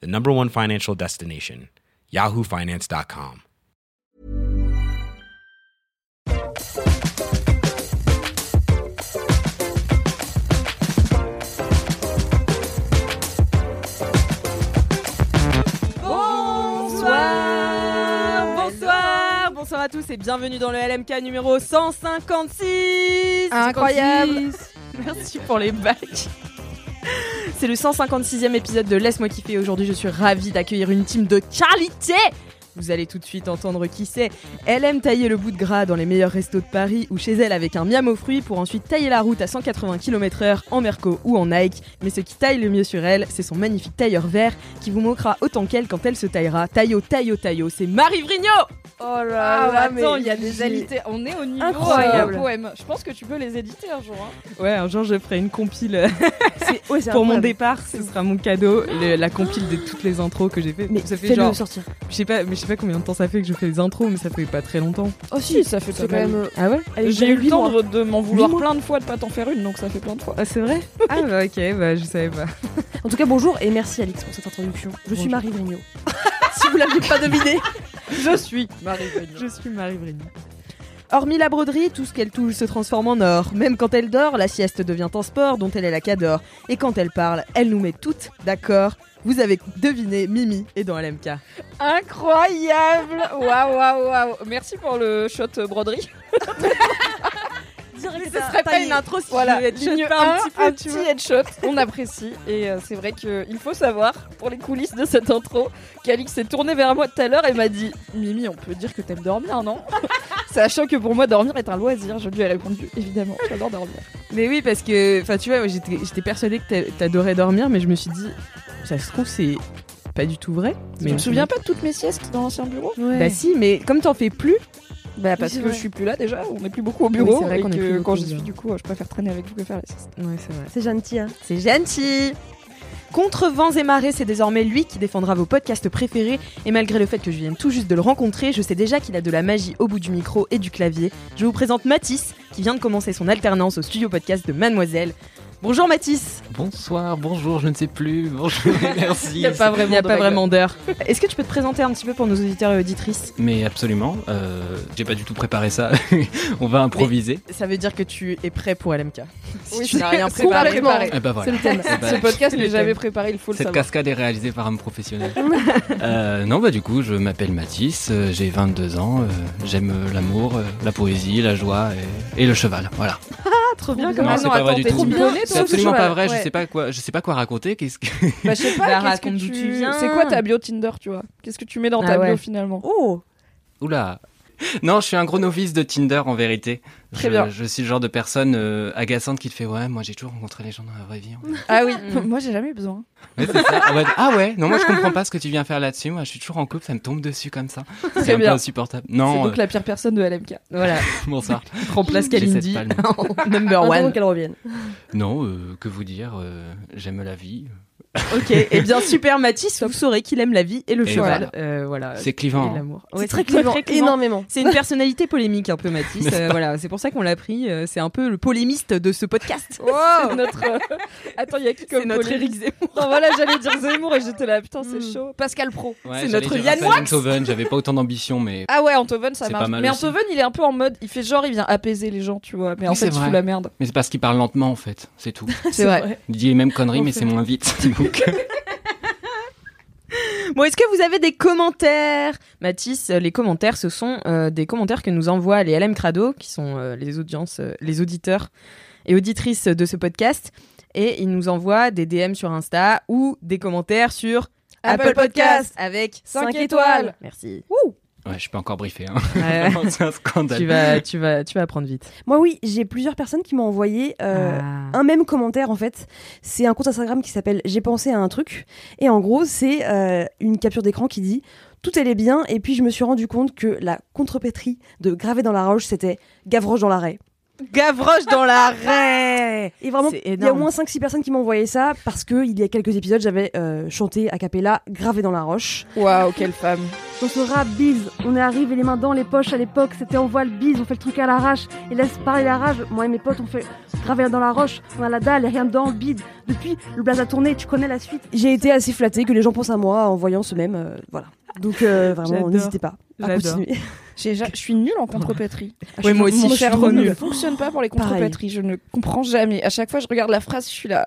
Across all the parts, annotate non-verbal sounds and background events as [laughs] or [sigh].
the number one financial destination, yahoofinance.com. Bonsoir, bonsoir, bonsoir à tous et bienvenue dans le LMK numéro 156. Incroyable. 156. [laughs] Merci pour les bacs. C'est le 156e épisode de Laisse-moi kiffer. Aujourd'hui, je suis ravie d'accueillir une team de qualité. Vous allez tout de suite entendre qui c'est. Elle aime tailler le bout de gras dans les meilleurs restos de Paris ou chez elle avec un miam aux fruits pour ensuite tailler la route à 180 km/h en Merco ou en Nike. Mais ce qui taille le mieux sur elle, c'est son magnifique tailleur vert qui vous moquera autant qu'elle quand elle se taillera. Taillot, taillot, taillot, c'est Marie Vrigno Oh Ah, là ouais, là, mais attends, il y a j'ai- des alités. On est au niveau Incroyable. euh, poème. Je pense que tu peux les éditer un jour. hein. Ouais, un jour je ferai une compile euh, C'est- ouais, c'est pour mon incroyable. départ, ce sera mon cadeau, le- la compile de toutes les intros que j'ai fait. Mais ça fait fais-le genre, sortir. je sais pas, mais je sais pas combien de temps ça fait que je fais les intros, mais ça fait pas très longtemps. Oh si, ça fait c'est quand pas mal. même. Ah ouais Elle est J'ai eu le huit temps mois. de, de m'en vouloir Huit mois. plein de fois de pas t'en faire une, donc ça fait plein de fois. Ah c'est vrai Ah bah ok, bah je savais [laughs] pas. En tout cas, bonjour et merci Alix pour cette introduction. Je suis Bonjour. Marie Vrigno. [laughs] si vous l'aviez pas deviné. Je suis Marie Je suis Marie Vrigny. Hormis la broderie, tout ce qu'elle touche se transforme en or. Même quand elle dort, la sieste devient un sport dont elle est la cador. Et quand elle parle, elle nous met toutes d'accord. Vous avez deviné, Mimi est dans LMK. [laughs] Incroyable Waouh, waouh, waouh Merci pour le shot euh, broderie. Ce Direct, serait pas une intro si Voilà, je ne ligne pas un 1, petit un peu, tu petit vois. headshot, on apprécie. Et euh, c'est vrai qu'il faut savoir, pour les coulisses de cette intro, qu'Alix s'est tournée vers moi tout à l'heure et m'a dit « Mimi, on peut dire que t'aimes dormir, [laughs] non ?» Sachant que pour moi, dormir est un loisir, je lui ai répondu « Évidemment, j'adore dormir. Mais oui, parce que, enfin, tu vois, moi, j'étais j'étais persuadée que t'a- t'adorais dormir, mais je me suis dit, ça se trouve, c'est pas du tout vrai. » Mais Mais je me souviens pas de toutes mes siestes dans l'ancien bureau Bah si, mais comme t'en fais plus, Bah parce c'est que vrai. je suis plus là déjà, on n'est plus beaucoup au Oui, bureau c'est vrai et qu'on est que plus quand beaucoup j'y au suis bureau. du coup, euh, je préfère traîner avec vous que faire la sieste. ouais, c'est vrai. C'est gentil, hein. C'est gentil. Contre vents et marées, c'est désormais lui qui défendra vos podcasts préférés. Et malgré le fait que je vienne tout juste de le rencontrer, je sais déjà qu'il a de la magie au bout du micro et du clavier. Je vous présente Mathis, qui vient de commencer son alternance au studio podcast de Mademoiselle. Bonjour Mathis Bonsoir, bonjour, je ne sais plus, bonjour, merci. vraiment, Il n'y a pas vraiment d'heure. [laughs] Est-ce que tu peux te présenter un petit peu pour nos auditeurs et auditrices Mais absolument, euh, j'ai pas du tout préparé ça, [laughs] on va improviser. Ça veut dire que tu es prêt pour LMK. Si Oui, tu n'as c'est- rien c'est préparé. complètement- préparé. Eh ben C'est voilà. le thème. Eh ben, Ce podcast n'est le jamais thème. préparé, il faut le Cette savoir. cascade est réalisée par un professionnel. Euh, non, bah du coup, je m'appelle Mathis, euh, j'ai 22 ans, euh, j'aime euh, l'amour, euh, la poésie, la joie et, et le cheval. Voilà. trop bien Non, Ah c'est non, pas vrai attends, du t'es tout. trop bien. C'est absolument pas vrai, je sais pas quoi, je sais pas quoi raconter. Qu'est-ce que [laughs] Bah je sais Bah, pas, qu'est-ce raconte que d'où tu... tu viens. C'est quoi ta bio Tinder, tu vois Qu'est-ce que tu mets dans ta Ah ouais. [laughs] bio finalement Oh Oula Non, je suis un gros novice de Tinder en vérité. Très je, bien. Je suis le genre de personne euh, agaçante qui te fait ouais, moi j'ai toujours rencontré les gens dans la vraie vie. en Ah [laughs] oui, Mm. moi j'ai jamais eu besoin. Ouais, c'est ça. Ah ouais, ah ouais, non, moi je comprends pas ce que tu viens faire là-dessus. Moi je suis toujours en couple, ça me tombe dessus comme ça. C'est Très un peu bien. insupportable. C'est Non, donc la pire personne [laughs] de LMK. Voilà, euh, [laughs] bonsoir. remplace J'ai cette Kalindi. palme. Number Attendons one. qu'elle revienne. Non, euh, que vous dire, euh, j'aime la vie. Ok, et bien super Mathis, vous saurez qu'il aime la vie et le Et cheval. voilà. Euh, Ah, Voilà. C'est Et clivant. hein. l'amour. Ouais, c'est très clivant, [laughs] énormément. C'est une personnalité polémique un peu Mathis. euh, voilà, c'est pour ça qu'on l'a pris. euh, c'est un peu le polémiste de ce podcast. C'est notre... euh, Attends, il y a qui c'est comme notre collègue Eric Zemmour. Non, voilà, j'allais dire Zemmour et j'étais là, putain, c'est Mm. chaud. Pascal Pro. Ouais, c'est j'allais notre dire Yann Raphaël Enthoven, j'avais pas autant d'ambition, mais. Ah ouais, Antoven, ça C'est marche. pas mal Mais aussi. Antoven, il est un peu en mode, il fait genre, il vient apaiser les gens, tu vois. Mais en Oui, fait, c'est il fout vrai. la merde. Mais c'est parce qu'il parle lentement en fait, c'est tout. C'est vrai. Il dit les mêmes conneries, En mais fait. c'est moins vite. [laughs] Donc, Bon, est-ce que vous avez des commentaires Mathis, euh, les commentaires, ce sont euh, des commentaires que nous envoient les LM Crado, qui sont euh, les audiences, euh, les auditeurs et auditrices de ce podcast. Et ils nous envoient des DM sur Insta ou des commentaires sur Apple Podcast avec Cinq cinq étoiles. Merci. euh, Ouais, je suis pas encore briefé. Hein. Ouais. Vraiment, [laughs] c'est un scandale. [laughs] tu, vas, tu, vas, tu vas apprendre vite. [laughs] Moi, oui, j'ai plusieurs personnes qui m'ont envoyé euh, Ah. un même commentaire en fait. C'est un compte Instagram qui s'appelle J'ai pensé à un truc. Et en gros, c'est euh, une capture d'écran qui dit Tout allait bien. Et puis je me suis rendu compte que la contrepétrie de Gravé dans la roche, c'était Gavroche dans l'arrêt. Gavroche dans l'arrêt Et vraiment, C'est il y a au énorme. moins 5-6 personnes qui m'ont envoyé ça parce que il y a quelques épisodes, j'avais euh, chanté a cappella Gravé dans la roche. Waouh, quelle femme. On se rap, bise, on est arrivé les mains dans les poches à l'époque, c'était on voit le bise, on fait le truc à l'arrache et laisse parler la rage. Moi et mes potes, on fait graver dans la roche, on a la dalle et rien dans le bide. Depuis, le blaze a tourné, tu connais la suite. J'ai été assez flattée que les gens pensent à moi en voyant ce même. euh, voilà. [laughs] Donc euh, vraiment, J'adore. n'hésitez pas à J'adore. continuer. [laughs] J'ai ja- Je suis nulle en contrepétrie. Ouais, moi aussi, Mon je suis cerveau trop ne nulle. fonctionne pas pour les Pareil. contrepétries. Je ne comprends jamais. À chaque fois, je regarde la phrase, je suis là.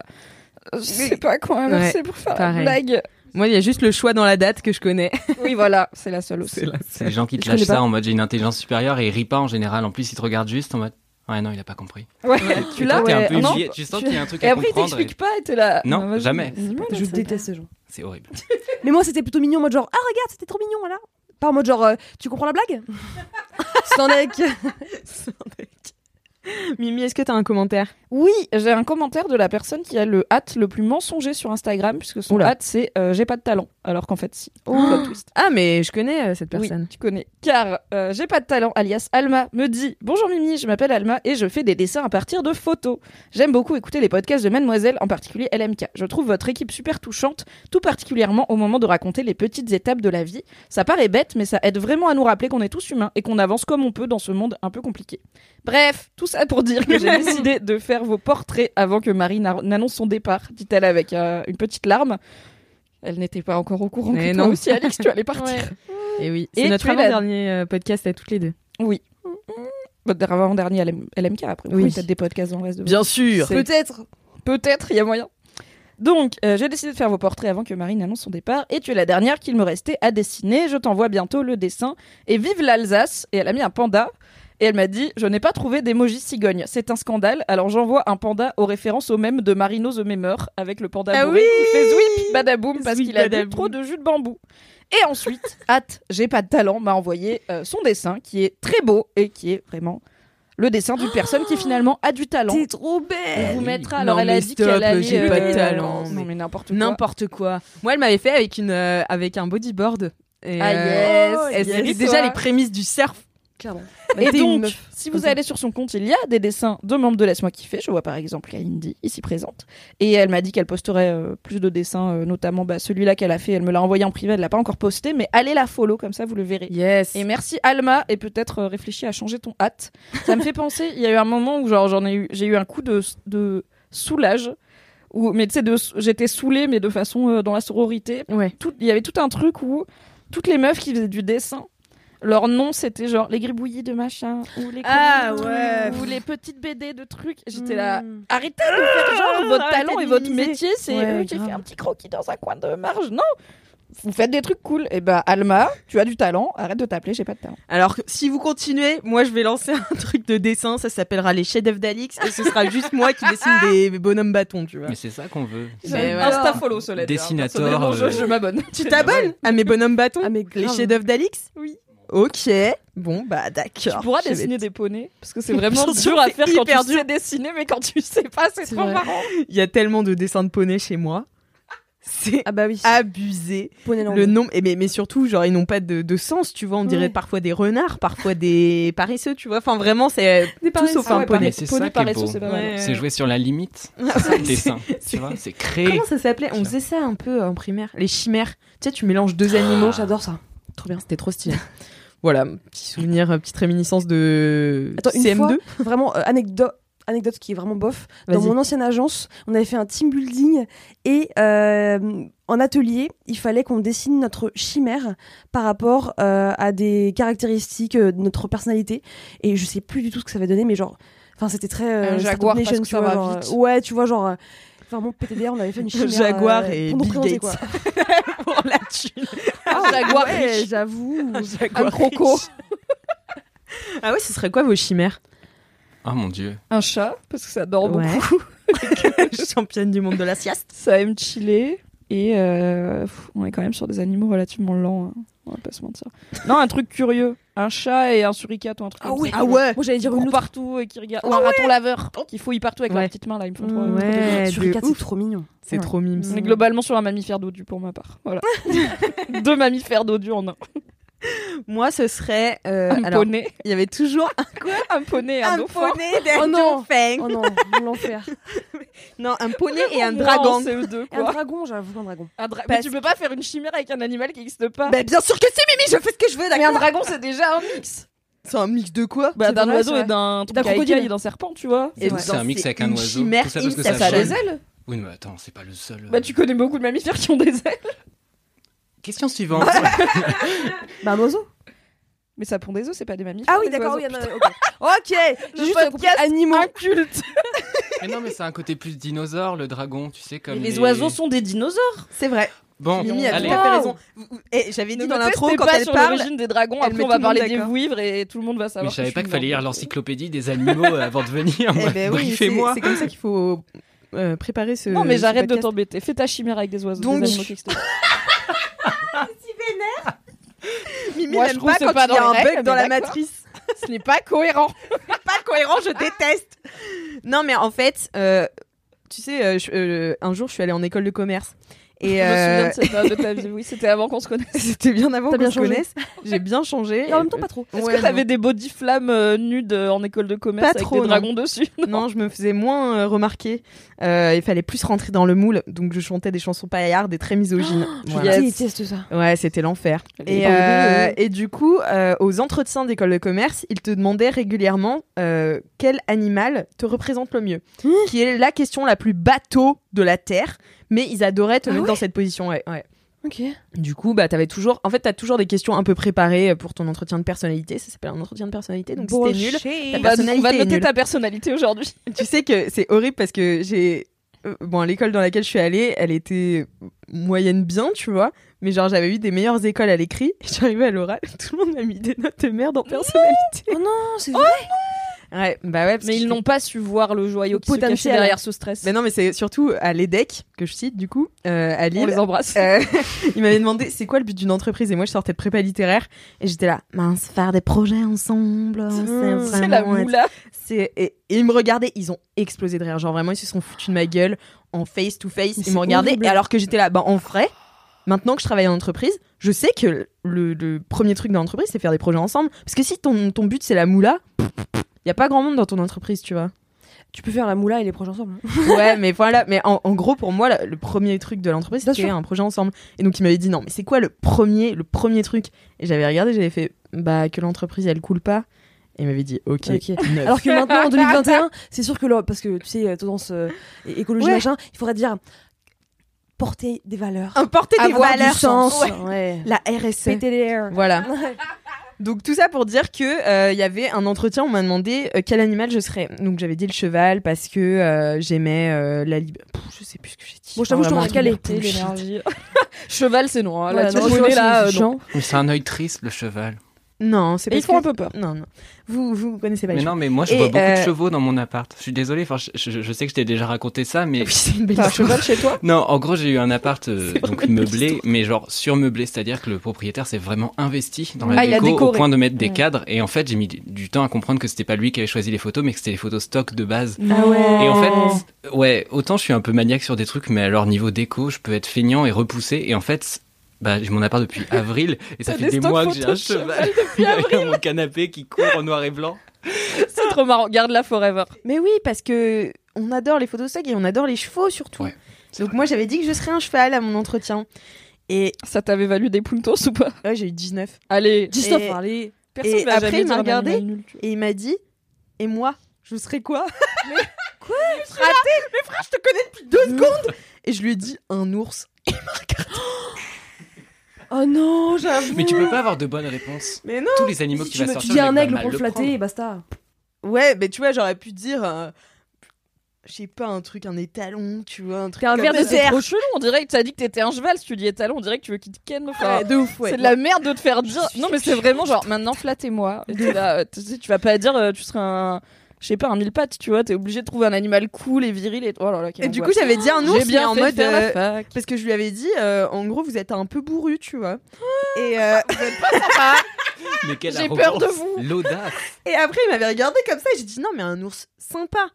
Je sais pas quoi inverser pour faire pareil. la blague. Moi, il y a juste le choix dans la date que je connais. Oui, voilà, c'est la seule aussi. [laughs] C'est les gens qui te Je connais lâchent pas. ça en mode j'ai une intelligence supérieure et ils rient pas en général. En plus, ils te regardent juste en mode ouais, non, il a pas compris. Ouais, Et tu toi, l'as t'es un ouais, peu non humilié, Tu sens qu'il y a un truc Et à après, il comprendre. t'explique pas et t'es là. Non, vas-y, jamais. vas-y, vas-y, Je vas-y. déteste ces gens. C'est horrible. Mais moi, c'était plutôt mignon en mode genre Ah, regarde, c'était trop mignon, voilà. Pas en mode genre euh, Tu comprends la blague Sandek Mimi, est-ce que t'as un commentaire Oui, j'ai un commentaire de la personne qui a le hâte le plus mensonger sur Instagram, puisque son Oula. hâte c'est euh, j'ai pas de talent. Alors qu'en fait, si. Plot twist. Ah, mais je connais euh, cette personne. Oui, tu connais. Car euh, j'ai pas de talent, alias Alma, me dit Bonjour Mimi, je m'appelle Alma et je fais des dessins à partir de photos. J'aime beaucoup écouter les podcasts de Mademoiselle, en particulier LMK. Je trouve votre équipe super touchante, tout particulièrement au moment de raconter les petites étapes de la vie. Ça paraît bête, mais ça aide vraiment à nous rappeler qu'on est tous humains et qu'on avance comme on peut dans ce monde un peu compliqué. Bref, tout ça pour dire [laughs] que j'ai décidé de faire vos portraits avant que Marie n'a- n'annonce son départ, dit-elle avec euh, une petite larme. Elle n'était pas encore au courant. Mais que toi non. [laughs] aussi, Alex, tu allais partir. Et oui, Et c'est notre tu es la- avant-dernier euh, podcast à toutes les deux. Votre Bah, avant-dernier LM- LMK après. Oui. Oui, peut-être des podcasts dans le reste de Bien sûr C'est- Peut-être Peut-être, il y a moyen. Donc, euh, j'ai décidé de faire vos portraits avant que Marine annonce son départ, et tu es la dernière qu'il me restait à dessiner. Je t'envoie bientôt le dessin. Et vive l'Alsace Et elle a mis un panda. Et elle m'a dit Je n'ai pas trouvé d'emoji cigogne. C'est un scandale. Alors j'envoie un panda aux références au même de Marino the Memer avec le panda Ah bourré oui qui fait zwip Bah, badaboum parce Zwip, qu'il a bu badaboum. trop de jus de bambou. Et ensuite, [laughs] hâte, j'ai pas de talent, m'a envoyé euh, son dessin qui est très beau et qui est vraiment le dessin d'une personne qui finalement a du talent. T'es trop belle Elle vous mettra. Non, Alors, elle mais a dit stop, qu'elle allait. j'ai pas de talent, mais- Non, mais n'importe quoi. N'importe quoi. Moi, elle m'avait fait avec, une, euh, avec un bodyboard. Et, euh, Ah, yes. elle Yes, savait toi. déjà les prémices du surf. Clairement. Et T'es une donc, meuf. si vous allez sur son compte, il y a des dessins de membres de Laisse-moi kiffer. Je vois par exemple la Indy ici présente. Et elle m'a dit qu'elle posterait euh, plus de dessins, euh, notamment bah, celui-là qu'elle a fait. Elle me l'a envoyé en privé, elle l'a pas encore posté, mais allez la follow, comme ça vous le verrez. Yes. Et merci Alma, et peut-être euh, réfléchis à changer ton hâte. Ça me fait penser, il y a eu un moment où genre j'en ai eu, j'ai eu un coup de, de soulage, où, mais tu sais, de- j'étais saoulée, mais de façon euh, dans la sororité, Ouais. tout- il y avait tout un truc où toutes les meufs qui faisaient du dessin, leur nom c'était genre les gribouillis de machin ou les Ah, comics, ouais. Hmm. ou les petites BD de trucs. J'étais là, Hmm. arrêtez de faire genre votre Ah, arrêtez talent de et votre minimiser. métier, c'est Ouais, eux qui grave. fait un petit croquis dans un coin de marge. Non, vous faites des trucs cool. Et ben Alma, tu as du talent, arrête de t'appeler, j'ai pas de talent. Alors, que- si vous continuez, moi, je vais lancer un truc de dessin. Ça s'appellera les chefs-d'œuvre d'Alix. Et ce sera juste moi qui dessine Ah. des bonhommes bâtons, tu vois. Mais c'est ça qu'on veut. Mais ouais. Insta follow cela. dit, hein. Dessinateur, Personnellement, euh, je, je [laughs] m'abonne. Tu t'abonnes à mes bonhommes bâtons Ah, mais Les grave. chefs-d'œuvre d'Alix Oui. Ok. Bon, bah, d'accord. Tu pourras Je vais- dessiner des poneys [laughs] parce que c'est vraiment J'en suis dur à faire quand hyper tu sais dessiner, mais quand tu sais pas, c'est C'est trop vrai. marrant. Il y a tellement de dessins de poney chez moi. C'est Ah bah oui. abusé. Poney Land. Le nom, et mais, mais surtout, genre, ils n'ont pas de, de sens, tu vois. On dirait Ouais. parfois des renards, parfois des paresseux, tu vois. Enfin, vraiment, c'est euh, Des tout sauf paresseux. un Ah ouais, poney. Mais c'est poney ça qui est paresseux, beau. c'est pas mal. Ouais. C'est jouer sur la limite. Ouais. dessin. c'est- Tu vois, c'est créé. Comment ça s'appelait On faisait ça un peu euh, en primaire. Les chimères. Tu sais, tu mélanges deux animaux. J'adore ça. Trop bien. C'était trop stylé. Ah. voilà, petit souvenir, euh, petite réminiscence de Attends, une CM2. fois, vraiment, euh, anecdote anecdote qui est vraiment bof. Dans Vas-y. mon ancienne agence, on avait fait un team building et euh, en atelier, il fallait qu'on dessine notre chimère par rapport euh, à des caractéristiques euh, de notre personnalité. Et je sais plus du tout ce que ça avait donné, mais genre, enfin, c'était très euh, Un Startup jaguar, parce Nation, que tu ça vois, va genre, vite. euh, ouais, tu vois, genre. euh, Enfin, mon PTDR, on avait [laughs] fait une chimère. euh, Jaguar et pour nous Bill Gates. présenter, quoi. Ah pour la thune. Un jaguar Ouais, riche. j'avoue. Un croco. Ah ouais, ce serait quoi vos [laughs] chimères Oh mon dieu. Un chat, parce que ça dort Oh, beaucoup. Ouais. Championne du monde de la sieste. Ça aime chiller. Et euh, pff, on est quand même sur des animaux relativement lents. hein. on va pas se mentir. Non, un truc curieux. Un chat et un suricate ou un truc Ah comme ça. Moi ouais. j'allais Qui dire courent une autre. partout et qui regarde. Ou un raton laveur qui fouille partout avec Ouais. la petite main là, il me font trop- Ouais, Sur de les quatre, c'est ouf. trop mignon. C'est Ouais. trop mimes. On est globalement sur un mammifère dodu pour ma part. Voilà. Deux mammifères dodus en un. Moi ce serait. euh, un alors, poney. il y avait toujours Un poney et [laughs] un, un dauphin. [laughs] poney d'un Oh non. dauphin. Oh non, [laughs] l'enfer. Non, un poney et un Ou dragon. CE2, Et un E quoi. dragon, j'avoue, un dragon. Un dra- Mais Parce tu peux pas faire une chimère avec un animal qui n'existe pas. Bah, bien sûr que c'est Mimi, je fais ce que je veux, Mais un d'accord dragon, c'est déjà un mix. C'est un mix de quoi Bah, C'est d'un vrai, oiseau c'est et d'un truc D'un à crocodile. écailles et d'un serpent, tu vois. Et Donc, c'est un mix avec un une oiseau. Chimère, Tout ça parce que insecte. ça Ça a des chaîne. ailes Oui, mais attends, c'est pas le seul. euh, Bah, tu connais beaucoup de mammifères qui ont des ailes. Question suivante. Bah, un oiseau. Mais ça pond des œufs, c'est pas des mammifères. Ah oui, les d'accord, oui, oiseaux. il y en a- ok. Ok, Le j'ai juste compris podcast animaux. Inculte. mais non, mais c'est un côté plus dinosaure, le dragon, tu sais, comme. Mais les oiseaux sont des dinosaures. C'est vrai, Bon, Mimi a tout allez. à fait Waouh. raison. Vous- vous- eh, J'avais dit Ne dans me l'intro, testez quand pas elle sur parle, l'origine des dragons, elle après met on tout va le parler monde des d'accord. vouivres et tout le monde va Mais savoir. je savais suis pas qu'il une fallait lire dinde. l'encyclopédie des animaux euh, avant de venir. [laughs] [laughs] eh ben oui, c'est Briefez-moi. c'est comme ça qu'il faut euh, préparer ce. Non, mais ce j'arrête de podcast. t'embêter. Fais ta chimère avec des oiseaux. Donc- des animaux qui existent. Mimi Moi, je n'aime trouve pas que c'est quand pas il y a dans un les bug règles, dans mais la d'accord. matrice. [laughs] Ce n'est pas cohérent. Pas cohérent, je déteste. Non, mais en fait, euh, tu sais, euh, je- euh, un jour, je suis allée en école de commerce. Et Je euh, me souviens de cette période de ta vie. Oui, c'était avant qu'on se connaisse. [laughs] c'était bien avant T'as qu'on bien se changé. connaisse. J'ai bien changé. Euh, Et en même temps, pas trop. Est-ce Ouais, que t'avais des body flammes euh, nudes euh, en école de commerce Pas avec trop, des non. dragons dessus Non, je me faisais moins euh, remarquer. Euh, il fallait plus rentrer dans le moule, donc je chantais des chansons paillardes et très [gasps] misogynes. Voilà. Yes. Je déteste ça. Ouais, c'était l'enfer. Les Et, euh, bordées, hein. euh. et du coup, euh, aux entretiens d'école de commerce, ils te demandaient régulièrement euh, quel animal te représente le mieux, Mmh. qui est la question la plus bateau de la terre. Mais ils adoraient te Ah mettre ouais dans cette position. Ouais, ouais. Ok. Du coup, bah t'avais toujours, en fait, t'as toujours des questions un peu préparées euh, pour ton entretien de personnalité. Ça s'appelle un entretien de personnalité, donc c'était nul. On Ta va, on va personnalité est noter nulle. ta personnalité aujourd'hui. Tu sais que c'est horrible parce que j'ai. euh, Bon, l'école dans laquelle je suis allée, elle était moyenne bien, tu vois. Mais genre, j'avais eu des meilleures écoles à l'écrit. [laughs] Et j'arrivais à l'oral, tout le monde m'a mis des notes de merde en personnalité. Oh non, c'est vrai. Ouais, bah ouais. parce Mais que ils n'ont pas su voir le joyau Le qui se cachait potentiel. derrière ce stress. Mais non, mais c'est surtout à l'EDEC que je cite, du coup, euh, à on Lille. les embrasse. Euh, [laughs] il m'avait demandé c'est quoi le but d'une entreprise et moi je sortais de prépa littéraire et j'étais là mince faire des projets ensemble c'est Mmh. vraiment c'est la être- moula. C'est- Et, et ils me regardaient, ils ont explosé de rire. Genre vraiment, ils se sont foutus de ma gueule en face to face. Mais ils c'est me regardaient. horrible. Et alors que j'étais là, bah en vrai, maintenant que je travaille en entreprise, je sais que le, le premier truc dans l'entreprise, c'est faire des projets ensemble. Parce que si ton, ton but c'est la moula, il y a pas grand monde dans ton entreprise, tu vois. Tu peux faire la moula et les proches ensemble. hein. Ouais, mais voilà. Mais en, en gros, pour moi, la- le premier truc de l'entreprise, Bien c'était sûr. un projet ensemble. Et donc ils m'avaient dit non, mais c'est quoi le premier, le premier truc Et j'avais regardé, j'avais fait bah que l'entreprise elle coule pas. Et ils m'avaient dit ok. Ok. neuf. Alors que maintenant, en 2021, c'est sûr que le- parce que tu sais, tendance euh, é- écologie Ouais. machin, il faudrait dire porter des valeurs, importer des avoir valeurs du sens, Ouais. ouais. La RSE. péter les airs. Voilà. Donc tout ça pour dire que euh, il y avait un entretien, on m'a demandé euh, quel animal je serais. Donc j'avais dit le cheval parce que euh, j'aimais euh, la liberté. Je sais plus ce que j'ai dit. Bon, je t'avoue, je t'en Ah, Vraiment, ai calé. tout le bullshit. Oh Cheval, c'est non. hein. Voilà, la petite non, monnaie, je là. vois, euh, c'est non. chiant. Mais C'est un œil triste, le cheval. Non, c'est Et pas. ils font un peu peur. Non, non. Vous vous connaissez pas. Mais les non, mais moi, je Bah, Et, vois beaucoup euh, de chevaux dans mon appart. Je suis désolé, enfin, je, je- je sais que je t'ai déjà raconté ça, chevaux. [laughs] mais. Oui, c'est une belle T'as un histoire. cheval [laughs] chez toi Non, en gros, j'ai eu un appart euh, C'est donc vraiment une belle meublé, mais genre surmeublé, c'est-à-dire que le propriétaire s'est vraiment investi dans Ah, la il a déco au décoré. point de mettre des Ouais. cadres. Et en fait, j'ai mis du- du temps à comprendre que c'était pas lui qui avait choisi les photos, mais que c'était les photos stock de base. Ah ouais. Et en Oh. fait, ouais, autant je suis un peu maniaque sur des trucs, mais alors niveau déco, je peux être feignant et repoussé. Et en fait, bah, j'ai mon appart depuis avril, et ça T'as fait des des, stocks mois que j'ai un photos de cheval [laughs] derrière mon canapé qui court en noir et blanc. C'est trop marrant. Garde-la forever. Mais oui, parce que on adore les photos stock et on adore les chevaux surtout. Ouais, c'est Donc moi j'avais dit que je serais un cheval à mon entretien. Et Ça t'avait valu des puntos ou pas Ah. ouais, j'ai eu 19. Allez. Dis stop, Et- allez. Personne et va après, jamais il m'a dire un regardé. animal nul, tu vois. Et il m'a dit et moi je serais quoi je te connais depuis deux secondes Et je lui ai dit un ours. Oh non, j'avoue. Mais tu peux pas avoir de bonnes réponses. Mais non Tous les animaux Si qui tu, va me- tu sortir, dis un le mec va aigle mal pour le prendre. flatter et basta. Ouais, mais tu vois, j'aurais pu dire. euh, je sais pas, un truc, un étalon, tu vois, un truc. T'es un comme verre de ça. Mais c'est terre. trop chelou, on dirait que t'as dit que t'étais un cheval, si tu dis étalon, on dirait que tu veux qu'il te ken. enfin, Ouais, de ouf, ouais. Ah. c'est de la merde de [laughs] te faire dire. Non, mais c'est vraiment genre, maintenant flattez-moi. Et t'es là, euh, tu sais, tu vas pas dire, euh, tu serais un. je sais pas, un mille pattes, tu vois. T'es obligé de trouver un animal cool et viril. Et, oh là là, quelle Et du coup, angoisse. j'avais dit un ours, j'ai bien bien en fait mode. faire la euh, fac. parce que je lui avais dit, euh, en gros, vous êtes un peu bourru, tu vois. Et, euh, Mais quelle J'ai peur de arrogance. vous. L'audace. et après, il m'avait regardé comme ça et j'ai dit, non, mais un ours sympa.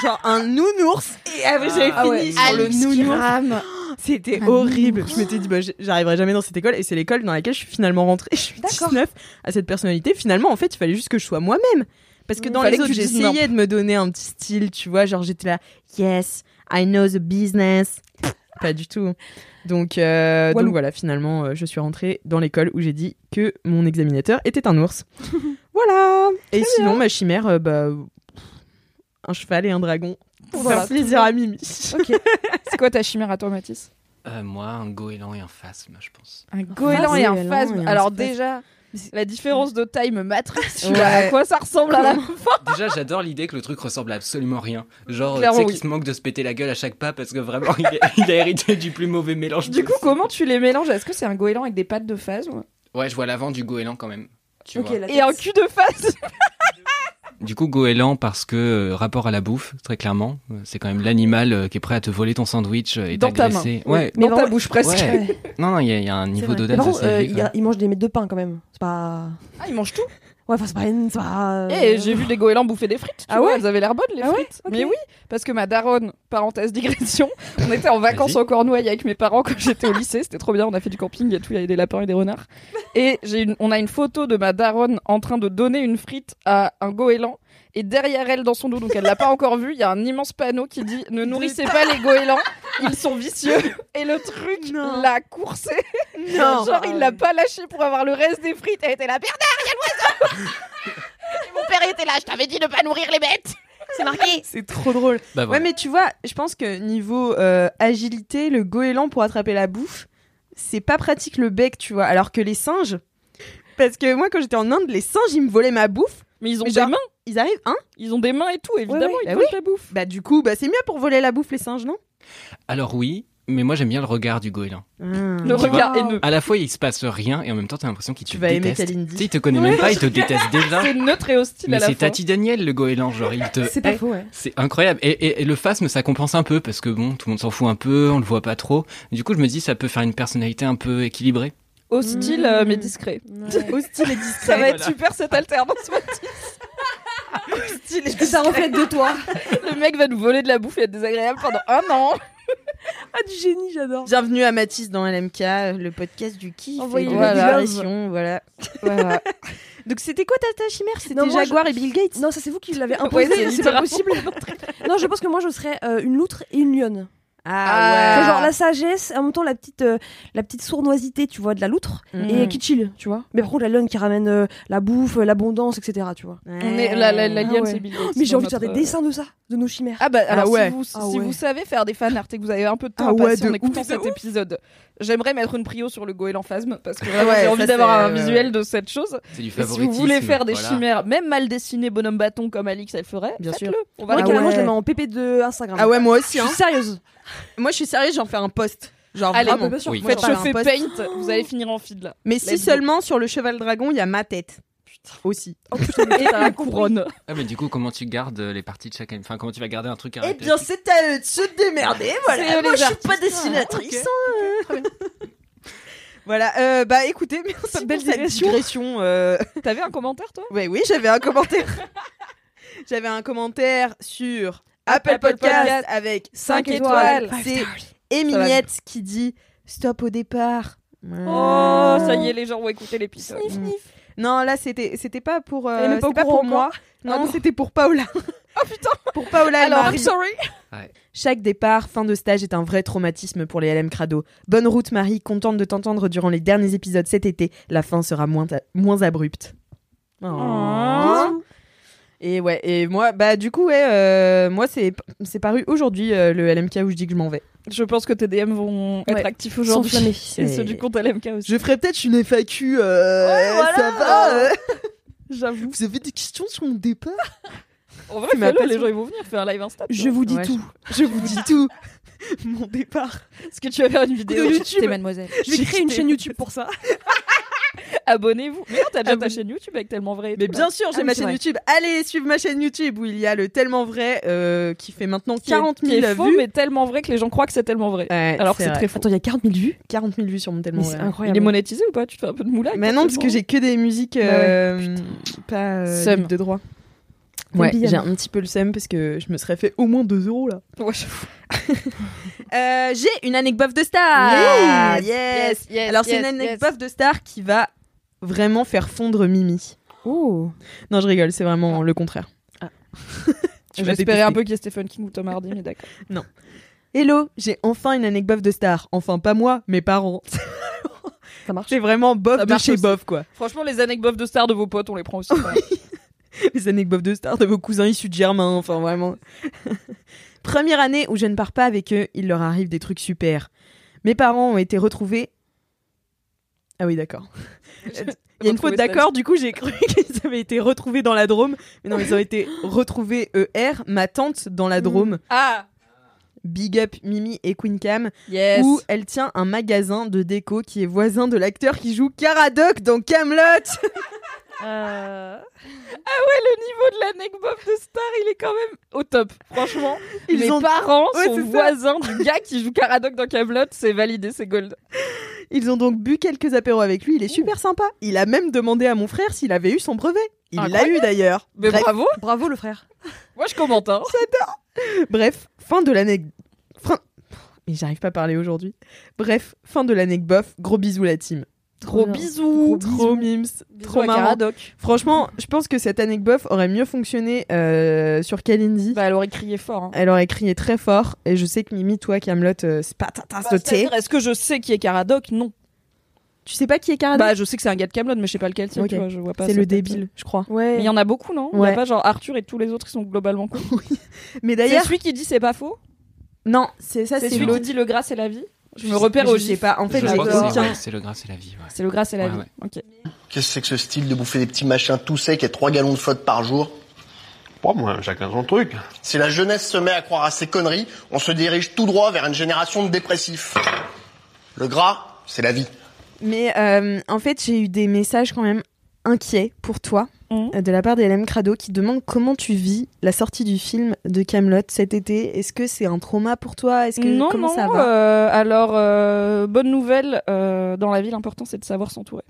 Genre un nounours. Et après, j'avais Ah ouais, fini sur le Alex qui nounours. rame. [gasps] C'était horrible. Je m'étais dit, bah, j- j'arriverai jamais dans cette école. Et c'est l'école dans laquelle je suis finalement rentrée. [laughs] Je suis 19 à cette personnalité. Finalement, en fait, il fallait juste que je sois moi-même. Parce que Il dans Mm. fallait les que autres, tu dises non. j'essayais de me donner un petit style, tu vois. Genre, j'étais là, yes, I know the business. Pff, Pas du tout. Donc, euh, donc Walou. voilà, finalement, euh, je suis rentrée dans l'école où j'ai dit que mon examinateur était un [laughs] ours. voilà. Et sinon, ma chimère, euh, bah, pff, un cheval et un dragon. Pour Voilà, faire plaisir à Mimi. C'est quoi ta chimère à toi, Mathis Euh, moi, un goéland et un phasme, je pense. [laughs] Un goéland et un goéland et phasme. un Alors phasme. déjà, c'est- la différence de taille me matrice. Ouais. À quoi ça ressemble à la Déjà, j'adore l'idée que le truc ressemble à absolument rien. Genre, euh, tu Clairement, sais qu'il oui. se manque de se péter la gueule à chaque pas parce que vraiment, [laughs] il a, il a hérité du plus mauvais mélange. Du coup, possible. comment tu les mélanges Est-ce que c'est un goéland avec des pattes de phasme Ouais, je vois l'avant du goéland quand même. Tu Ok, vois. la et un tête. cul de phasme Du coup, goéland parce que euh, rapport à la bouffe, très clairement, euh, c'est quand même l'animal euh, qui est prêt à te voler ton sandwich euh, et Dans ta main. t'agresser. Oui. Ouais. dans Mais ta vraiment- bouche presque. Ouais. Non, non, il y, a- il y a un niveau vrai. Mais d'audace par assez contre, euh, élevé, il, quoi. a- il mange des mètres de pain quand même. C'est pas. Ah, ils mangent tout. Ouais, enfin, c'est pas. une- c'est pas, euh, Et Eh, j'ai vu des goélands bouffer des frites. tu Ah vois, ouais Elles avaient l'air bonnes, les Ah ouais frites. Ok. Mais oui, parce que ma daronne, parenthèse digression, on était en vacances Vas-y. en Cornouailles avec mes parents quand j'étais au lycée. C'était trop bien, on a fait du camping et tout, il y avait des lapins et des renards. Et j'ai une- on a une photo de ma daronne en train de donner une frite à un goéland. Et derrière elle, dans son dos, donc elle l'a pas encore vu, il y a un immense panneau qui dit Ne nourrissez pas les goélands, ils sont vicieux. Et le [laughs] truc Non. l'a coursé. Non. Genre, il l'a pas lâché pour avoir le reste des frites. Elle était là, Bernard, il y a l'oiseau Et Mon père était là, je t'avais dit de pas nourrir les bêtes C'est marqué. C'est trop drôle. Bah, Ouais, voilà. mais tu vois, je pense que niveau euh, agilité, le goéland pour attraper la bouffe, c'est pas pratique le bec, tu vois. Alors que les singes, parce que moi quand j'étais en Inde, les singes ils me volaient ma bouffe. Mais ils ont Mais des genre- mains, Ils arrivent, hein ils ont des mains et tout, évidemment, oui, bah ils touchent la bouffe. Bah du coup, bah c'est mieux pour voler la bouffe les singes, non Alors oui, mais moi j'aime bien le regard du goéland. Ah. Le Mmh. Tu regard vois. haineux. À la fois, il se passe rien et en même temps, t'as l'impression qu'il te Tu vas aimer déteste. Kalindi. Tu sais, il te connaît même pas, il te déteste [laughs] déjà. C'est neutre et hostile Mais à la c'est fois. Tati Daniel le goéland, genre il te. C'est pas faux, ouais. [laughs] C'est incroyable. Et, et- et le phasme, ça compense un peu parce que bon, tout le monde s'en fout un peu, on le voit pas trop. Du coup, je me dis, ça peut faire une personnalité un peu équilibrée. Hostile Mmh. euh, mais discret. Hostile et Ça discret. va être super cette alternance. [laughs] Est-ce que ça reflète de toi le mec va nous voler de la bouffe et être désagréable pendant un an. [laughs] Ah, du génie, j'adore. Bienvenue à Mathis dans LMK, le podcast du kiff et Envoyez de le la love. diversion, voilà. [laughs] Voilà. Donc c'était quoi ta, ta chimère C'était Non, moi, Jaguar et Bill Gates Non, ça c'est vous qui l'avez Ouais, imposé, c'est [laughs] c'est pas littéralement- possible. non, je pense que moi je serais euh, une loutre et une lionne. Ah. Enfin, genre la sagesse, en même temps la petite, euh, la petite sournoisité, tu vois, de la loutre Mhm. et qui chill, tu vois. Mais par contre, la lionne qui ramène euh, la bouffe, euh, l'abondance, etc. Tu vois. Ouais. [laughs] On est, la, la, la Ah liane, ouais. c'est Bill Gates Mais j'ai dans envie de faire des notre- euh, dessins de ça, de nos chimères. Ah bah alors Ah ouais. si, vous, si Ah ouais. vous savez faire des fanarts et que vous avez un peu de temps Ah à ouais, passer de en écoutant ouf, de cet ouf. épisode, j'aimerais mettre une prio sur le goéland phasme parce que vraiment, Ouais, j'ai ça, envie d'avoir c'est, un euh, visuel de cette chose. C'est du Et si favoritisme. vous voulez faire des voilà. chimères, même mal dessinées bonhomme bâton comme Alix elle ferait, Bien faites-le. On va Moi, la- ouais. Ah carrément, je les mets en PP de Instagram. Ah ouais, moi aussi Je hein. suis sérieuse. Moi je suis sérieuse, j'en fais un post. Genre Allez, vraiment. Ah, bah, bien sûr. Oui. Moi, Faites j'en parle. chauffer poste. Paint, vous allez finir en feed là. Mais si Let's go. seulement sur le cheval dragon, il y a ma tête. Aussi. Et la couronne. Ah, mais du coup, comment tu gardes euh, les parties de chaque Enfin, comment tu vas garder un truc à Eh bien, c'est à eux de se démerder. Voilà. Moi, C'est les je suis artistes. pas dessinatrice. hein. Voilà. euh, bah, écoutez, merci belle belle pour cette digression. digression. euh, T'avais un commentaire toi Ouais, oui, j'avais un commentaire. [laughs] j'avais un commentaire sur Apple, Apple Podcast, Podcast avec 5 Cinq étoiles. étoiles. C'est Ça va Émiliette qui dit stop au départ. Oh, ça y est, les gens vont écouter l'épisode. Sniff, sniff. Non, là, c'était c'était pas pour, euh, Elle n'est Euh, pas au c'était pas courant pour moi. encore. Ah Non, non. c'était pour [laughs] Paola. Oh putain Pour Paola, elle Alors, m'a I'm ri. sorry Chaque départ, fin de stage est un vrai traumatisme pour les LM Crado. Bonne route Marie, contente de t'entendre durant les derniers épisodes cet été. La fin sera moins, ta- moins abrupte. Oh. Oh. Et ouais, et moi, bah du coup, ouais, euh, moi c'est c'est paru aujourd'hui euh, le LMK où je dis que je m'en vais. Je pense que tes DM vont être Ouais. actifs Sans aujourd'hui. flammer. Et ceux du compte LMK aussi. Je ferai peut-être une FAQ, euh, Ouais, voilà. ça va euh. J'avoue. Vous avez des questions sur mon départ En vrai, C'est ma fais-le, les passion. gens ils vont venir faire un live Insta. tu Je vous dis Ouais. tout, je vous dis tout. Mon départ. Est-ce que tu vas faire une vidéo De YouTube. T'es mademoiselle. Je vais créer une chaîne YouTube pour ça. abonnez-vous. Mais non, t'as déjà ta Abonne- chaîne YouTube avec tellement vrai. et Mais tout, bien sûr, j'ai oui, ma c'est chaîne vrai. YouTube. Allez suivre ma chaîne YouTube où il y a le tellement vrai euh, qui fait maintenant là. Qui est- 40 qui 000 est faux, vues. mais tellement vrai que les gens croient que c'est tellement vrai. Ouais, Alors que c'est vrai. très faux. Attends, il y a 40 000 vues 40 000 vues sur mon tellement Mais vrai. c'est incroyable. Il est monétisé ou pas Tu te fais un peu de moula Mais non, parce que j'ai que des musiques ouais, euh, pas euh, Seum. libres de droit. Des Ouais, billes, j'ai hein. un petit peu le seum parce que je me serais fait au moins 2 euros là. Euh, j'ai une anecdote de star. Yes, yes. Alors c'est une anecdote de star qui va vraiment faire fondre Mimi. Oh. Non, je rigole, c'est vraiment le contraire. Tu vas J'espérais un détester. peu qu'il y ait Stephen King ou Tom Hardy, mais d'accord. Hello, j'ai enfin une anecdote de star. Enfin pas moi, mes parents. [laughs] Ça marche. C'est vraiment bof Ça de marche chez aussi. bof quoi. [laughs] Franchement, les anecdotes de stars de vos potes, on les [laughs] prend aussi. les anecdotes de stars de vos cousins issus de Germain, enfin vraiment. [laughs] Première année où je ne pars pas avec eux, il leur arrive des trucs super. Mes parents ont été retrouvés. Ah oui, d'accord. Il y a une faute d'accord, du coup j'ai cru [laughs] qu'ils avaient été retrouvés dans la Drôme. Mais non, ils [laughs] ont été retrouvés ER, ma tante, dans la Drôme. Ah Big Up, Mimi et Queen Cam, Yes où elle tient un magasin de déco qui est voisin de l'acteur qui joue Caradoc dans [laughs] Camelot. Ah. Ouais, le niveau de l'anecdote de star, il est quand même au top. Franchement, Ils mes ont- parents Ouais, sont c'est ça. voisins du gars qui joue Caradoc dans Camelot, c'est validé, c'est gold. Ils ont donc bu quelques apéros avec lui, il est super sympa. Il a même demandé à mon frère s'il avait eu son brevet. Il l'a eu d'ailleurs. Mais Bref, bravo, Bravo le frère. moi je commente. Hein. bref, fin de l'anecdote. Fin... Mais j'arrive pas à parler aujourd'hui. Bref, fin de l'anecdote. Gros bisous la team. Gros bien. bisous, Trop mimes, Trop trop marrant. Franchement, je pense que cette anecdote aurait mieux fonctionné euh, sur Kalindi. Bah, elle aurait crié fort. hein. Elle aurait crié très fort. Et je sais que Mimi, toi, Camelot, euh, c'est pas ta tasse de Bah, c'est-à-dire, thé. Est-ce que je sais qui est Caradoc Non. Tu sais pas qui est Caradoc Bah, je sais que c'est un gars de Camelot, mais je sais pas lequel c'est. Ah, Ok. tu vois, je vois pas C'est sa le tête. débile, je crois. Mais il Ouais. y en a beaucoup, non Il y Ouais. a pas genre Arthur et tous les autres qui sont globalement cons. Mais C'est d'ailleurs, celui qui dit c'est pas faux non, c'est ça, C'est c'est celui qui l'autre. dit le gras c'est la vie Je me repère je au sais gif. pas. En fait, Je j'ai crois que c'est aucun. ouais, c'est le gras, c'est la vie. ouais. C'est le gras c'est la Ouais, vie. ouais. Ok. Qu'est-ce que c'est que ce style de bouffer des petits machins tout secs et trois gallons de flotte par jour Pas moi, hein, chacun son truc. Si la jeunesse se met à croire à ces conneries, on se dirige tout droit vers une génération de dépressifs. Le gras, c'est la vie. Mais euh, en fait, j'ai eu des messages quand même inquiets pour toi Mhm. euh, de la part d'Hélène Crado qui demande comment tu vis la sortie du film de Camelot cet été. Est-ce que c'est un trauma pour toi Est-ce que non, comment non, ça va euh, alors, euh, bonne nouvelle, euh, dans la vie, l'important c'est de savoir [laughs] s'entourer.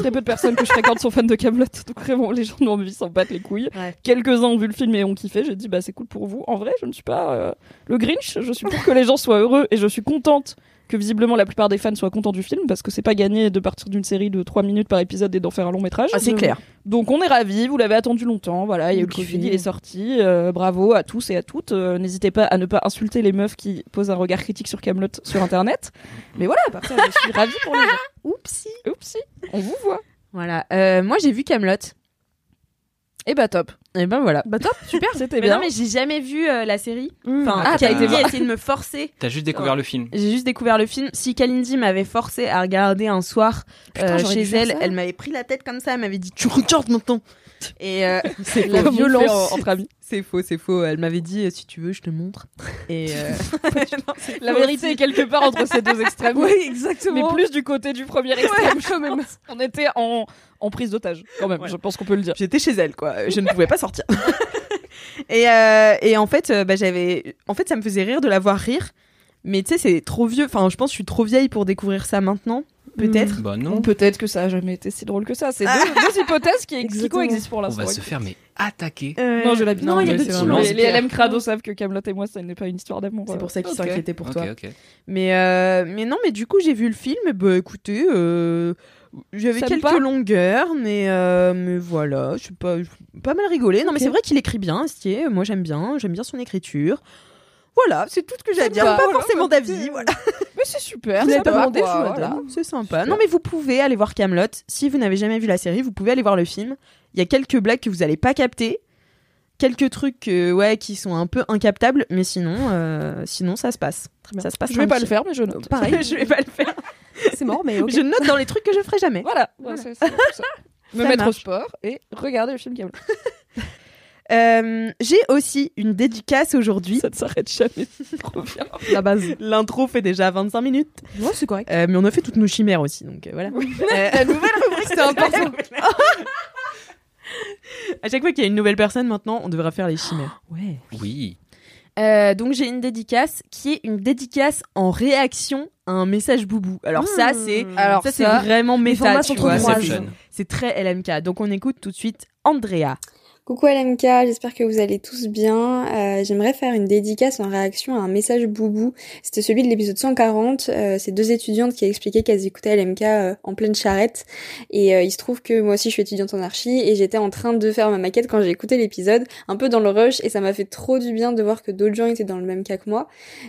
Très peu de personnes que je fréquente sont fans de Camelot, donc vraiment les gens de mon vie s'en battent les couilles. Ouais. Quelques-uns ont vu le film et ont kiffé, j'ai dit bah c'est cool pour vous. En vrai, je ne suis pas euh, le Grinch, je suis pour que les gens soient heureux et je suis contente que visiblement la plupart des fans soient contents du film parce que c'est pas gagné de partir d'une série de 3 minutes par épisode et d'en faire un long métrage. Ah, c'est Je- clair. donc on est ravis, vous l'avez attendu longtemps, voilà, il y a eu le Le Covid, Covid. il est sorti, euh, bravo à tous et à toutes, Euh, n'hésitez pas à ne pas insulter les meufs qui posent un regard critique sur Camelot [laughs] sur internet, mais voilà, à part ça, je suis ravie pour les gens. Oupsie. Oupsie, on vous voit. Voilà. Euh, moi, j'ai vu Camelot. Et bah top, Et ben voilà. bah top, super, [laughs] c'était Mais bien. non, mais j'ai jamais vu euh, la série. Hmm. Enfin, Ah, t'as Kalindi été voir. a essayé de me forcer. T'as juste découvert le film. [laughs] J'ai juste découvert le film. Si Kalindi m'avait forcé à regarder un soir Putain, euh, j'aurais chez dû faire elle, ça. elle m'avait pris la tête comme ça. Elle m'avait dit Tu regardes maintenant Et [laughs] euh, c'est la comme on fait violence en- entre amis. C'est faux, c'est faux. Elle m'avait dit euh, si tu veux, je te montre. Et [laughs] euh, [laughs] Non, c'est La faux. vérité est quelque part entre ces [laughs] deux extrêmes. Oui, Mais exactement. plus du côté du premier extrême, quand même. On était en, en prise d'otage, quand même, Ouais. je pense qu'on peut le dire. J'étais chez elle, quoi. [laughs] Je ne pouvais pas sortir. [laughs] et, euh, et en fait, euh, bah, j'avais. En fait, ça me faisait rire de la voir rire. Mais tu sais, c'est trop vieux. Enfin, je pense que je suis trop vieille pour découvrir ça maintenant, peut-être. Bah Ou non. peut-être que ça a jamais été si drôle que ça. C'est deux, deux hypothèses qui, qui Exactement. coexistent pour Euh, On l'instant. va se faire mais attaquer. Euh, Non, je l'habite. Non, il y a mais des c'est petits vraiment- lances. Les, les LM Crado savent que Camelot et moi, ça n'est pas une histoire d'amour. euh. C'est pour ça qu'ils Ok. s'inquiétaient pour ok, toi. ok. Mais, euh, mais non, mais du coup, j'ai vu le film. Bah écoutez, euh, j'avais Ça me quelques parle. longueurs, mais, euh, mais voilà, je suis pas, je suis pas mal rigolé. Non, mais Ok. c'est vrai qu'il écrit bien, Astier. Moi, j'aime bien, j'aime bien son écriture. Voilà, c'est tout ce que j'ai à me dire. va, Pas Oh voilà, forcément bah, d'avis. c'est- Voilà. Mais c'est super. Vous ça avez pas va, demandé, quoi, je vous voilà. adore. C'est sympa. Non, mais vous pouvez aller voir Camelot. Si vous n'avez jamais vu la série, vous pouvez aller voir le film. Il y a quelques blagues que vous n'allez pas capter. Quelques trucs euh, ouais, qui sont un peu incaptables, mais sinon, euh, sinon ça se passe. bien. Ça se passe Je vais pas tranquille. le faire, mais je note. [laughs] Pareil. [laughs] je vais pas le faire. C'est mort, mais ok. Je note dans les trucs que je ferai [laughs] jamais. Voilà. Ouais, c'est- c'est- c'est- Me Ça mettre au marche. sport et regarder le film Camelot. Euh, J'ai aussi une dédicace aujourd'hui. Ça ne s'arrête jamais. Trop bien. [laughs] La base. L'intro fait déjà 25 minutes. Ouais, c'est correct. Euh, mais on a fait toutes nos chimères aussi, donc euh, voilà. Euh, La nouvelle [laughs] rubrique, c'est important. à chaque fois qu'il y a une nouvelle personne maintenant, on devra faire les chimères. Ouais. Oui. [gasps] Euh, donc j'ai une dédicace qui est une dédicace en réaction à un message boubou. Alors ça c'est Alors Hmm. ça c'est ça, vraiment les méta, formats tu sont vois. trop c'est- Inception. C'est très LMK. Donc on écoute tout de suite Andrea. Coucou LMK, j'espère que vous allez tous bien. Euh, J'aimerais faire une dédicace en réaction à un message boubou. C'était celui de l'épisode 140. Euh, C'est deux étudiantes qui expliquaient qu'elles écoutaient LMK euh, en pleine charrette. Et euh, il se trouve que moi aussi je suis étudiante en archi et j'étais en train de faire ma maquette quand j'ai écouté l'épisode, un peu dans le rush et ça m'a fait trop du bien de voir que d'autres gens étaient dans le même cas que moi.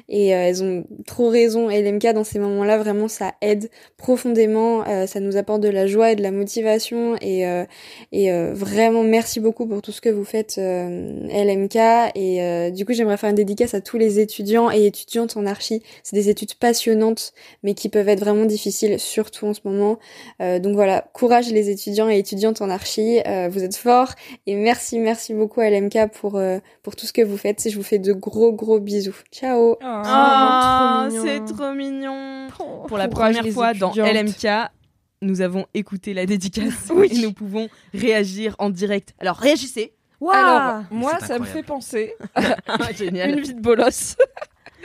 Et euh, elles ont trop raison. LMK dans ces moments-là, vraiment ça aide profondément. Euh, ça nous apporte de la joie et de la motivation et euh, et euh, vraiment, merci beaucoup pour tout ce que vous faites, euh, LMK. Et euh, du coup, j'aimerais faire une dédicace à tous les étudiants et étudiantes en archi. C'est des études passionnantes, mais qui peuvent être vraiment difficiles, surtout en ce moment. Euh, donc voilà, courage les étudiants et étudiantes en archi. Euh, vous êtes forts. Et merci, merci beaucoup, LMK, pour, euh, pour tout ce que vous faites. Je vous fais de gros, gros bisous. Ciao Oh, Ah, trop mignon. c'est trop mignon. Pour la Courage, première les fois dans étudiantes. LMK, nous avons écouté la dédicace et nous pouvons réagir en direct. Alors [laughs] réagissez. Ah, Waouh Alors, moi, C'est ça me incroyable. fait penser Génial. une vie de bolos. [laughs]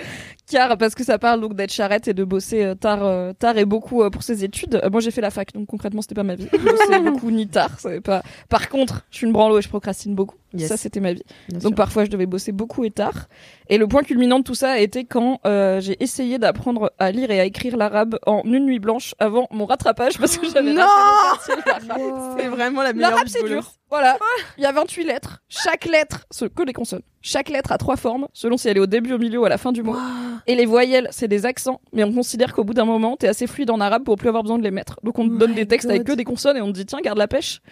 Car, parce que ça parle donc d'être charrette et de bosser euh, tard, euh, tard et beaucoup euh, pour ses études. Euh, moi, j'ai fait la fac, donc concrètement, c'était pas ma vie. [laughs] Je bossais beaucoup ni tard. ça avait Pas... Par contre, je suis une branlo et je procrastine beaucoup. Yes. Ça, c'était ma vie. Bien Donc sûr. parfois je devais bosser beaucoup et tard. Et le point culminant de tout ça était quand euh, j'ai essayé d'apprendre à lire et à écrire l'arabe en une nuit blanche avant mon rattrapage [gasps] parce que j'avais Non raté mon partiel d'arabe. c'est vraiment la meilleure L'arabe vie de c'est bolos. dur. Voilà, il y a 28 lettres. Chaque lettre, ce que les consonnes. Chaque lettre a trois formes selon si elle est au début, au milieu ou à la fin du mot. Et les voyelles, c'est des accents, mais on considère qu'au bout d'un moment, t'es assez fluide en arabe pour plus avoir besoin de les mettre. Donc on te Oh My donne des textes avec que God. des consonnes et on te dit tiens, garde la pêche.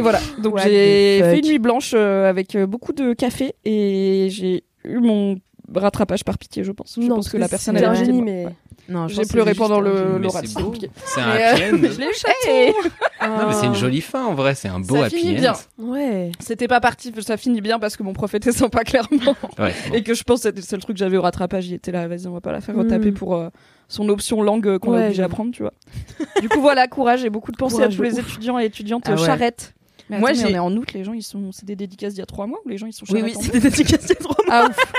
[gasps] voilà. Donc What j'ai the fuck. fait une nuit blanche euh, avec euh, beaucoup de café et j'ai eu mon rattrapage par pitié, je pense. Je Non, pense que parce la que personne c'est avait un pitié de génie, moi. mais. Ouais. Non, je J'ai pense que pleuré juste pendant un- le- Mais l'oral. c'est c'est beau. compliqué. C'est un Mais, happy euh, end. [laughs] je l'ai eu châtié. Non, mais c'est une jolie fin en vrai, c'est un beau Ça happy finit end. bien. Ah. Ouais. C'était pas parti, ça finit bien parce que mon prof était sympa clairement. Ouais, bon. Et que je pense que c'était le seul truc que j'avais au rattrapage. Il était là, vas-y, on va pas la faire retaper Mm. pour euh, son option langue euh, qu'on l'a Ouais, obligé à j'avoue. prendre, tu vois. [laughs] du coup, voilà, courage et beaucoup de pensées à Courage tous de les étudiants et étudiantes Ah ouais. charrettes. Mais Moi, attends, mais j'ai- on est en août, les gens, ils sont. C'est des dédicaces d'il y a trois mois ou les gens, ils sont Oui, charrettes oui, en c'était dédicace trop Ah ouf.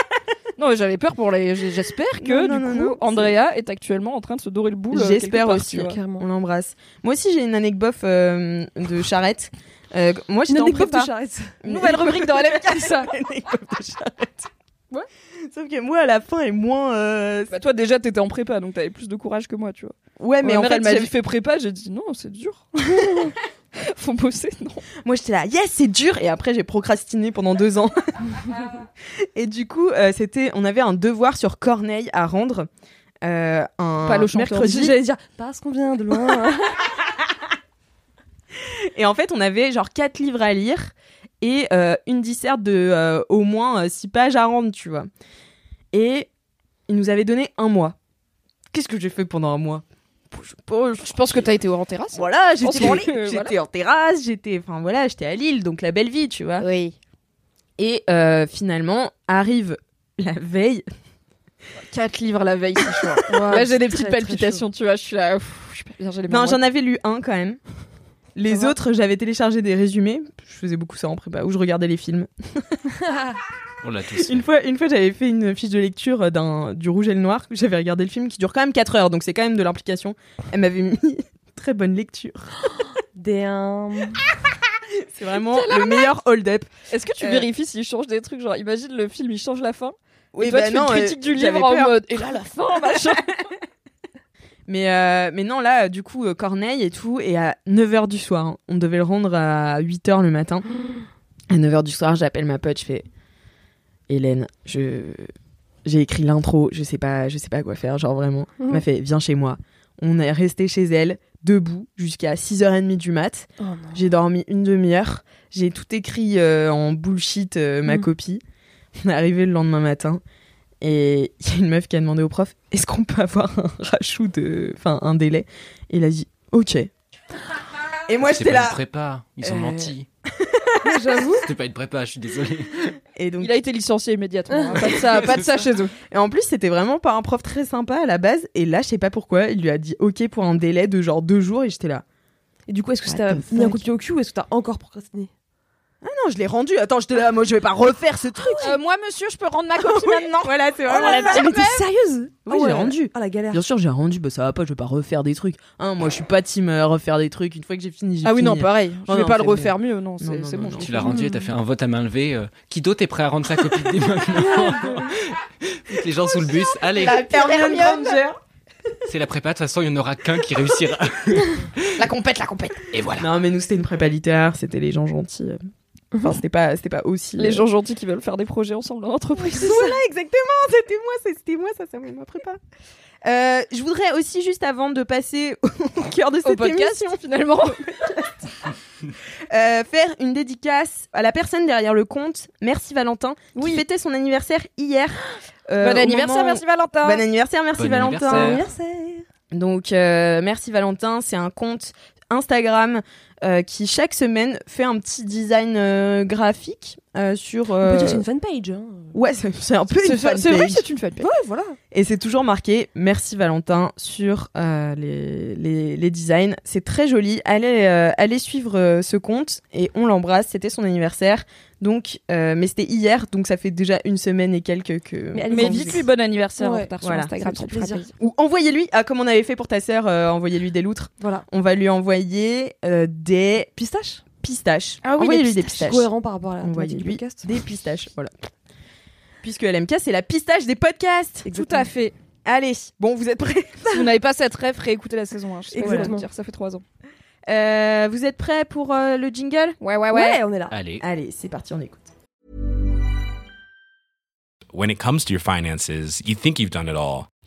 Non, mais j'avais peur pour les. j'ai- J'espère que Non, du non, coup, non, non, Andrea est actuellement en train de se dorer le boule. euh, quelque J'espère part, aussi. tu vois. On l'embrasse. Moi aussi, j'ai une anecdote euh, de charrette. Euh, moi, j'étais en prépa. charrette. Nouvelle rubrique dans LMK, [laughs] ça. Ouais. [laughs] Sauf que moi, à la fin, est moins. euh, Bah, toi, déjà, t'étais en prépa, donc t'avais plus de courage que moi, tu vois. Ouais, mais Ma en mère, fait, elle m'a j'avais- dit fais prépa, j'ai dit non, c'est [laughs] dur. Faut bosser, non. moi, j'étais là, yes, c'est dur. Et après, j'ai procrastiné pendant deux [laughs] ans. et du coup, euh, c'était, on avait un devoir sur Corneille à rendre. euh, un Pas le chanteur. mercredi. J'allais dire, parce qu'on vient de loin. Et en fait, on avait genre quatre livres à lire et euh, une disserte de euh, au moins 6 pages à rendre, tu vois. Et il nous avait donné un mois. Qu'est-ce que j'ai fait pendant un mois Je sais pas, je- Je pense que t'as été en terrasse. Voilà, pense j'étais en, que- [laughs] voilà. j'étais en terrasse, j'étais enfin voilà, j'étais à Lille, donc la belle vie, tu vois. Oui. Et euh, finalement arrive la veille. 4 livres la veille, c'est chaud. là, j'ai des petites très, très palpitations, tu vois. Je suis là. pff, je suis pas bien, j'ai les Non, mains j'en avais lu un quand même. Les Ça va autres, j'avais téléchargé des résumés. Je faisais beaucoup ça en prépa, où je regardais les films. On l'a tous. Une fait. fois, une fois j'avais fait une fiche de lecture euh, d'un, du Rouge et le Noir. J'avais regardé le film qui dure quand même 4 heures, donc c'est quand même de l'implication. Elle m'avait mis [laughs] très bonne lecture. Damn. C'est vraiment le meilleur hold-up. moites. Est-ce que tu Euh, vérifies s'ils changent des trucs Genre, imagine le film, il change la fin. Oui, bah euh, et toi, tu fais une critique du livre en mode. Et là, la fin, machin. Mais, euh, mais non, là, euh, du coup, euh, Corneille et tout, et à 9h du soir, hein. on devait le rendre à 8h le matin. À 9h du soir, j'appelle ma pote, je fais Hélène, je j'ai écrit l'intro, je sais pas je sais pas quoi faire, genre vraiment. Elle m'a fait viens chez moi. On est resté chez elle debout jusqu'à 6h30 du mat. Oh non. J'ai dormi une demi-heure, j'ai tout écrit euh, en bullshit euh, ma Mm. copie. On est arrivé le lendemain matin et il y a une meuf qui a demandé au prof est-ce qu'on peut avoir un [laughs] rachou de enfin un délai Et il a dit OK. Et moi C'est j'étais pas une là prépa, ils [laughs] ont Euh, menti. J'avoue. C'était pas une prépa, je [laughs] suis désolé. Et donc, Il a été licencié immédiatement. hein. Pas de [laughs] ça, pas de ça chez eux. Et en plus, c'était vraiment par un prof très sympa à la base. Et là, je sais pas pourquoi, il lui a dit OK pour un délai de genre deux jours. Et j'étais là. Et du coup, est-ce que What t'as the mis un fuck coup de pied au cul ou est-ce que t'as encore procrastiné Ah non, je l'ai rendu. Attends, j'étais là. Moi, je vais pas refaire ce truc. Ah Euh, moi, monsieur, je peux rendre [laughs] ma copie maintenant. Oh Voilà, c'est vraiment la la Ah, petite- mais t'es sérieuse Oui, j'ai rendu. Ah, la galère. Bien sûr, j'ai rendu. Bah, ça va pas, je vais pas refaire des trucs. Hein, moi, je suis pas team euh, refaire des trucs. Une fois que j'ai fini, j'ai Ah oui, fini. non, pareil. Je Oh vais non, pas le c'est bon. refaire mieux. Non, c'est non, c'est non, bon. non. je Tu l'ai l'as fait. rendu et t'as fait un vote à main levée. euh, qui d'autre est prêt à rendre sa copie [laughs] dès Ah, maintenant [laughs] Foutre Les gens sous le bus, allez, La Hermione Hermione. Granger. c'est la prépa, de toute façon, il n'y en aura qu'un qui réussira. La compète, la compète. Et voilà. Non, mais nous, c'était une prépa littéraire. C'était les gens gentils. euh. Enfin, c'était pas, c'était pas aussi. Les euh, gens gentils qui veulent faire des projets ensemble en entreprise. [laughs] Voilà, exactement. C'était moi, ça, c'était moi, ça, ça m'a prépa. Euh, je voudrais aussi juste avant de passer [laughs] au cœur de Au cette podcast, émission, finalement. euh, faire une dédicace à la personne derrière le compte. Merci Valentin, qui fêtait son anniversaire hier. Euh, Bon au Bah, anniversaire, moment- merci Valentin. Bon anniversaire, merci Bon Valentin. anniversaire. Anniversaire. Donc, euh, merci Valentin. C'est un compte Instagram euh, qui chaque semaine fait un petit design euh, graphique euh, sur. On euh, peut dire que c'est une fanpage. Hein. Ouais, c'est c'est un peu une C'est c'est vrai fanpage. que c'est une fanpage. Ouais, voilà. Et c'est toujours marqué Merci Valentin sur euh, les, les, les designs. C'est très joli. Allez, euh, allez suivre euh, ce compte et on l'embrasse. C'était son anniversaire. Donc, euh, mais c'était hier, donc ça fait déjà une semaine et quelques que. Mais allez Mais en dites-lui bon anniversaire en Ouais. retard Voilà, sur Instagram. ça me fait ça me fera plaisir. Ou envoyez-lui, ah, comme on avait fait pour ta sœur, euh, envoyez-lui des loutres. Voilà. On va lui envoyer euh, des Pistache pistaches. Ah oui, envoyez-lui des C'est pistaches. cohérent par rapport à la On thématique voyait du lui. podcast. Des pistaches, voilà. Puisque LMK, c'est la pistache des podcasts. plaisir. Tout à fait. Allez, bon, vous êtes prêts Si vous n'avez pas cette rêve, réécoutez la saison 1. Je sais pas Exactement. vous dire, ça fait 3 ans. Euh, vous êtes prêts pour euh, le jingle Ouais, ouais, Ouais, on est là. Allez. Allez, c'est parti, on écoute. when it comes to your finances, you think you've done it all.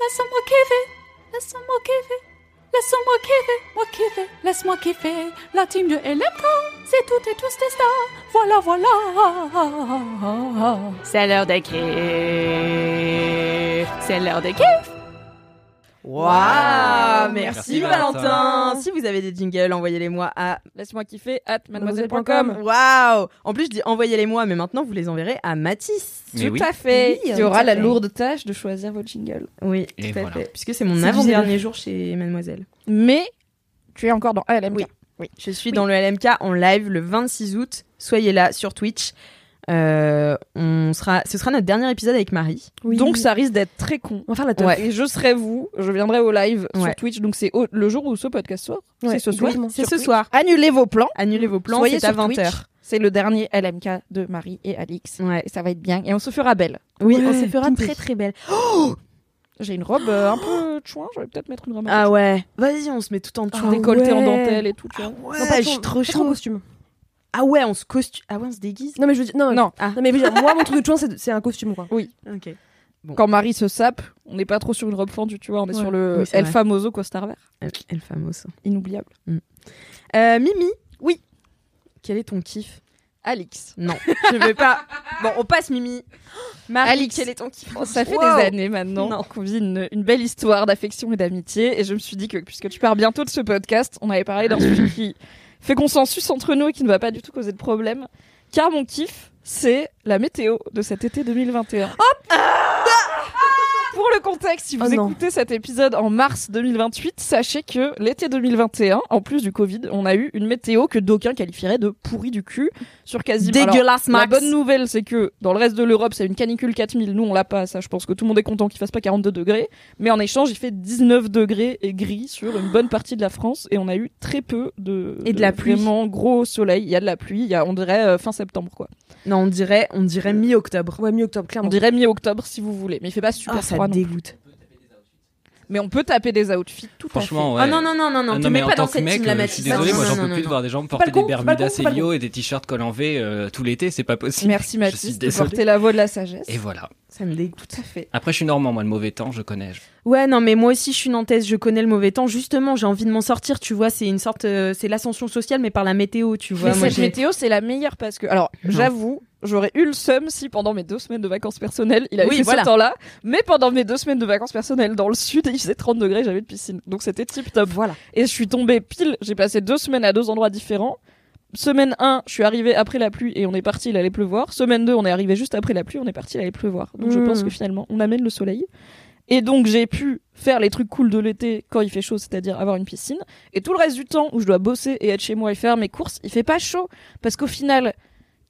Laisse-moi kiffer, laisse-moi kiffer, laisse-moi kiffer, moi kiffer, laisse-moi kiffer. La team de LMK, c'est toutes et tous des stars. Voilà, voilà. C'est l'heure des kiffs. C'est l'heure des kiffs. Waouh Merci, Merci, Valentin. Valentin. Si vous avez des jingles, envoyez-les-moi à... Laisse-moi kiffer at mademoiselle.com. mademoiselle.com. Waouh En plus, je dis envoyez-les-moi, mais maintenant, vous les enverrez à Matisse. Mais oui. Tout à fait. Oui, Qui aura tout à la fait. lourde tâche de choisir votre jingle. Oui, Et tout à voilà. fait. Puisque c'est mon C'est avant-dernier jour chez Mademoiselle. Mais tu es encore dans LMK. Oui. Je suis dans le LMK en live le 26 août. Soyez là sur Twitch. Euh, on sera... Ce sera notre dernier épisode avec Marie. Donc ça risque d'être très con. On va faire la teuf. Ouais. Et je serai vous, je viendrai au live Ouais. sur Twitch. Donc c'est au- le jour où ce podcast sort. Ouais, c'est ce soir. exactement. C'est Sur ce Twitch. soir. Annulez vos plans. Annulez vos plans, Soyez c'est à sur Twitch. 20h. C'est le dernier LMK de Marie et Alix. Ouais. Et ça va être bien. Et on se fera belle. Oui, Ouais, on se fera pimpé. très très belle. J'ai une robe euh, un peu chouin. Je vais peut-être mettre une robe un Ah ouais. Vas-y, on se met tout en peu dessous. Ah décolletée en ouais. dentelle et tout. tu vois. Ouais, Non, pas je suis trop trop- pas trop chaud. en costume. Ah ouais, on se costu... Ah ouais, on se déguise. Non, mais je veux dire. Non, Non. Ah. Non, mais je veux dire, moi, mon truc de chouin, c'est c'est un costume, quoi. Ok. Quand Marie se sape, on n'est pas trop sur une robe fendue, tu vois. On est Ouais. sur le Oui, c'est El vrai. Famoso costard vert. El, el famoso. Inoubliable. Euh, Mimi. Oui. Quel est ton kiff Alix. Non, je vais [laughs] pas. Bon, on passe Mimi. Marie, Alix. quel est ton kiff Ça fait Wow. des années maintenant Non. qu'on vit une, une belle histoire d'affection et d'amitié. Et je me suis dit que puisque tu pars bientôt de ce podcast, on avait [coughs] parlé d'un sujet qui fait consensus entre nous et qui ne va pas du tout causer de problème. Car mon kiff, c'est la météo de cet été 2021. ah Pour le contexte, si vous Oh non. écoutez cet épisode en mars 2028, sachez que l'été 2021, en plus du Covid, on a eu une météo que d'aucuns qualifierait de pourrie du cul sur quasiment... alors, Dégueulasse, La Max. bonne nouvelle, c'est que dans le reste de l'Europe, c'est une canicule 4000. Nous, on l'a pas, ça. Je pense que tout le monde est content qu'il fasse pas 42 degrés. Mais en échange, il fait 19 degrés et gris sur une bonne partie de la France. Et on a eu très peu de. Et de la pluie. Vraiment gros soleil. Il y a de la pluie. Il y a, on dirait, euh, fin septembre, quoi. Non, on dirait, on dirait mi-octobre. Ouais, mi-octobre, On clairement. dirait mi-octobre, si vous voulez. Mais il fait pas super Ah, ça froid non dégoûte. plus. Mais on peut taper des outfits tout Franchement, à ouais. fait. Ah te mais en tant que mec, euh, Je suis désolé, moi j'en peux plus de voir des gens Pas porter le con, des pas le con, Bermudas pas le Célio et des t-shirts col en V euh, tout l'été, c'est pas possible. Merci Je suis Mathis de désolé. porter la voix de la sagesse. Et voilà. Ça me dégoûte. Tout à fait. Après, je suis normand, moi, le mauvais temps, je connais. je- Ouais, non, mais moi aussi, je suis nantaise, je connais le mauvais temps. Justement, j'ai envie de m'en sortir, tu vois. C'est une sorte, euh, c'est l'ascension sociale, mais par la météo, tu vois. Mais Moi, cette j'ai- météo, c'est la meilleure parce que, alors, Non. j'avoue, j'aurais eu le seum si pendant mes deux semaines de vacances personnelles, il avait Oui, fait voilà. ce temps-là. Mais pendant mes deux semaines de vacances personnelles dans le sud, il faisait 30 degrés, j'avais de piscine. Donc c'était tip top. Voilà. Et je suis tombée pile, j'ai passé deux semaines à deux endroits différents. Semaine 1, je suis arrivée après la pluie et on est parti, il allait pleuvoir. Semaine 2, on est arrivé juste après la pluie, on est parti, il allait pleuvoir. Donc je Mm. pense que finalement, on amène le soleil. Et donc j'ai pu faire les trucs cool de l'été quand il fait chaud, c'est-à-dire avoir une piscine. Et tout le reste du temps où je dois bosser et être chez moi et faire mes courses, il fait pas chaud. Parce qu'au final,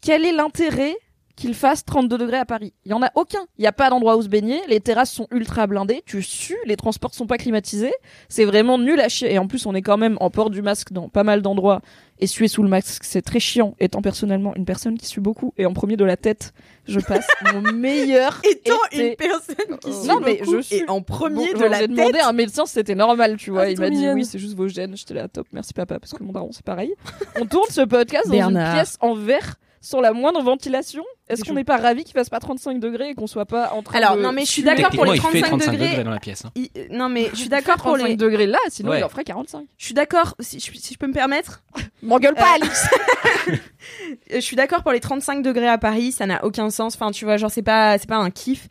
quel est l'intérêt qu'il fasse 32 degrés à Paris Il y en a aucun. Il n'y a pas d'endroit où se baigner. Les terrasses sont ultra blindées. Tu sues. Les transports sont pas climatisés. C'est vraiment nul à chier. Et en plus, on est quand même en port du masque dans pas mal d'endroits. Et suer sous le masque, c'est très chiant. Étant personnellement une personne qui sue beaucoup et en premier de la tête, [laughs] je passe mon meilleur. Étant été. une personne qui suit Non, mais beaucoup je suis et en premier Bon, de genre, la J'ai demandé tête. à un médecin si c'était normal, tu vois. Ah, c'est il m'a trop dit mignonne. oui, c'est juste vos gènes. J'étais là, top, merci papa, parce que mon daron, c'est pareil. On tourne ce podcast dans une Bernard. pièce en verre sans la moindre ventilation. Est-ce Je- qu'on n'est pas ravi qu'il fasse pas 35 degrés et qu'on soit pas en train Alors, de non, mais je suis suer d'accord pour les Techniquement, il 35, fait 35 degrés, degrés dans la pièce. hein. Il- euh, Non, mais [laughs] je suis d'accord pour 35 les. degrés là, sinon Ouais. il en ferait 45. Je suis d'accord, si, je- si je peux me permettre. M'engueule pas, Euh, Alice je suis d'accord pour les 35 degrés à Paris, ça n'a aucun sens. Enfin, tu vois, genre, c'est pas, c'est pas un kiff.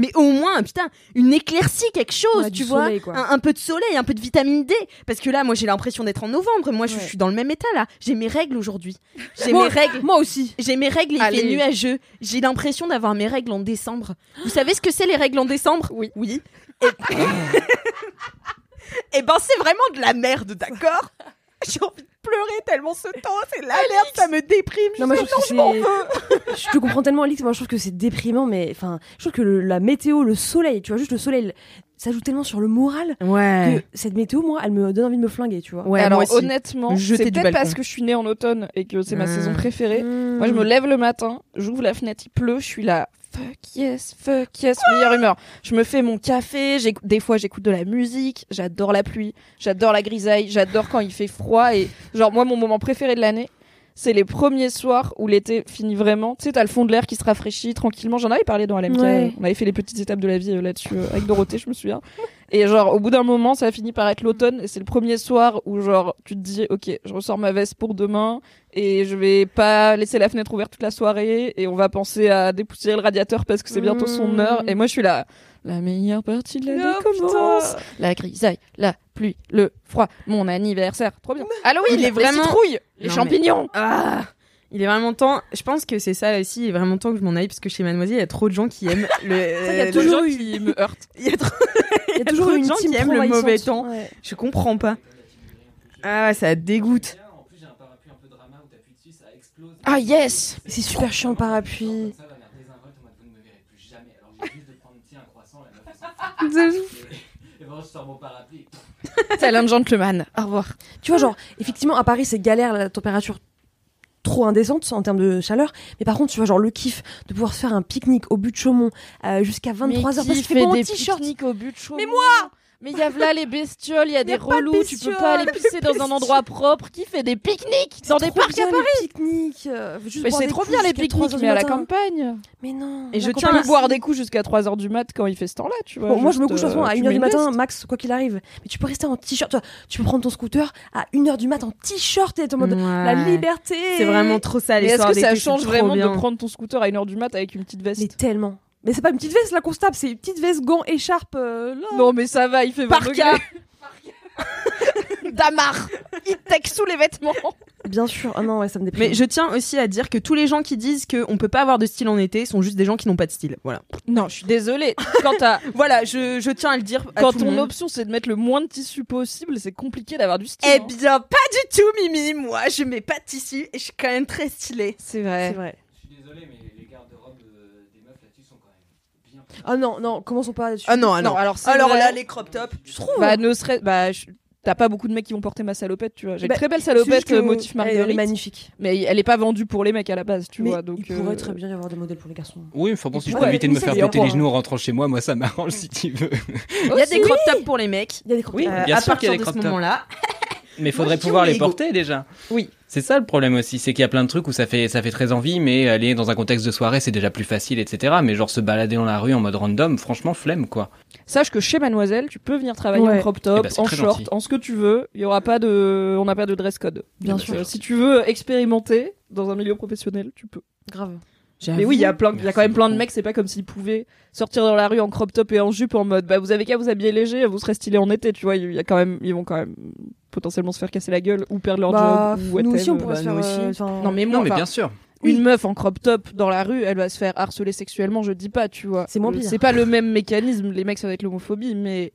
Mais au moins, putain, une éclaircie, quelque chose, Ouais, du tu vois. soleil, quoi. Un, un peu de soleil, un peu de vitamine D. Parce que là, moi, j'ai l'impression d'être en novembre. Moi, je, Ouais. je suis dans le même état, là. J'ai mes règles aujourd'hui. J'ai Moi- mes règles. Moi aussi. J'ai mes règles et il fait Allez. nuageux. J'ai l'impression d'avoir mes règles en décembre. Vous savez ce que c'est les règles en décembre Oui. Oui. Et... [laughs] Eh ben c'est vraiment de la merde, d'accord J'ai envie de pleurer tellement ce temps, c'est la merde, ça me déprime. Non, moi, je trouve que c'est- Je te comprends tellement, Alix. Moi, je trouve que c'est déprimant, mais enfin, je trouve que le- la météo, le soleil, tu vois, juste le soleil, ça joue tellement sur le moral que Ouais. cette météo, moi, elle me donne envie de me flinguer, tu vois. Ouais, Alors moi aussi. honnêtement, Jeter c'est du peut-être balcon. parce que je suis née en automne et que c'est ma Mmh. saison préférée. Moi, je me lève le matin, j'ouvre la fenêtre, il pleut, je suis là. Fuck yes, fuck yes, meilleure humeur. Je me fais mon café, j'écou- des fois j'écoute de la musique, j'adore la pluie, j'adore la grisaille, j'adore quand il fait froid et genre moi mon moment préféré de l'année, c'est les premiers soirs où l'été finit vraiment. Tu sais, t'as le fond de l'air qui se rafraîchit tranquillement. J'en avais parlé dans LMK, Ouais. on avait fait les petites étapes de la vie euh, là-dessus euh, avec Dorothée, je me souviens. Et genre, au bout d'un moment, ça finit par être l'automne. Et c'est le premier soir où, genre, tu te dis, OK, je ressors ma veste pour demain. Et je vais pas laisser la fenêtre ouverte toute la soirée. Et on va penser à dépoussiérer le radiateur parce que c'est bientôt son heure. Et moi, je suis là. La meilleure partie de l'année commence. La grisaille, la pluie, le froid, mon anniversaire. Trop bien. Halloween, Il est les vraiment- citrouilles, les Non, mais- champignons. Ah, il est vraiment temps. Je pense que c'est ça aussi. Il est vraiment temps que je m'en aille parce que chez Mademoiselle, il y a trop de gens qui [laughs] aiment le. Il y a le- toujours qui me [laughs] heurte. Il y a trop, Il y a trop toujours de une gens team qui aiment le pro-maïsante. mauvais temps. Ouais. Je comprends pas. Ah, ça dégoûte. Ah yes. C'est super chiant, le parapluie. Talent gentleman. Au revoir. Tu vois, genre, effectivement, à Paris, c'est galère, la température trop indécente en termes de chaleur. Mais par contre, tu vois, genre, le kiff de pouvoir se faire un pique-nique au but de Chaumont euh, jusqu'à 23h parce que fait pas en t-shirt. au but de Mais moi mais y a là les bestioles, y a des pas de relous, tu peux pas aller pisser dans un endroit propre. Qui fait des pique-niques dans des Trop parcs à bien, Paris les pique-niques. euh, juste Mais boire c'est des trop coups bien les jusqu'à 3 pique-niques, heures du mais à la matin. campagne. Mais non. Et la je Tu tiens campagne, peux à- boire c'est- des coups jusqu'à 3h du mat quand il fait ce temps-là, tu Oh, vois. Bon, moi, je juste, me couche en ce moment euh, à 1h tu mets du une matin, veste. max, quoi qu'il arrive. Mais tu peux rester en t-shirt. Tu, vois, tu peux prendre ton scooter à 1h du mat en t-shirt et être en mode la liberté. C'est vraiment trop ça, Mais les est-ce soirs que ça d'été, change c'est trop vraiment bien. de prendre ton scooter à 1h du mat avec une petite veste Mais tellement. Mais c'est pas une petite veste, la constable, c'est une petite veste, gants, écharpe. euh, là. Non, mais ça va, il fait 20 Parka. [laughs] degrés. [laughs] Damar Il tec sous les vêtements Bien sûr. Ah non, ouais, ça me déprime. Mais je tiens aussi à dire que tous les gens qui disent qu'on peut pas avoir de style en été sont juste des gens qui n'ont pas de style. Voilà. Non, je suis désolée. Quand t'as. Voilà, je, je tiens à le dire. à Quand tout le ton monde. option c'est de mettre le moins de tissu possible, c'est compliqué d'avoir du style. Eh hein. bien, pas du tout, Mimi. Moi, je mets pas de tissu et je suis quand même très stylée. C'est C'est vrai. vrai. Je suis désolé, mais les garde-robes euh, des meufs là-dessus sont quand même bien. Ah non, non, commençons pas là-dessus. Ah non, ah non. Non, alors c'est Alors vrai. hein là, les crop tops, tu trouves Bah, ne serait. Bah, je- T'as pas beaucoup de mecs qui vont porter ma salopette, tu vois. J'ai Bah, une très belle c'est juste salopette que euh, motif elle est marguerite. magnifique. Mais elle est pas vendue pour les mecs à la base, tu Mais vois. Donc, il pourrait euh, très bien y avoir des modèles pour les garçons. Oui, enfin bon, si je Ouais, peux éviter de me ça, faire c'est péter bien. les genoux en rentrant chez moi, moi ça m'arrange si tu veux. Il y a des crop tops pour les mecs. Il y a des crop Oui, Euh, bien à sûr qu'il partir y a des de ce crop tops. moment-là. Mais Moi, faudrait je dis pouvoir on est les égaux. porter déjà. Oui. C'est ça le problème aussi, c'est qu'il y a plein de trucs où ça fait ça fait très envie, mais aller dans un contexte de soirée c'est déjà plus facile, etc. Mais genre se balader dans la rue en mode random, franchement flemme quoi. Sache que chez Mademoiselle, tu peux venir travailler Ouais. en crop Eh top, ben, c'est en très short, gentil. en ce que tu veux. Il y aura pas de, on n'a pas de dress code. Bien Donc, sûr. euh, Si tu veux expérimenter dans un milieu professionnel, tu peux. Grave. Mais oui, il y a plein, il y a quand même plein de mecs. C'est pas comme s'ils pouvaient sortir dans la rue en crop top et en jupe en mode, bah vous avez qu'à vous habiller léger, vous serez stylé en été, tu vois. Il y a quand même, ils vont quand même potentiellement se faire casser la gueule ou perdre leur Bah, job. Ou nous aussi, whatever. on pourrait se Bah, nous faire, aussi. euh, enfin- Non mais moi, non mais enfin, bien sûr. Une meuf en crop top dans la rue, elle va se faire harceler sexuellement, je dis pas, tu vois. C'est moins pire. C'est pas le même mécanisme, les mecs ça va être l'homophobie, mais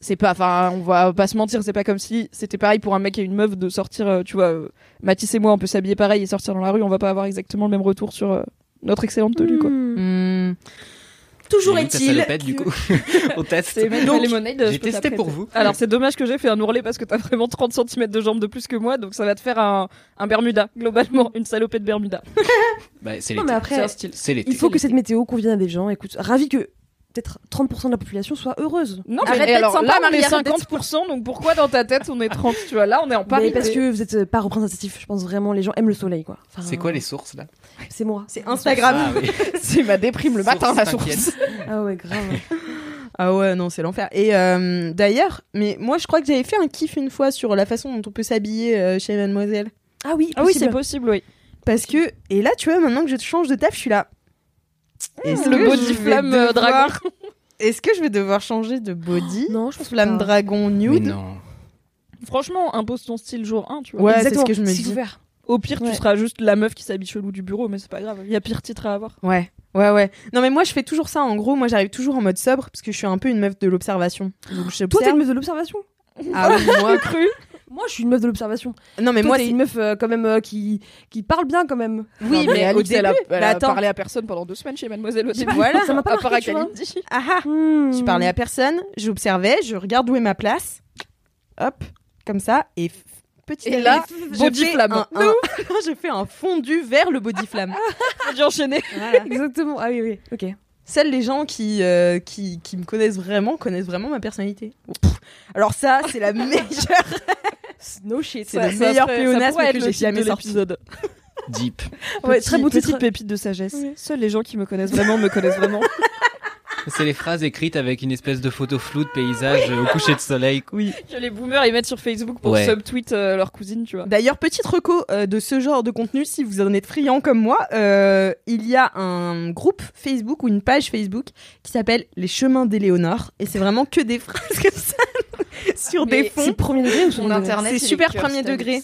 c'est pas, enfin, on va pas se mentir, c'est pas comme si c'était pareil pour un mec et une meuf de sortir, euh, tu vois, euh, Mathis et moi on peut s'habiller pareil et sortir dans la rue, on va pas avoir exactement le même retour sur euh, notre excellente tenue, quoi. Hmm. Toujours J'ai mis ta salopette, du coup. [laughs] On teste. C'est même Donc, pas lemonade, je J'ai peux testé t'apprêter. pour vous. Alors c'est dommage que j'ai fait un ourlet parce que t'as vraiment 30 cm de jambes de plus que moi, donc ça va te faire un, un Bermuda, globalement, une salopette Bermuda. Bah, c'est Non, l'été. mais après, C'est l'été. il faut que cette météo convienne à des gens. Écoute, ravi que peut-être 30% de la population soit heureuse. Non, mais et alors, là, on est 50%, donc pourquoi dans ta tête on est 30 Tu vois, là on est en Mais Paris. parce que vous êtes euh, pas représentatif, je pense vraiment les gens aiment le soleil quoi. Enfin, C'est quoi les sources là C'est moi. C'est Instagram. Ah, oui. c'est ma déprime le Source, matin, la t'inquiète. source. Ah ouais, grave. [laughs] Ah ouais, non, c'est l'enfer. Et euh, d'ailleurs, mais moi je crois que j'avais fait un kiff une fois sur la façon dont on peut s'habiller euh, chez Mademoiselle. Ah oui, Ah oui, c'est possible, oui. Parce que, et là, tu vois, maintenant que je change de taf, je suis là. Est-ce le que body je vais flamme, euh, devoir- dragon. [laughs] Est-ce que je vais devoir changer de [gasps] body Non, je pense Flamme pas. dragon Mais nude. non. Franchement, impose ton style jour 1, tu vois. Ouais, c'est Exactement, ce que je me c'est dis. ouvert. Au pire, Ouais. tu seras juste la meuf qui s'habille chelou du bureau, mais c'est pas grave. Il y a pire titre à avoir. Ouais. Ouais, ouais. Non, mais moi, je fais toujours ça. En gros, moi, j'arrive toujours en mode sobre parce que je suis un peu une meuf de l'observation. Donc, Toi t'es j'observe. une meuf de l'observation. Ah oui, moi. Cru Moi je suis une meuf de l'observation. [laughs] Non, mais Toi, moi, t'es c'est- une meuf euh, quand même euh, qui qui parle bien quand même. Oui, mais au Alix, début. elle a, elle Bah, a attends. parlé à personne pendant deux semaines chez Mademoiselle au début. Voilà. Ça m'a pas à part à marqué, tu vois. Kalindi. Ah ah. Hmm. Je parlais à personne, j'observais, je regarde où est ma place. Hop, comme ça, et f- petit Et à là, petit, body je fais flamme. Ah, un- un- [laughs] je fais un fondu vers le body [laughs] flamme. J'ai enchaîné. Voilà. Exactement. Ah oui oui. OK. Seuls les gens qui, euh, qui, qui me connaissent vraiment connaissent vraiment ma personnalité. Oh, pff. Alors ça, c'est la [laughs] meilleure, No shit. c'est le meilleur pléonasme que j'ai jamais sorti. l'épisode. Deep. Ouais, Petit- très beau titre. petite pépite de sagesse. Oui. Seuls les gens qui me connaissent vraiment me connaissent vraiment. C'est les phrases écrites avec une espèce de photo floue de paysage euh, au coucher de soleil. Oui. [laughs] Que les boomers ils mettent sur Facebook pour Ouais. subtweet euh, leur cousine, tu vois. D'ailleurs, petite reco euh, de ce genre de contenu, si vous en êtes friand comme moi, euh, il y a un groupe Facebook ou une page Facebook qui s'appelle Les Chemins d'Éléonore. Et c'est vraiment que des [laughs] phrases comme ça sur des fonds. C'est premier degré ou second C'est degré super premier degré.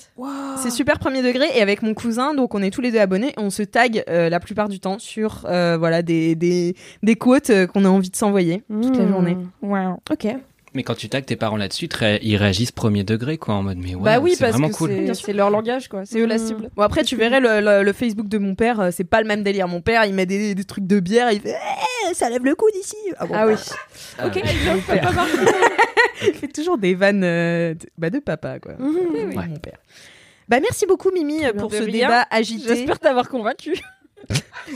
C'est super premier degré. Et avec mon cousin, donc on est tous les deux abonnés. Et on se tag euh, la plupart du temps sur euh, voilà des, des, des quotes euh, qu'on a envie de s'envoyer toute la Hmm. journée. Mmh. OK. Mais quand tu tagues tes parents là-dessus, très- ils réagissent premier degré quoi, en mode mais ouais, bah oui, c'est parce vraiment que cool. c'est- Bien sûr. c'est leur langage, quoi. C'est eux la Mm. cible. Bon, après, tu verrais le, le- le Facebook de mon père, euh, c'est pas le même délire. Mon père, il met des, des trucs de bière, il fait Eh, ça lève le coude ici. Ah, bon, Ah oui. Ah Ok, ouais. [laughs] Il fait toujours des vannes euh, de, bah, de papa, quoi. Mmh. Mhm. oui. Mon père. Bah, merci beaucoup, Mimi, euh, bien. pour De ce rien. débat agité. [laughs] J'espère t'avoir convaincu.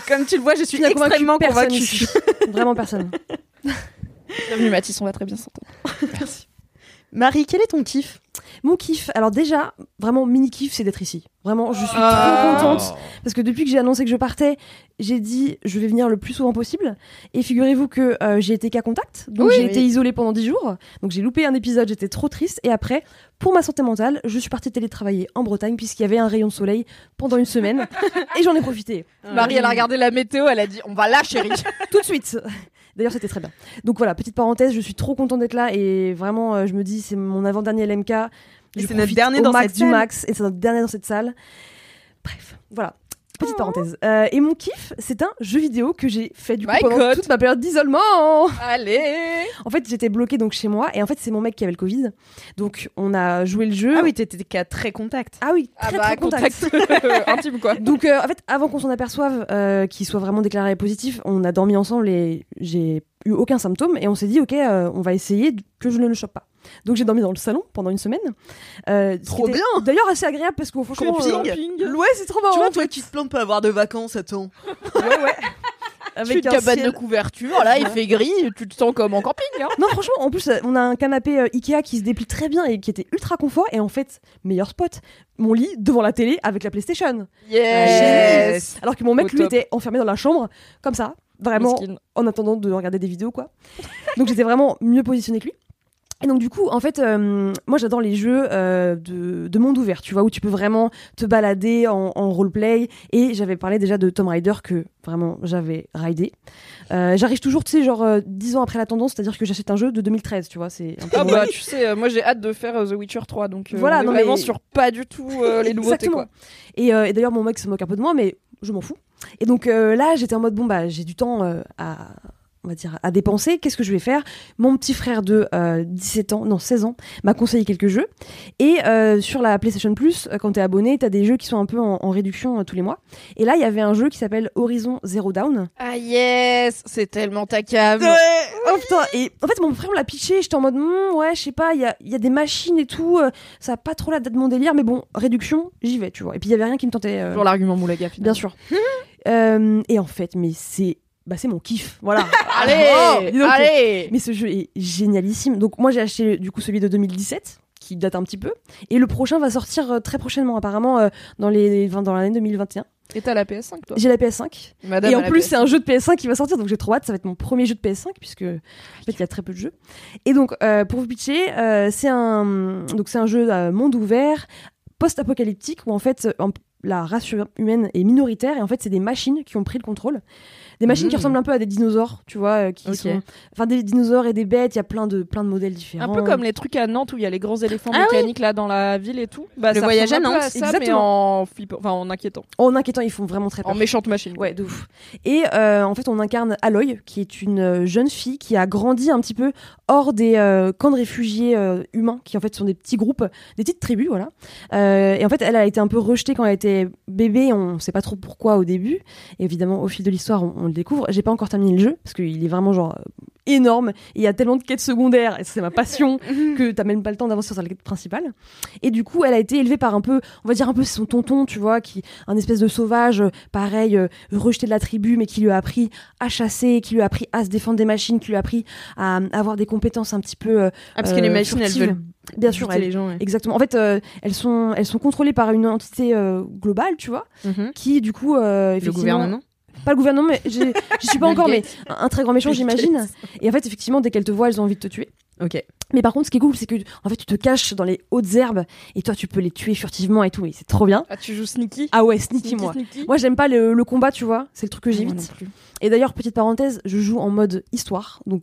Comme tu le vois, je suis n'as convaincu extrêmement personne convaincue. [laughs] ici. Vraiment personne. Bienvenue Mathis, on va très bien s'entendre. Marie, quel est ton kiff Ah Mon kiff, alors déjà, vraiment mini kiff, c'est d'être ici. Vraiment, je suis Ah. trop contente parce que depuis que j'ai annoncé que je partais, j'ai dit je vais venir le plus souvent possible. Et figurez-vous que euh, j'ai été cas contact, donc Oui. j'ai Oui. été isolée pendant 10 jours. Donc j'ai loupé un épisode, j'étais trop triste. Et après, pour ma santé mentale, je suis partie télétravailler en Bretagne puisqu'il y avait un rayon de soleil pendant une [laughs] semaine et j'en ai profité Marie, elle a regardé la météo, elle a dit on va là, chérie. tout de suite. D'ailleurs, c'était très bien. Donc voilà, petite parenthèse, je suis trop contente d'être là et vraiment, euh, je me dis, c'est mon avant-dernier LMK. Et Je c'est notre profite dernier au dans max cette du salle. max et c'est notre dernier dans cette salle. Bref, voilà. Oh. Petite parenthèse. Euh, et mon kiff, c'est un jeu vidéo que j'ai fait du coup My pendant God. toute ma période d'isolement. Allez En fait, j'étais bloquée donc chez moi et en fait, c'est mon mec qui avait le Covid. Donc, on a joué le jeu. Ah oui, t'étais qu'à très contact. Ah oui, Ah très, bah, très contact. contact, [laughs] intime, quoi. Donc euh, en fait, avant qu'on s'en aperçoive euh, qu'il soit vraiment déclaré positif, on a dormi ensemble et j'ai eu aucun symptôme et on s'est dit ok euh, on va essayer d- que je ne le chope pas. Donc j'ai dormi dans le salon pendant une semaine. Euh, ce Trop qui était Oh, bien D'ailleurs assez agréable parce que franchement. euh, Camping. Ouais c'est trop marrant. Tu en vois, toi fait. qui te plains de pas avoir de vacances, attends. Avec une un cabane ciel- de couverture, là, il Ouais. fait gris, tu te sens comme en camping. Hein. Non, franchement, en plus, euh, on a un canapé euh, Ikea qui se déplie très bien et qui était ultra confort. Et en fait, meilleur spot, mon lit devant la télé avec la PlayStation. Yes. Alors que mon mec, Au lui, top. était enfermé dans la chambre, comme ça, vraiment, Miskin. en attendant de regarder des vidéos, quoi. donc j'étais vraiment mieux positionnée que lui. Et donc du coup, en fait, euh, moi j'adore les jeux euh, de, de monde ouvert, tu vois, où tu peux vraiment te balader en, en roleplay. Et j'avais parlé déjà de Tomb Raider que vraiment j'avais raidé. Euh, J'arrive toujours, tu sais, genre euh, 10 ans après la tendance, c'est-à-dire que j'achète un jeu de 2013, tu vois, c'est un peu Ah mon bah âge. tu sais, euh, moi j'ai hâte de faire euh, The Witcher 3, donc euh, Voilà, on est non, vraiment mais- sur pas du tout euh, les nouveautés Exactement. quoi. Et, euh, et d'ailleurs, mon mec se moque un peu de moi, mais je m'en fous. Et donc euh, là, j'étais en mode bon bah j'ai du temps euh, à on va dire à dépenser. Qu'est-ce que je vais faire Mon petit frère de euh, 17 ans, non 16 ans, m'a conseillé quelques jeux. Et euh, sur la PlayStation Plus, euh, quand t'es abonné, t'as des jeux qui sont un peu en, en réduction euh, tous les mois. Et là, il y avait un jeu qui s'appelle Horizon Zero Down. Ah yes, c'est tellement ta cam. Oh putain, et en fait mon frère on l'a pitché, j'étais en mode Hmm, ouais, je sais pas, il y a, il y a des machines et tout, euh, ça a pas trop la date de mon délire, mais bon, réduction, j'y vais, tu vois. Et puis il y avait rien qui me tentait. euh, Toujours l'argument moulaga Bien sûr. [laughs] Euh, et en fait, mais c'est bah c'est mon kiff, voilà. Allez, Oh, dis donc. allez. Mais ce jeu est génialissime. Donc moi j'ai acheté du coup celui de 2017 qui date un petit peu et le prochain va sortir euh, très prochainement apparemment euh, dans les enfin, dans l'année 2021. Et t'as la PS5 toi J'ai la PS5. Madame et a en la plus, PS5. c'est un jeu de PS5 qui va sortir, donc j'ai trop hâte. Ça va être mon premier jeu de PS5 puisque en fait il y a très peu de jeux. Et donc euh, pour vous pitcher, euh, c'est un donc c'est un jeu euh, monde ouvert post-apocalyptique où en fait euh, en- la race humaine est minoritaire et en fait c'est des machines qui ont pris le contrôle. Des machines qui Mmh. ressemblent un peu à des dinosaures, tu vois, euh, qui Ok. sont enfin des dinosaures et des bêtes. Il y a plein de plein de modèles Un différents. peu comme les trucs à Nantes où il y a les grands éléphants Ah oui. mécaniques là dans la ville et tout. Bah, Le ça voyage ressemble à un peu Nantes, ça, mais exactement. en flippant, enfin en inquiétant. En inquiétant, ils font vraiment très peur. En méchante machine. Ouais, de ouf. Et euh, en fait, on incarne Aloy, qui est une euh, jeune fille qui a grandi un petit peu hors des euh, camps de réfugiés euh, humains, qui en fait sont des petits groupes, des petites tribus, voilà. Euh, et en fait, elle a été un peu rejetée quand elle était bébé, on sait pas trop pourquoi au début. Et évidemment, au fil de l'histoire, on, on le découvre. J'ai pas encore terminé le jeu, parce qu'il est vraiment genre euh, énorme. Et Il y a tellement de quêtes secondaires, et c'est ma passion, que t'as même pas le temps d'avancer sur la quête principale. Et du coup, elle a été élevée par un peu, on va dire un peu son tonton, tu vois, qui un espèce de sauvage, euh, pareil, euh, rejeté de la tribu, mais qui lui a appris à chasser, qui lui a appris à se défendre des machines, qui lui a appris à, euh, avoir des compétences un petit peu. euh, Ah, parce que les machines, elles furtives. veulent bien sûr buter elles- les gens, ouais. Exactement. En fait, euh, elles sont elles sont contrôlées par une entité euh, globale, tu vois, Mhm. qui du coup euh, effectivement- gouvernement pas le gouvernement, mais j'ai- j'y suis [laughs] pas Bill encore, mais Gates. un, un très grand méchant, Bill j'imagine. Gates. Et en fait, effectivement, dès qu'elles te voient, elles ont envie de te tuer. Ok. Mais par contre, ce qui est cool, c'est que en fait, tu te caches dans les hautes herbes et toi, tu peux les tuer furtivement et tout. Et c'est trop bien. Ah, tu joues sneaky Ah ouais, sneaky, Sneaky, moi. sneaky. Ah, Moi, j'aime pas le, le combat, tu vois. C'est le truc que Moi j'évite. non plus. Et d'ailleurs, petite parenthèse, je joue en mode histoire, donc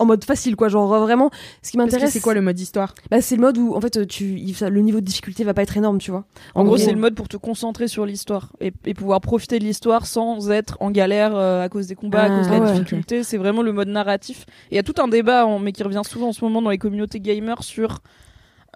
en mode facile, quoi. Genre euh, vraiment, ce qui Parce que m'intéresse. c'est quoi le mode histoire bah, c'est le mode où en fait tu il- ça- le niveau de difficulté va pas être énorme tu vois En gros, c'est le mode pour te concentrer sur l'histoire et, et pouvoir profiter de l'histoire sans être en galère euh, à cause des combats, à Ah, cause de la ouais, ok. difficulté. C'est vraiment le mode narratif. Et il y a tout un débat, en- mais qui revient souvent en ce moment dans les communautés gamers sur.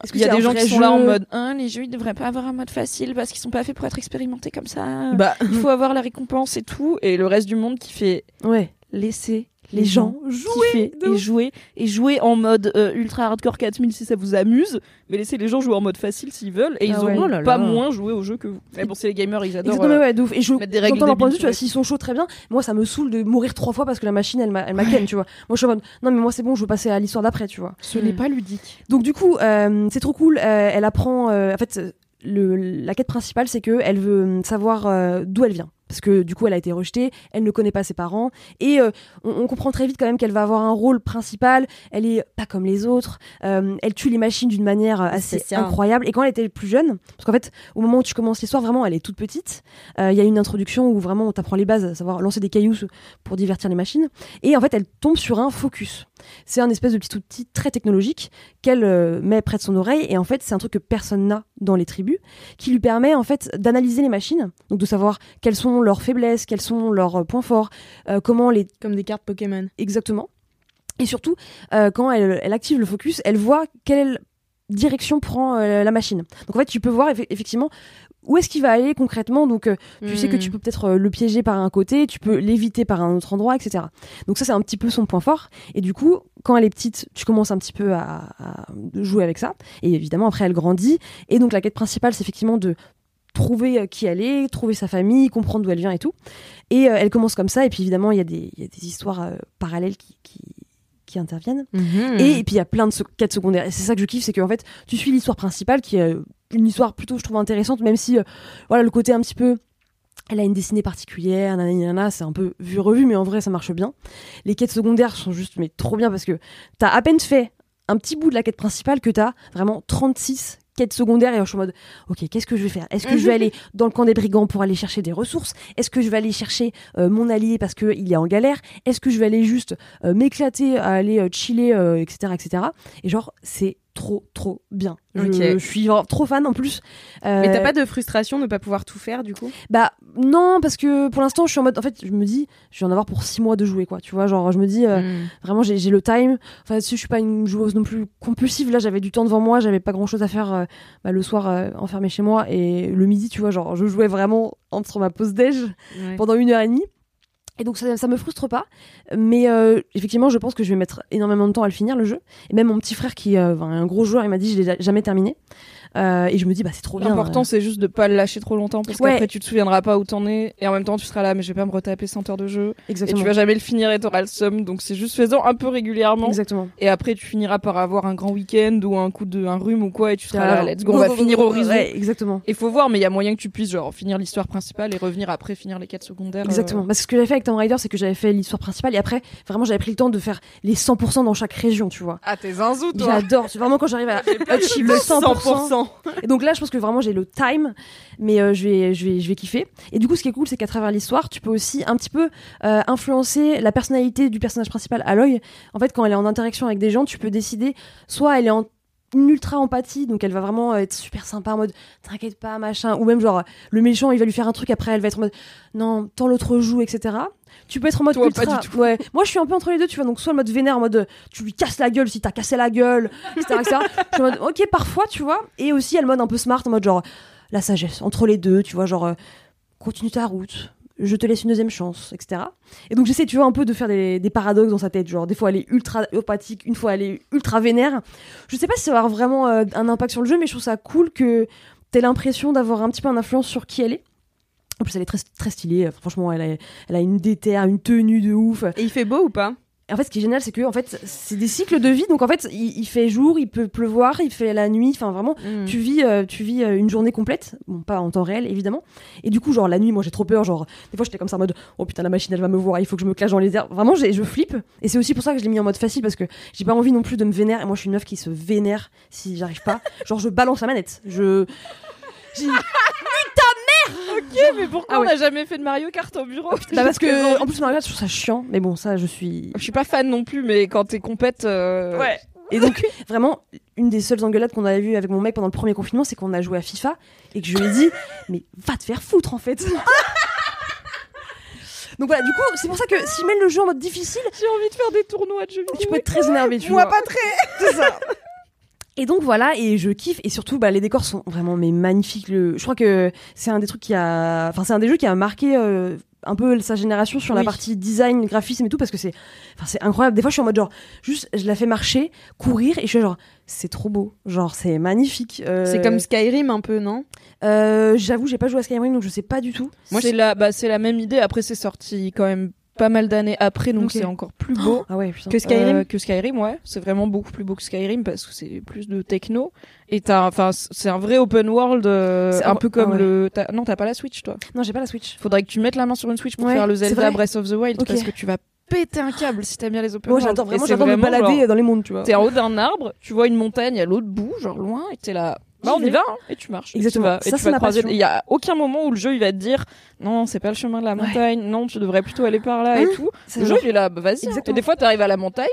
Est-ce que Il y a c'est des un gens vrai qui sont là en jeu mode Hein, les jeux ils devraient pas avoir un mode facile parce qu'ils sont pas faits pour être expérimentés comme ça. Bah. Il faut avoir la récompense et tout. Et le reste du monde qui fait ouais laisser les gens Mmh. jouer de et ouf. jouer et jouer en mode euh, ultra hardcore 4000 si ça vous amuse mais laissez les gens jouer en mode facile s'ils veulent et ils Ah ouais. auront Oh là pas là. moins joué au jeu que vous mais bon c'est les gamers ils adorent Exactement, euh, ouais, de ouf. Et je mettre des règles j'entends leur point de vue, débiles, tu vois, ouais. s'ils sont chauds, très bien. Moi, ça me saoule de mourir trois fois parce que la machine, elle m'a elle m'a ken, tu vois. Moi, je suis en mode, non, mais moi, c'est bon, je veux passer à l'histoire d'après, tu vois. ce n'est pas ludique Donc, du coup, euh, c'est trop cool. Euh, elle apprend, euh, en fait, euh, le, la quête principale, c'est que elle veut euh, savoir euh, d'où elle vient. Parce que du coup, elle a été rejetée, elle ne connaît pas ses parents. Et euh, on, on comprend très vite quand même qu'elle va avoir un rôle principal. Elle est pas comme les autres. Euh, elle tue les machines d'une manière euh, assez C'est ça. incroyable. Et quand elle était plus jeune, parce qu'en fait, au moment où tu commences l'histoire, vraiment, elle est toute petite. Euh, Il y a une introduction où vraiment on t'apprend les bases, à savoir lancer des cailloux pour divertir les machines. Et en fait, elle tombe sur un focus. C'est un espèce de petit outil très technologique qu'elle euh, met près de son oreille. Et en fait, c'est un truc que personne n'a dans les tribus, qui lui permet en fait d'analyser les machines, donc de savoir quelles sont leurs faiblesses, quels sont leurs euh, points forts, euh, comment les Comme des cartes Pokémon. Exactement. Et surtout, euh, quand elle, elle active le focus, elle voit quelle direction prend euh, la machine. Donc en fait, tu peux voir eff- effectivement où est-ce qu'il va aller concrètement Donc, euh, tu sais que Mhm. tu peux peut-être euh, le piéger par un côté, tu peux l'éviter par un autre endroit, etc. Donc ça, c'est un petit peu son point fort. Et du coup, quand elle est petite, tu commences un petit peu à, à jouer avec ça. Et évidemment, après, elle grandit. Et donc, la quête principale, c'est effectivement de trouver euh, qui elle est, trouver sa famille, comprendre d'où elle vient et tout. Et euh, elle commence comme ça. Et puis, évidemment, il y, a des- il y a des histoires euh, parallèles qui, qui, qui interviennent. Mhm. Et, et puis il y a plein de sec- quêtes secondaires. Et c'est ça que je kiffe, c'est qu'en fait, tu suis l'histoire principale, qui est euh, une histoire plutôt, je trouve, intéressante, même si, euh, voilà, le côté un petit peu. Elle a une dessinée particulière, nanani, nanana, c'est un peu vu revu, mais en vrai ça marche bien. Les quêtes secondaires sont juste mais trop bien parce que t'as à peine fait un petit bout de la quête principale que t'as vraiment 36 quêtes secondaires et je suis en mode ok qu'est-ce que je vais faire Est-ce Mhm. que je vais aller dans le camp des brigands pour aller chercher des ressources Est-ce que je vais aller chercher euh, mon allié parce qu'il est en galère Est-ce que je vais aller juste euh, m'éclater à aller euh, chiller euh, etc etc Et genre c'est trop trop bien. Je, Ok. je suis vraiment trop fan en plus. Mais t'as Euh, pas de frustration de ne pas pouvoir tout faire du coup bah non, parce que pour l'instant, je suis en mode. En fait, je me dis, je vais en avoir pour six mois de jouer, quoi. Tu vois, genre, je me dis, euh, Hmm. vraiment, j'ai j'ai le time. Enfin, si je suis pas une joueuse non plus compulsive, là, j'avais du temps devant moi, j'avais pas grand chose à faire euh, bah, le soir euh, enfermé chez moi. Et le midi, tu vois, genre, je jouais vraiment entre ma pause déj Ouais. pendant une heure et demie. Et donc ça, ça me frustre pas, mais euh, effectivement je pense que je vais mettre énormément de temps à le finir le jeu. Et même mon petit frère qui est euh, un gros joueur, il m'a dit je l'ai jamais terminé. Euh, et je me dis bah c'est trop bien. L'important, euh. c'est juste de pas le lâcher trop longtemps parce Ouais. qu'après, tu te souviendras pas où t'en es et en même temps, tu seras là, mais je vais pas me retaper 100 heures de jeu. Exactement. Et tu vas jamais le finir et t'auras le somme. Donc, c'est juste faisant un peu régulièrement. Exactement. Et après, tu finiras par avoir un grand week-end ou un coup de un rhume ou quoi et tu seras là, Ah, let's go, on va finir au horizon. Ouais, exactement. Et faut voir, mais il y a moyen que tu puisses genre finir l'histoire principale et revenir après finir les quêtes secondaires. euh, Exactement. Parce que ce que j'avais fait avec Tomb Raider, c'est que j'avais fait l'histoire principale et après, vraiment, j'avais pris le temps de faire les 100% dans chaque région, tu vois. Ah, t'es zinzou, toi. J'adore. C'est vraiment quand j'arrive [laughs] à [laughs] achieve le 100%. 100%. Et donc là, je pense que vraiment, j'ai le time, mais euh, je, vais, je, vais, je vais kiffer. Et du coup, ce qui est cool, c'est qu'à travers l'histoire, tu peux aussi un petit peu euh, influencer la personnalité du personnage principal, Aloy. En fait, quand elle est en interaction avec des gens, tu peux décider soit elle est en une ultra empathie donc elle va vraiment euh, être super sympa en mode t'inquiète pas machin ou même genre le méchant il va lui faire un truc après elle va être en mode non tant l'autre joue etc tu peux être en mode Toi, pas ultra du ouais moi je suis un peu entre les deux tu vois donc soit le mode vénère en mode euh, tu lui casses la gueule si t'as cassé la gueule etc, [laughs] etc. je suis en mode ok parfois tu vois et aussi elle mode un peu smart en mode genre la sagesse entre les deux tu vois genre euh, continue ta route je te laisse une deuxième chance, etc. Et donc j'essaie, tu vois, un peu de faire des, des paradoxes dans sa tête. Genre, des fois elle est ultra opathique, une fois elle est ultra vénère. Je sais pas si ça va avoir vraiment euh, un impact sur le jeu, mais je trouve ça cool que t'aies l'impression d'avoir un petit peu une influence sur qui elle est. En plus, elle est très, très stylée. Enfin, Franchement, elle a, elle a une déterre, une tenue de ouf. Et il fait beau ou pas En fait, ce qui est génial, c'est que en fait, c'est des cycles de vie. Donc, en fait, il, il fait jour, il peut pleuvoir, il fait la nuit. Enfin, vraiment, Mm. tu vis, euh, tu vis euh, une journée complète. Bon, pas en temps réel, évidemment. Et du coup, genre, la nuit, moi, j'ai trop peur. Genre, des fois, j'étais comme ça en mode, oh putain, la machine, elle va me voir, il faut que je me clash dans les airs. Vraiment, j'ai- je flippe. Et c'est aussi pour ça que je l'ai mis en mode facile parce que j'ai pas envie non plus de me vénère. Et moi, je suis une meuf qui se vénère si j'arrive pas. genre, je balance la manette. Je. j'ai- Ok, mais pourquoi Ah on ouais. n'a jamais fait de Mario Kart au bureau Bah, parce que, en plus, Mario Kart, je trouve ça chiant. Mais bon, ça, je suis. Je suis pas fan non plus, mais quand t'es compète. euh, Ouais. Et donc, vraiment, une des seules engueulades qu'on avait vues avec mon mec pendant le premier confinement, c'est qu'on a joué à FIFA et que je lui ai dit, mais va te faire foutre en fait. donc voilà, du coup, c'est pour ça que si je mène le jeu en mode difficile, j'ai envie de faire des tournois de jeux vidéo. Tu peux être très énervé, tu Moi, vois. pas très. C'est ça. Et donc voilà, et je kiffe, et surtout bah, les décors sont vraiment mais magnifiques. Le... Je crois que c'est un des trucs qui a, enfin c'est un des jeux qui a marqué euh, un peu sa génération sur la Oui. partie design, graphisme et tout parce que c'est, enfin c'est incroyable. Des fois je suis en mode genre juste je la fais marcher, courir et je suis genre c'est trop beau, genre c'est magnifique. Euh, C'est comme Skyrim un peu, non J'avoue j'ai pas joué à Skyrim donc je sais pas du tout. Moi, c'est la, bah, c'est la même idée. Après, c'est sorti quand même pas mal d'années après, donc Ok. c'est encore plus beau. [gasps] Ah ouais, putain. Que Skyrim Euh, Que Skyrim, ouais. C'est vraiment beaucoup plus beau que Skyrim parce que c'est plus de techno. Et t'as, enfin, c- c'est un vrai open world, euh, C'est un un- peu comme ah ouais. le. t'as- non, t'as pas la Switch, toi. Non, j'ai pas la Switch. Faudrait que tu mettes la main sur une Switch pour Ouais, faire le c'est Zelda vrai. Breath of the Wild Ok. parce que tu vas péter un câble si t'aimes bien les open Moi world. j'adore Et vraiment, c'est j'adore me Oh, vraiment, balader genre, dans les mondes, tu vois. T'es en haut d'un arbre, tu vois une montagne à l'autre bout, genre loin, et t'es là. Bah, J'y on y vais. va, hein, et tu marches. et tu Exactement. vas- Et Ça, tu c'est vas ma croiser. passion. Il y a aucun moment où le jeu il va te dire non, c'est pas le chemin de la montagne, non, tu devrais plutôt aller par là et Hein tout. C'est Le jeu genre- il est là, bah, vas-y. hein. Et Exactement. des fois t'arrives à la montagne,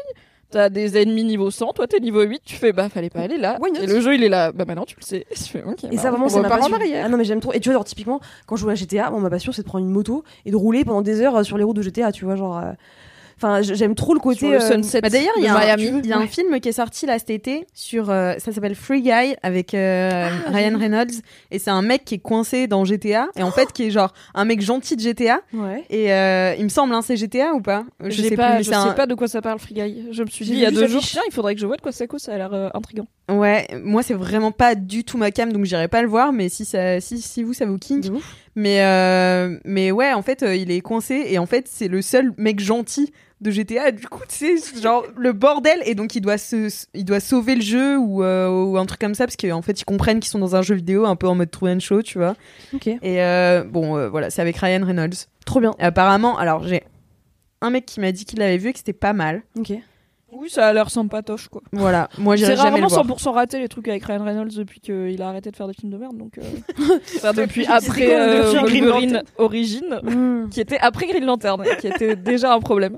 t'as des ennemis niveau 100, toi t'es niveau 8, tu fais bah fallait pas aller là. Et le jeu il est là, bah maintenant tu le sais. Et tu fais, ok, Et bah, ça on vraiment c'est ma repart en passion. arrière. Ah non mais j'aime trop. Et tu vois genre typiquement quand je joue à GTA, bon, ma passion c'est de prendre une moto et de rouler pendant des heures euh, sur les routes de GTA, tu vois genre euh, Enfin, j- j'aime trop le côté. euh, Sur le sunset Bah, d'ailleurs, il y a de un- Miami. tu- il y a un film qui est sorti là cet été sur euh, ça s'appelle Free Guy avec euh, Ryan Reynolds et c'est un mec qui est coincé dans GTA et en fait qui est genre un mec gentil de GTA et euh, il me semble hein, c'est GTA ou pas Je sais pas, mais je c'est un- sais pas de quoi ça parle, Free Guy. Je me suis J'ai dit il y a vu deux cette jours, fiche. tiens, il faudrait que je voie de quoi ça cause, ça a l'air euh, intriguant. Ouais, moi c'est vraiment pas du tout ma cam, donc j'irai pas le voir, mais si ça, si, si vous ça vous kink. Mais euh, mais ouais, en fait euh, il est coincé et en fait c'est le seul mec gentil de GTA. Du coup [laughs] tu sais genre le bordel et donc il doit se, il doit sauver le jeu ou, euh, ou un truc comme ça parce qu'en fait ils comprennent qu'ils sont dans un jeu vidéo un peu en mode true and show, tu vois. Ok. Et euh, bon euh, voilà, c'est avec Ryan Reynolds. Trop bien. apparemment, alors j'ai un mec qui m'a dit qu'il l'avait vu et que c'était pas mal. Ok. Oui, ça a l'air sympatoche quoi. Voilà, moi C'est j'irai jamais le rarement voir. 100% raté les trucs avec Ryan Reynolds depuis qu'il a arrêté de faire des films de merde. Donc, [laughs] euh, enfin, depuis C'est après quoi, le euh, film Green Wolverine Lantern Origin, Mm. qui était après Green Lantern, qui était déjà un problème.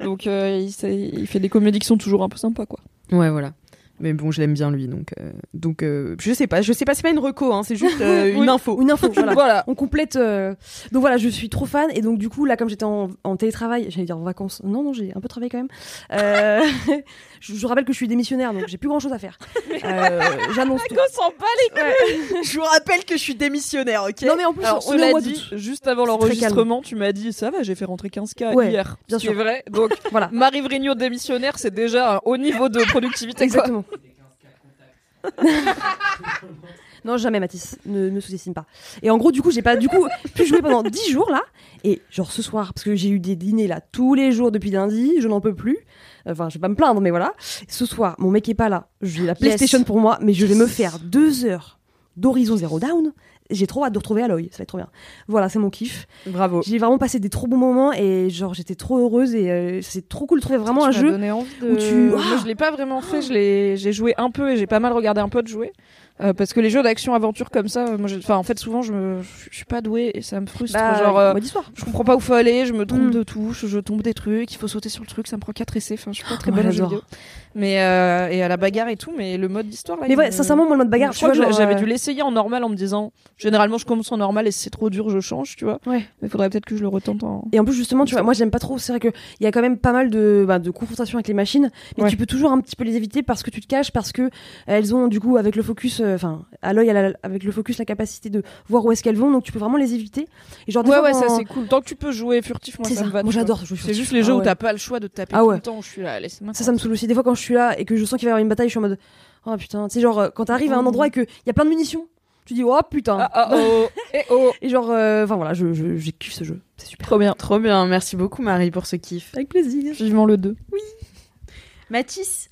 Donc euh, il, s'est- il fait des comédies qui sont toujours un peu sympas quoi. Ouais, voilà. Mais bon, je l'aime bien lui, donc euh, donc euh, je sais pas, je sais pas, c'est pas une reco, hein, c'est juste [laughs] euh, une Oui, info. Une info, voilà. On complète. euh, Donc voilà, je suis trop fan. Et donc, du coup, là, comme j'étais en, en télétravail, j'allais dire en vacances. Non, non, j'ai un peu travaillé quand même. Euh, [laughs] je je vous rappelle que je suis démissionnaire, donc j'ai plus grand chose à faire. Euh, [laughs] J'annonce. tout. s'en bat les couilles [laughs] Je vous rappelle que je suis démissionnaire, ok Non, mais en plus, Alors, on on est au l'a mois dit d'août. juste avant C'est très calme. l'enregistrement, tu m'as dit ça va, j'ai fait rentrer 15K Ouais, hier. bien C'est sûr. vrai. Donc voilà. Marie Vrigno démissionnaire, c'est déjà un haut niveau de productivité. Exactement. Quoi. [laughs] Non, jamais, Mathis. Ne, ne sous-estime pas. Et en gros, du coup, j'ai pas du coup pu jouer [laughs] pendant 10 jours là. Et genre ce soir, parce que j'ai eu des dîners là tous les jours depuis lundi, je n'en peux plus. Enfin, je vais pas me plaindre, mais voilà. Ce soir, mon mec est pas là. J'ai la PlayStation pour moi, mais je vais me faire deux heures d'Horizon Zero Down. J'ai trop hâte de retrouver Aloy, ça va être trop bien. Voilà, c'est mon kiff. Bravo. J'ai vraiment passé des trop bons moments et genre j'étais trop heureuse et euh, c'est trop cool de trouver vraiment un Tu Ah m'as jeu donné envie de- où tu. Moi, je l'ai pas vraiment fait. Je l'ai, j'ai joué un peu et j'ai pas mal regardé un peu de jouer. Euh, parce que les jeux d'action aventure comme ça, euh, moi, j'ai- enfin, en fait, souvent, je me, je suis pas douée et ça me frustre. Bah, genre, euh, moi, dis-toi. je comprends pas où faut aller, je me trompe Mm. de touche, je tombe des trucs, il faut sauter sur le truc, ça me prend 4 essais. Enfin, je suis pas très Oh, bonne aux jeux j'adore. vidéo. Mais euh, et à la bagarre et tout, mais le mode d'histoire là. Mais il ouais, me- sincèrement, moi, le mode bagarre, je tu crois vois, que genre, j'avais euh, dû l'essayer en normal en me disant, généralement, je commence en normal et si c'est trop dur, je change, tu vois. Mais faudrait peut-être que je le retente en. Et en plus, justement, tu vois, moi, j'aime pas trop. C'est vrai qu'il y a quand même pas mal de, bah, de confrontations avec les machines, mais tu peux toujours un petit peu les éviter parce que tu te caches, parce que euh, elles ont, du coup, avec le focus, euh, enfin, à l'œil, elle a la- avec le focus, la capacité de voir où est-ce qu'elles vont, donc tu peux vraiment les éviter. Et genre, des ouais, fois, ouais, ça quand- c'est cool. Tant que tu peux jouer furtif, moi C'est ça, me ça. va. Moi, tu vois. j'adore jouer C'est furtif. juste les jeux Ah où ouais. t'as pas le choix de taper Ah tout ouais. le temps. Je suis là, laissez-moi. Ça, ça me saoule aussi. Des fois, quand je suis là et que je sens qu'il va y avoir une bataille, je suis en mode, oh putain, tu sais, genre, euh, quand t'arrives à un endroit et qu'il y a plein de munitions, tu dis, oh putain. Oh, ah, oh, [laughs] et oh. genre, euh, enfin voilà, je, je, je kiffe ce jeu. C'est super. Trop bien. Trop bien, merci beaucoup Marie pour ce kiff. Avec plaisir. Vivement le 2. Oui. Mathis,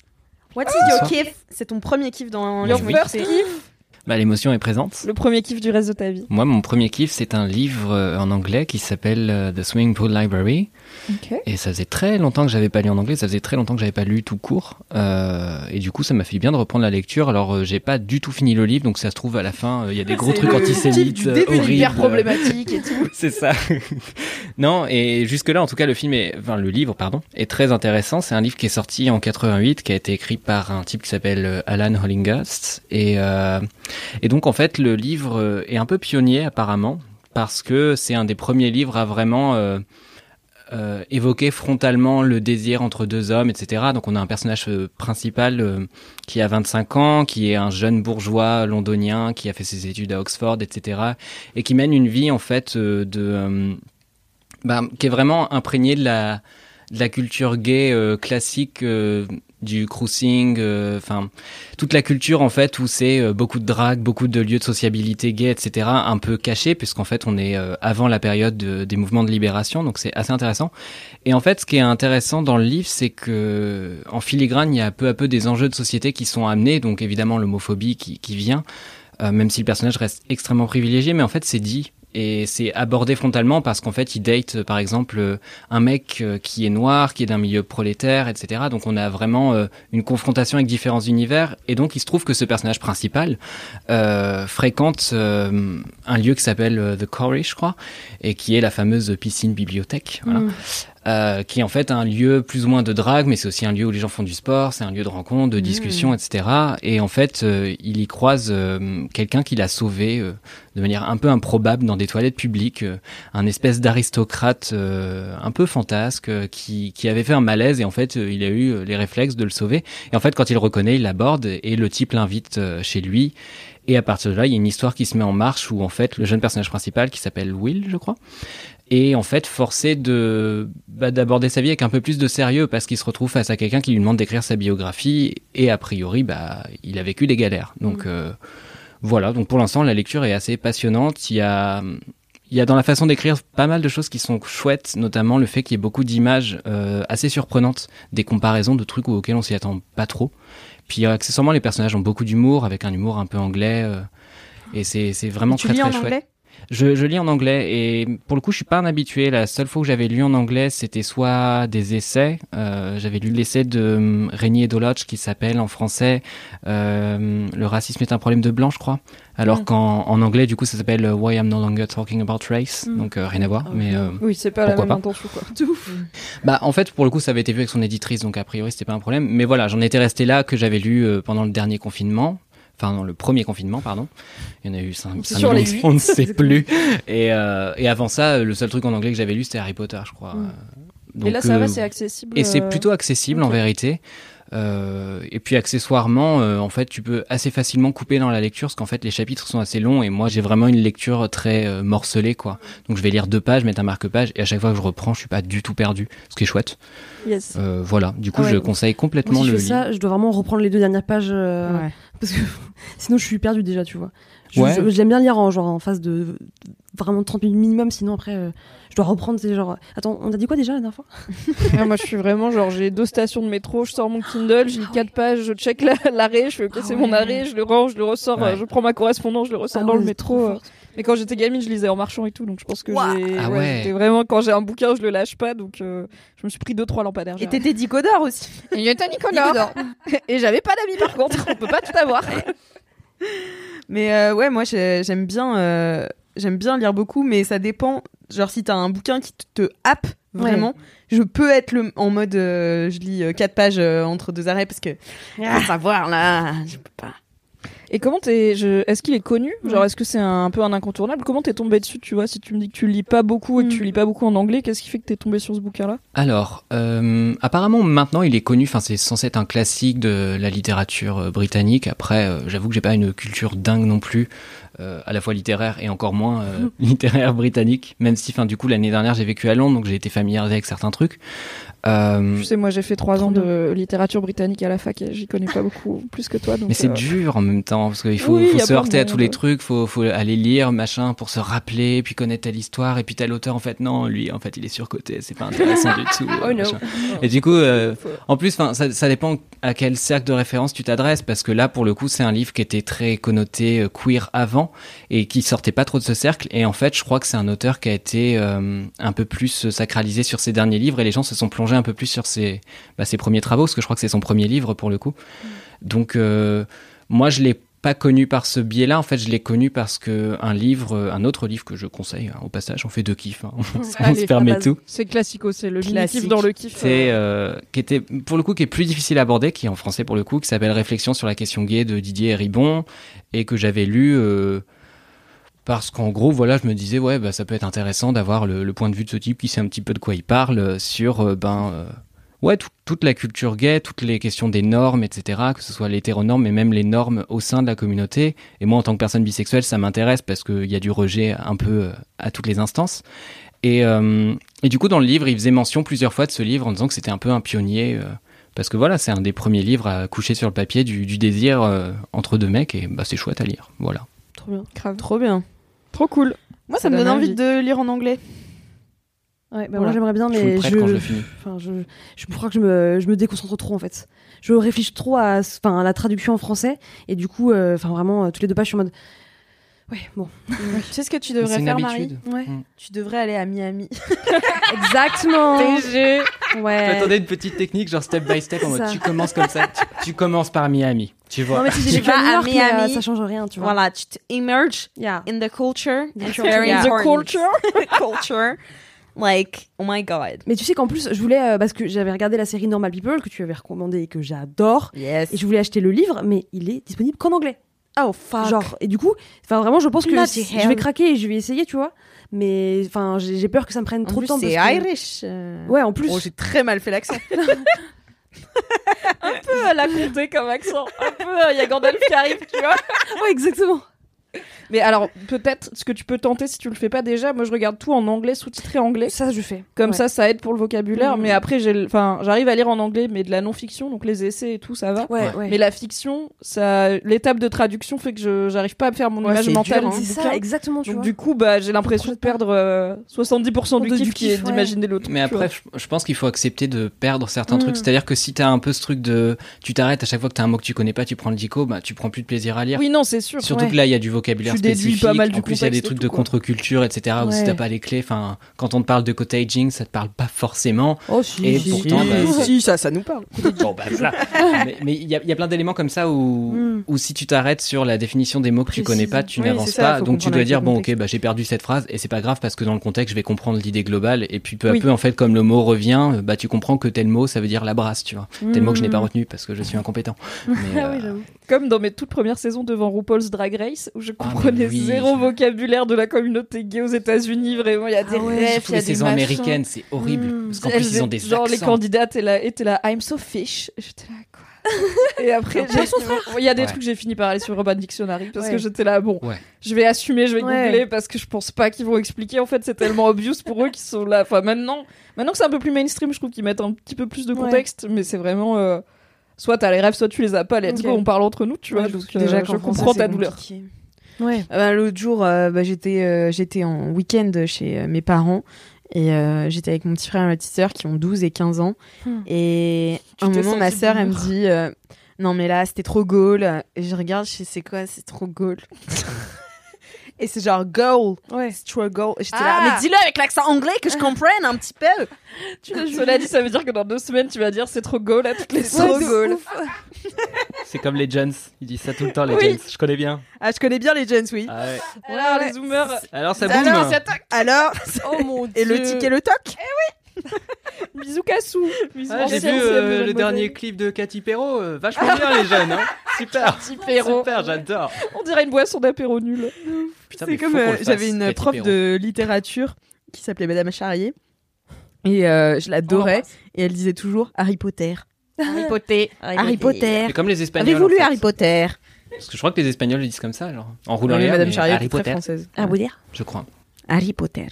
what Ah. is your Bonsoir. kiff C'est ton premier kiff dans Your Laisse-moi first kiffer. Bah, l'émotion est présente. Le premier kiff du reste de ta vie. Moi, mon premier kiff, c'est un livre euh, en anglais qui s'appelle euh, The Swimming Pool Library. Ok. Et ça faisait très longtemps que j'avais pas lu en anglais, ça faisait très longtemps que j'avais pas lu tout court. Euh, et du coup, ça m'a fait bien de reprendre la lecture. Alors, euh, j'ai pas du tout fini le livre, donc ça se trouve à la fin, euh, il y a des gros C'est trucs le antisémites, euh, kiff du début, horribles. hyper problématique et tout. [laughs] c'est ça. non, et jusque-là, en tout cas, le film est, enfin, le livre, pardon, est très intéressant. C'est un livre qui est sorti en 88, qui a été écrit par un type qui s'appelle euh, Alan Hollinghurst. Et, euh, et donc, en fait, le livre euh, est un peu pionnier, apparemment, parce que c'est un des premiers livres à vraiment, euh, euh, évoquer frontalement le désir entre deux hommes, etc. Donc on a un personnage euh, principal euh, qui a 25 ans, qui est un jeune bourgeois londonien, qui a fait ses études à Oxford, etc. Et qui mène une vie en fait euh, de... euh, bah, qui est vraiment imprégnée de la, de la culture gay euh, classique euh, du cruising, euh, enfin toute la culture en fait où c'est euh, beaucoup de drague, beaucoup de lieux de sociabilité gay, etc. Un peu caché puisqu'en fait on est euh, avant la période de- des mouvements de libération, donc c'est assez intéressant. Et en fait, ce qui est intéressant dans le livre, c'est que en filigrane, il y a peu à peu des enjeux de société qui sont amenés, donc évidemment l'homophobie qui, qui vient, euh, même si le personnage reste extrêmement privilégié, mais en fait c'est dit et c'est abordé frontalement parce qu'en fait il date euh, par exemple euh, un mec euh, qui est noir, qui est d'un milieu prolétaire, etc. Donc on a vraiment euh, une confrontation avec différents univers et donc il se trouve que ce personnage principal euh, fréquente euh, un lieu qui s'appelle euh, The Quarry, je crois, et qui est la fameuse piscine bibliothèque. Voilà. Mm. euh, qui est en fait un lieu plus ou moins de drague, mais c'est aussi un lieu où les gens font du sport, c'est un lieu de rencontre, de discussion, etc. Et en fait, euh, il y croise euh, quelqu'un qu'il a sauvé euh, de manière un peu improbable dans des toilettes publiques, euh, un espèce d'aristocrate euh, un peu fantasque euh, qui, qui avait fait un malaise et en fait, euh, il a eu euh, les réflexes de le sauver. Et en fait, quand il le reconnaît, il l'aborde et le type l'invite euh, chez lui. Et à partir de là, il y a une histoire qui se met en marche où en fait, le jeune personnage principal qui s'appelle Will, je crois, et en fait forcé de bah, d'aborder sa vie avec un peu plus de sérieux parce qu'il se retrouve face à quelqu'un qui lui demande d'écrire sa biographie et a priori bah il a vécu des galères Mm. donc euh, voilà donc pour l'instant la lecture est assez passionnante il y a il y a dans la façon d'écrire pas mal de choses qui sont chouettes, notamment le fait qu'il y ait beaucoup d'images euh, assez surprenantes, des comparaisons de trucs auxquels on s'y attend pas trop. Puis euh, accessoirement, les personnages ont beaucoup d'humour, avec un humour un peu anglais, euh, et c'est c'est vraiment Et tu très lis très en chouette. anglais Je, je lis en anglais et pour le coup, je suis pas un habitué. La seule fois que j'avais lu en anglais, c'était soit des essais. euh, j'avais lu l'essai de hum, Régnier Doloche qui s'appelle en français euh, Le racisme est un problème de blanc, je crois. Alors Mm. qu'en en anglais, du coup, ça s'appelle euh, Why I'm No Longer Talking About Race. Mm. Donc euh, rien à voir. Mais euh, Oui, c'est pas la pourquoi même intention, quoi. De ouf. bah, en fait, pour le coup, ça avait été vu avec son éditrice, donc a priori, c'était pas un problème. Mais voilà, j'en étais resté là que j'avais lu euh, pendant le dernier confinement. Enfin, dans le premier confinement, pardon. Il y en a eu 5, Sur les on ne huit. sait plus. Et, euh, et avant ça, le seul truc en anglais que j'avais lu, c'était Harry Potter, je crois. Mm. Euh, Et là, ça va, euh, c'est accessible, Et c'est euh, [laughs] plutôt accessible, en ok. vérité. Euh, et puis accessoirement, euh, en fait, tu peux assez facilement couper dans la lecture, parce qu'en fait, les chapitres sont assez longs, et moi, j'ai vraiment une lecture très euh, morcelée, quoi. Donc, je vais lire deux pages, mettre un marque-page, et à chaque fois que je reprends, je suis pas du tout perdu, ce qui est chouette. Yes. Euh, voilà. Du coup, Ah ouais. je conseille complètement Moi, si je le fais livre. ça, je dois vraiment reprendre les deux dernières pages euh, Ouais. parce que [laughs] sinon je suis perdue déjà, tu vois. Je- Ouais. je- J'aime bien lire en genre en phase de vraiment 30 minutes minimum, sinon après euh, je dois reprendre c'est genre attends, on a dit quoi déjà la dernière fois Ah, moi, je suis vraiment genre, j'ai deux stations de métro, je sors mon Kindle, j'ai lis quatre pages, je check la- [laughs] l'arrêt, je fais ok, Ah c'est ouais. mon arrêt, je le range, je le ressors, Ouais. euh, je prends ma correspondance, je le ressors Ah dans ouais, le c'est métro. trop euh. fort. Mais quand j'étais gamine, je lisais en marchant et tout, donc je pense que j'ai. Ah ouais. j'étais vraiment, quand j'ai un bouquin, je le lâche pas, donc euh, je me suis pris deux, trois lampadaires. Et t'étais Dicodor aussi. Il y a Nicolas. [laughs] Et j'avais pas d'amis par contre, on peut pas tout avoir. Mais euh, ouais, moi j'ai- j'aime bien, euh, j'aime bien lire beaucoup, mais ça dépend. Genre si t'as un bouquin qui te, te happe vraiment, je peux être le, en mode euh, je lis euh, quatre pages euh, entre deux arrêts parce que faut savoir là, je peux pas. [laughs] Et comment t'es, je- est-ce qu'il est connu Genre, est-ce que c'est un, peu un incontournable Comment t'es tombé dessus Tu vois, si tu me dis que tu lis pas beaucoup et que tu lis pas beaucoup en anglais, qu'est-ce qui fait que t'es tombé sur ce bouquin-là Alors, euh, apparemment maintenant il est connu, enfin c'est censé être un classique de la littérature euh, britannique. Après, euh, j'avoue que j'ai pas une culture dingue non plus, euh, à la fois littéraire et encore [laughs] moins euh, [laughs] littéraire britannique. Même si, enfin du coup l'année dernière j'ai vécu à Londres, donc j'ai été familiarisé avec certains trucs. Euh, Tu sais, moi j'ai fait trois Trop ans de littérature britannique à la fac et j'y connais pas beaucoup plus que toi. Donc, mais c'est euh, dur en même temps parce qu'il faut, Oui, faut y a se plein heurter de- à tous les trucs, faut, faut aller lire machin pour se rappeler, puis connaître telle histoire et puis tel auteur en fait non, lui en fait il est surcoté, c'est pas intéressant du tout. [laughs] Oh no. machin. Et du coup, euh, en plus, 'fin, ça, ça dépend à quel cercle de référence tu t'adresses, parce que là, pour le coup, c'est un livre qui était très connoté euh, queer avant et qui sortait pas trop de ce cercle. Et en fait, je crois que c'est un auteur qui a été euh, un peu plus sacralisé sur ses derniers livres et les gens se sont plongés un peu plus sur ses, bah, ses premiers travaux, parce que je crois que c'est son premier livre pour le coup. Mm. Donc, euh, moi, je l'ai pas connu par ce biais-là. En fait, je l'ai connu parce que un livre, euh, un autre livre que je conseille hein, au passage, on fait deux kiffs, hein. on se- on Allez, se la permet base. tout C'est classico, c'est le Classique. kiff dans le kiff. c'est euh, qui était pour le coup qui est plus difficile à aborder qui est en français pour le coup qui s'appelle Réflexion sur la question gay de Didier Héribon et que j'avais lu euh, parce qu'en gros voilà je me disais ouais bah, ça peut être intéressant d'avoir le, le point de vue de ce type qui sait un petit peu de quoi il parle euh, sur euh, ben euh, ouais tout- toute la culture gay toutes les questions des normes etc que ce soit l'hétéronorme mais même les normes au sein de la communauté et moi en tant que personne bisexuelle ça m'intéresse parce qu'il y a du rejet un peu euh, à toutes les instances et, euh, et du coup, dans le livre, il faisait mention plusieurs fois de ce livre en disant que c'était un peu un pionnier. euh, parce que voilà, c'est un des premiers livres à coucher sur le papier du, du désir euh, entre deux mecs. Et bah, c'est chouette à lire. Voilà. Trop bien. Grave. Trop bien. Trop cool. Moi ça, Ça me donne donne envie envie. de lire en anglais. Ouais, bah Voilà. moi j'aimerais bien je vous le mais prête je quand je le finis. enfin je je crois que je me je me déconcentre trop en fait. Je réfléchis trop à enfin à la traduction en français et du coup euh, enfin vraiment euh, toutes les deux pages je suis en mode Ouais, bon. Tu sais ce que tu Mais devrais C'est une faire, Marie habitude. Mm. Ouais. Tu devrais aller à Miami. [laughs] [laughs] Exactement. TG. Ouais. J'attendais une petite technique, genre step by step, en mode Ça. tu commences comme ça. Tu, tu commences par Miami. Tu vois. Non mais si Tu j'ai vécu à vas New à York, mais, euh, Miami. ça change rien, tu vois. Voilà, tu te immerges Yeah. in the culture. The It's culture. very Yeah. [laughs] The important. culture. culture. Like, oh my god. Mais tu sais qu'en plus, je voulais, euh, parce que j'avais regardé la série Normal People que tu avais recommandée et que j'adore. Yes. Et je voulais acheter le livre, mais il est disponible qu'en anglais. Oh fuck. Genre, et du coup, enfin vraiment, je pense que Bloody si- hell. je vais craquer et je vais essayer, tu vois. Mais enfin, j'ai j'ai peur que ça me prenne En trop plus, de temps. c'est parce que- Irish. euh. Ouais, en plus. Oh, j'ai très mal fait l'accent. Un peu à la compter comme accent. Un euh, peu, il y a Gandalf qui arrive, tu vois. Ouais, exactement. Mais alors, peut-être ce que tu peux tenter si tu le fais pas déjà, moi je regarde tout en anglais, sous-titré anglais. Ça, je fais. Comme Ouais. ça, ça aide pour le vocabulaire. Mhm. Mais après, j'ai le- enfin, j'arrive à lire en anglais, mais de la non-fiction, donc les essais et tout, ça va. Ouais, Ouais. ouais. Mais la fiction, ça, l'étape de traduction fait que je j'arrive pas à me faire mon Ouais, image c'est mentale. dur, hein. du C'est bouquin. ça, exactement, tu Donc vois. du coup, bah, j'ai l'impression de perdre euh, 70% du De- kiff, du qui est kiff, ouais. d'imaginer l'autre. Mais tu vois. après, je, je pense qu'il faut accepter de perdre certains Mm. trucs. C'est-à-dire que si t'as un peu ce truc de, tu t'arrêtes à chaque fois que t'as un mot que tu connais pas, tu prends le dico, bah tu prends plus de plaisir à lire. oui, non, c'est sûr. Surtout ouais. que là, il y a du vocabulaire Tu déduis spécifique. pas mal du en plus, il y a des contexte et trucs tout, de quoi. contre-culture, etc. Ou si Ouais. t'as pas les clés, enfin, quand on te parle de cottaging, ça te parle pas forcément. Oh si. Et si, pourtant, [laughs] si, bah, c'est- si, ça, ça nous parle. [laughs] bon, bah voilà. mais mais il y, a- il y a plein d'éléments comme ça où, Mm. où si tu t'arrêtes sur la définition des mots que tu Précision. connais pas, tu Hmm. Oui, n'avances c'est ça, pas. faut Donc tu comprendre dois avec dire, le bon, ok, contexte. bah, j'ai perdu cette phrase et c'est pas grave parce que dans le contexte, je vais comprendre l'idée globale. Et puis peu Oui. à peu, en fait, comme le mot revient, euh, bah, tu comprends que tel mot, ça veut dire la brasse, tu vois. Tel mot que je Hmm. n'ai pas retenu parce que je [laughs] suis incompétent. Mais, Ah oui, euh, j'avoue. Comme dans mes toutes premières saisons devant RuPaul's Drag Race, où je Ah, mais comprenais oui. zéro vocabulaire de la communauté gay aux États-Unis. Vraiment, il y a des Ah ouais, rêves, il surtout y a les des saisons machins. américaines, c'est horrible. Mm. Parce qu'en plus, ils ont des Genre, les accents. candidates étaient là, étaient là, I'm so fish. J'étais là, [laughs] quoi Et après, j'ai- il y a des Ouais. trucs, j'ai fini par aller sur Urban Dictionary parce que Ouais. j'étais là, bon, Ouais. je vais assumer, je vais Ouais. googler parce que je pense pas qu'ils vont expliquer. En fait, c'est tellement obvious pour eux qu'ils sont là. Enfin, maintenant, maintenant que c'est un peu plus mainstream, je trouve qu'ils mettent un petit peu plus de Ouais. contexte, mais c'est vraiment. euh, Soit t'as les rêves, soit tu les as pas. Let's Ok. go, on parle entre nous, tu vois. Ouais, donc, je- déjà euh, qu'en je français, comprends c'est ta [laughs] douleur. compliqué. Ah bah, L'autre jour, euh, bah, j'étais euh, j'étais en week-end chez euh, mes parents et euh, j'étais avec mon petit frère et ma petite sœur qui ont 12 et 15 ans. Hmm. Et à un t'es moment, ma sentie sœur, elle me d'humeur. dit euh, Non, mais là, c'était trop goal. Et je regarde, je sais c'est quoi, c'est trop [laughs] goal. et c'est genre goal. Ouais. C'est trop goal. Et J'étais Ah. là, mais dis-le avec l'accent anglais [laughs] que je comprenne un petit peu. Cela dit, ça veut dire que dans deux semaines, tu vas dire c'est trop go là, toutes les C'est trop sauces. goal. C'est comme les Jones. Ils disent ça tout le temps, les Oui. Jones. Je connais bien. Ah, je connais bien les jeunes, oui. Ah ouais. Alors, Ouais, [laughs] les zoomers. Alors, ça Alors, boum. Ça toque. Alors, Oh mon dieu. [laughs] et le ticket, le toc Bisous Cassou. Bisous. Ah, j'ai vu euh, le dernier clip de Cathy Perrault, euh, vachement bien les jeunes, hein. [laughs] super, Petit Perrault. super, j'adore. On dirait une boisson d'apéro nul. Putain, C'est mais faut comme qu'on le euh, fasse, j'avais une Cathy prof Perrault. de littérature qui s'appelait Madame Charrier et euh, je l'adorais et elle disait toujours Harry Potter, Harry Potter. Harry Potter. C'est comme les Espagnols. Avez-vous lu en fait. Harry Potter Parce que je crois que les Espagnols le disent comme ça, alors en roulant Oui, les airs, Madame mais Charrier, Harry était très Potter, française. Ah vous dire je crois. Harry Potter.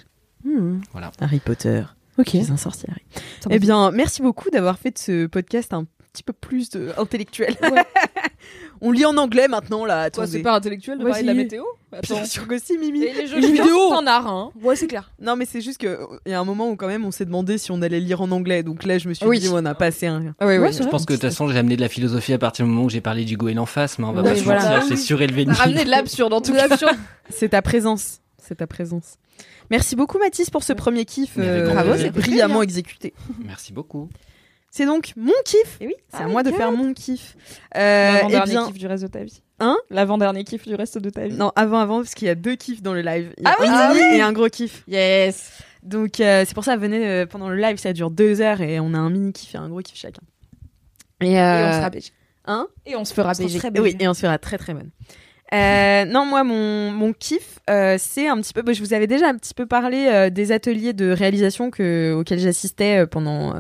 Voilà. Harry Potter. Ok. Je suis un sorcier. Harry. Eh bien, merci beaucoup d'avoir fait de ce podcast un petit peu plus de- intellectuel. [laughs] On lit en anglais maintenant là. Toi, c'est attendez. pas intellectuel de Ouais, parler de la si. météo Attends. Bien sûr que si, Mimi. Et les jeux Les vidéos. vidéo, t'en as un. Ouais, c'est clair. Non, mais c'est juste qu'il y a un moment où quand même on s'est demandé si on allait lire en anglais. Donc là, je me suis Oui. dit, on a passé un. Oui, Ouais, c'est Je vrai. pense que de toute façon, j'ai amené de la philosophie à partir du moment où j'ai parlé du goéland face, mais on va Oui, pas se voilà. mentir, c'est surélevé de T'as ramené de l'absurde en tout cas. C'est ta présence. C'est ta présence. Merci beaucoup, Mathis, pour ce premier kiff. Mais avec euh, grand plaisir. brillamment exécuté. [laughs] Merci beaucoup. C'est donc mon kiff. Et Eh oui. C'est à moi de faire mon kiff. Euh, eh L'avant-dernier bien, kiff du reste de ta vie. Hein L'avant-dernier kiff du reste de ta vie. non, avant, avant, parce qu'il y a deux kiffs dans le live. Il y a Ah oui, un ah mini et un gros kiff. Yes. Donc, euh, c'est pour ça, venez euh, pendant le live, ça dure deux heures et on a un mini kiff et un gros kiff chacun. Et, Et euh, on se fera BG. hein Et on se fera BG. Et oui, et on se fera très très bonne. Euh, non, moi, mon, mon kiff, euh, c'est un petit peu. bah, je vous avais déjà un petit peu parlé euh, des ateliers de réalisation que, auxquels j'assistais euh, pendant, euh,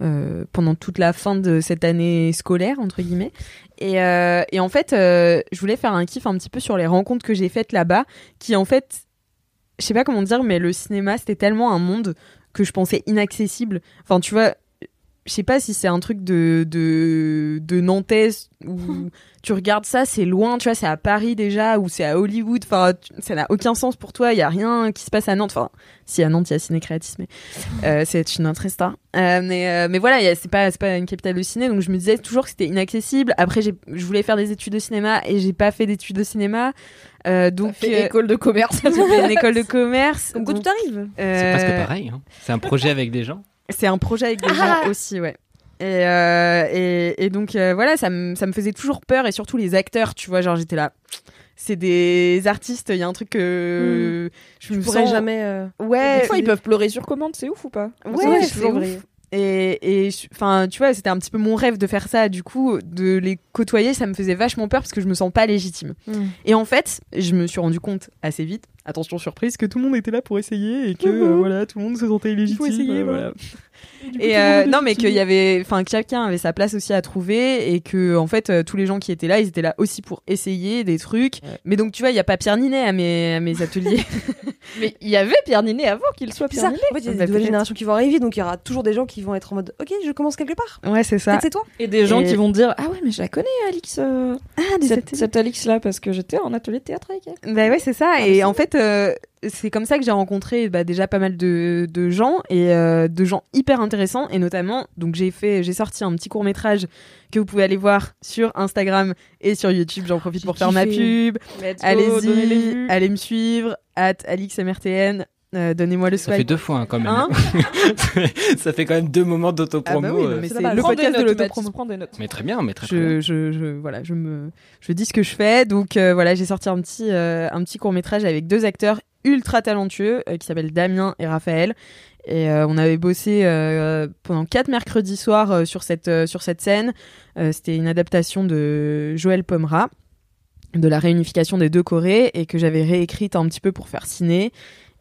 euh, pendant toute la fin de cette année scolaire, entre guillemets. Et, euh, et en fait, euh, je voulais faire un kiff un petit peu sur les rencontres que j'ai faites là-bas, qui en fait, je sais pas comment dire, mais le cinéma, c'était tellement un monde que je pensais inaccessible. Enfin, tu vois, je sais pas si c'est un truc de, de, de Nantes [laughs] ou tu regardes ça, c'est loin, tu vois, c'est à Paris déjà, ou c'est à Hollywood, enfin, tu- ça n'a aucun sens pour toi, il y a rien qui se passe à Nantes, enfin, si à Nantes, il y a Ciné Créatis, mais [laughs] euh, c'est une autre histoire. Euh, mais, euh, mais voilà, il y a- c'est pas, c'est pas une capitale de ciné, donc je me disais toujours que c'était inaccessible. Après, j'ai- je voulais faire des études de cinéma et j'ai pas fait d'études de cinéma, euh, donc Fait euh, école de commerce. [laughs] j'ai fait une école de commerce. Comme quoi donc, tout arrive. C'est euh, presque pareil. hein. C'est un projet avec des gens. c'est un projet avec des Ah. gens aussi, ouais. Et, euh, et, et donc euh, voilà, ça me, ça me faisait toujours peur et surtout les acteurs, tu vois, genre j'étais là. c'est des artistes. Il y a un truc que je Hmm. Tu me pourrais sens- jamais, euh, Ouais, Des fois, ils mais- peuvent pleurer sur commande, c'est ouf ou pas Ouais, c'est c'est ouf. Et, et je- enfin, tu vois, c'était un petit peu mon rêve de faire ça. Du coup, de les côtoyer, ça me faisait vachement peur parce que je me sens pas légitime. Mm. Et en fait, je me suis rendu compte assez vite, attention surprise, que tout le monde était là pour essayer et que Mhm. euh, voilà, tout le monde se sentait illégitime. essayer, euh, voilà. Et, euh, non, mais qu'il y avait, enfin, que chacun avait sa place aussi à trouver et que en fait, euh, tous les gens qui étaient là, ils étaient là aussi pour essayer des trucs. Mais donc, tu vois, il y a pas Pierre Ninet à mes, à mes ateliers. mais il y avait Pierre Ninet avant qu'il soit C'est ça. Pierre Ninet. En fait, il y a Bah, des peut-être. nouvelles générations qui vont arriver, donc il y aura toujours des gens qui vont être en mode Ok, je commence quelque part. [laughs] ouais, c'est ça. Peut-être c'est toi. Bah, Et des gens Et- qui vont dire Ah ouais, mais je la connais, Alix. euh, Ah, des cette, cette Alix-là, parce que j'étais en atelier de théâtre avec elle. Bah ouais, c'est ça. Ah, mais et c'est en fait, euh, c'est comme ça que j'ai rencontré bah, déjà pas mal de, de gens et euh, de gens hyper intéressants. Et notamment, donc j'ai fait, j'ai sorti un petit court métrage que vous pouvez aller voir sur Instagram et sur YouTube. J'en profite pour faire ma kiffé. pub. Let's go, donnez les Allez-y, vues. allez me suivre. At AlixMRTN. Euh, Donnez-moi le Ça fait swipe. deux fois hein, quand même. Hein [laughs] ça fait quand même deux moments ah d'autopromo. bah oui, non, euh. mais C'est c'est pas le mal. podcast de Prends des notes, l'autopromo. Mathis, prends des notes. Mais très bien, mais très, très je, bien. je, je- voilà, je me, je dis ce que je fais. Donc euh, voilà, j'ai sorti un petit, euh, un petit court métrage avec deux acteurs ultra talentueux euh, qui s'appellent Damien et Raphaël. Et euh, on avait bossé euh, pendant quatre mercredis soirs euh, sur cette, euh, sur cette scène. Euh, C'était une adaptation de Joël Pomera de la réunification des deux Corées et que j'avais réécrite un petit peu pour faire ciné.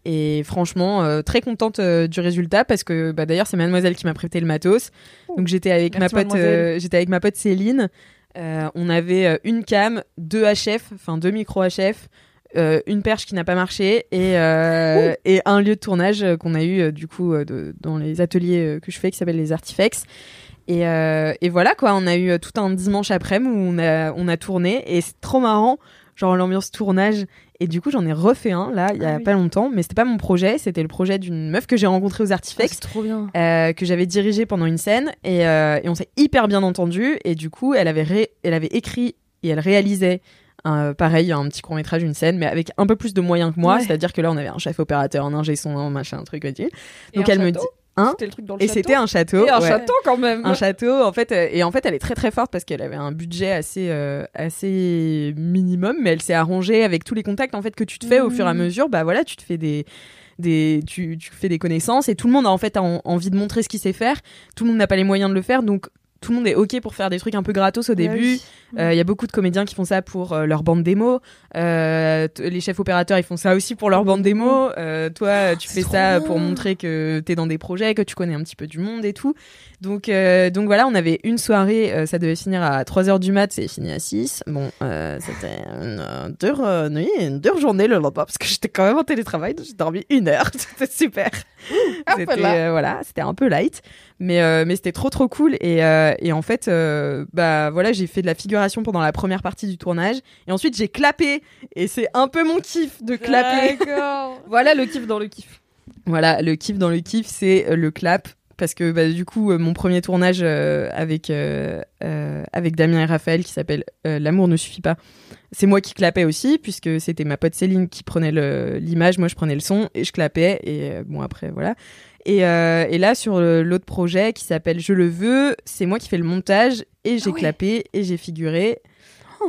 Et franchement, euh, très contente euh, du résultat parce que bah, d'ailleurs c'est Mademoiselle qui m'a prêté le matos. Donc j'étais avec Oh, Merci, ma pote, Mademoiselle. euh, j'étais avec ma pote Céline. Euh, on avait euh, une cam, deux HF, enfin deux micro HF, euh, une perche qui n'a pas marché et euh, et un lieu de tournage euh, qu'on a eu euh, du coup euh, de- dans les ateliers euh, que je fais qui s'appelle les Artifacts. Et, euh, et voilà quoi, on a eu euh, tout un dimanche après-midi où on a, on a tourné et c'est trop marrant, genre l'ambiance tournage. Et du coup, j'en ai refait un là, il y a Ah oui. pas longtemps, mais c'était pas mon projet, c'était le projet d'une meuf que j'ai rencontrée aux Artifacts, trop Ah, bien. euh, que j'avais dirigée pendant une scène et, euh, et on s'est hyper bien entendu. Et du coup, elle avait, ré- elle avait écrit et elle réalisait. un- pareil, un petit court-métrage, une scène, mais avec un peu plus de moyens que moi. Ouais. C'est-à-dire que là, on avait un chef opérateur, un ingé son, un machin, un truc. et tout. Et Donc un elle me dit. château Hein C'était le truc dans le Et château. c'était un château. Et un ouais château quand même. un château en fait euh, et en fait elle est très très forte parce qu'elle avait un budget assez euh, assez minimum mais elle s'est arrangée avec tous les contacts en fait que tu te fais au Mhm. fur et à mesure bah voilà tu te fais des des tu, tu fais des connaissances et tout le monde a en fait en- envie de montrer ce qu'il sait faire tout le monde n'a pas les moyens de le faire donc tout le monde est ok pour faire des trucs un peu gratos au Bah début Euh, il y a beaucoup de comédiens qui font ça pour euh, leur bande démo. Euh, t- les chefs opérateurs, ils font ça aussi pour leur bande démo. Euh, toi, tu fais ça pour montrer que t'es dans des projets, que tu connais un petit peu du monde et tout. Donc, euh, donc voilà, on avait une soirée. euh, ça devait finir à 3h du mat, c'est fini à 6. Bon, euh, c'était une euh, dure euh, nuit, et une dure journée le lendemain parce que j'étais quand même en télétravail. donc J'ai dormi une heure. [laughs] C'était super. C'était là. euh, voilà, c'était un peu light, mais euh, mais c'était trop trop cool et, euh, et en fait euh, bah voilà j'ai fait de la figuration pendant la première partie du tournage et ensuite j'ai clapé et c'est un peu mon kiff de clapper. D'accord. [laughs] voilà le kiff dans le kiff. Voilà le kiff dans le kiff c'est euh, le clap parce que bah, du coup euh, mon premier tournage euh, avec euh, euh, avec Damien et Raphaël qui s'appelle euh, l'amour ne suffit pas c'est moi qui clapais aussi puisque c'était ma pote Céline qui prenait le- l'image, moi je prenais le son et je clapais et euh, bon après voilà. Et, euh, et là sur le- l'autre projet qui s'appelle Je le veux, c'est moi qui fais le montage et j'ai Ah ouais. clapé et j'ai figuré.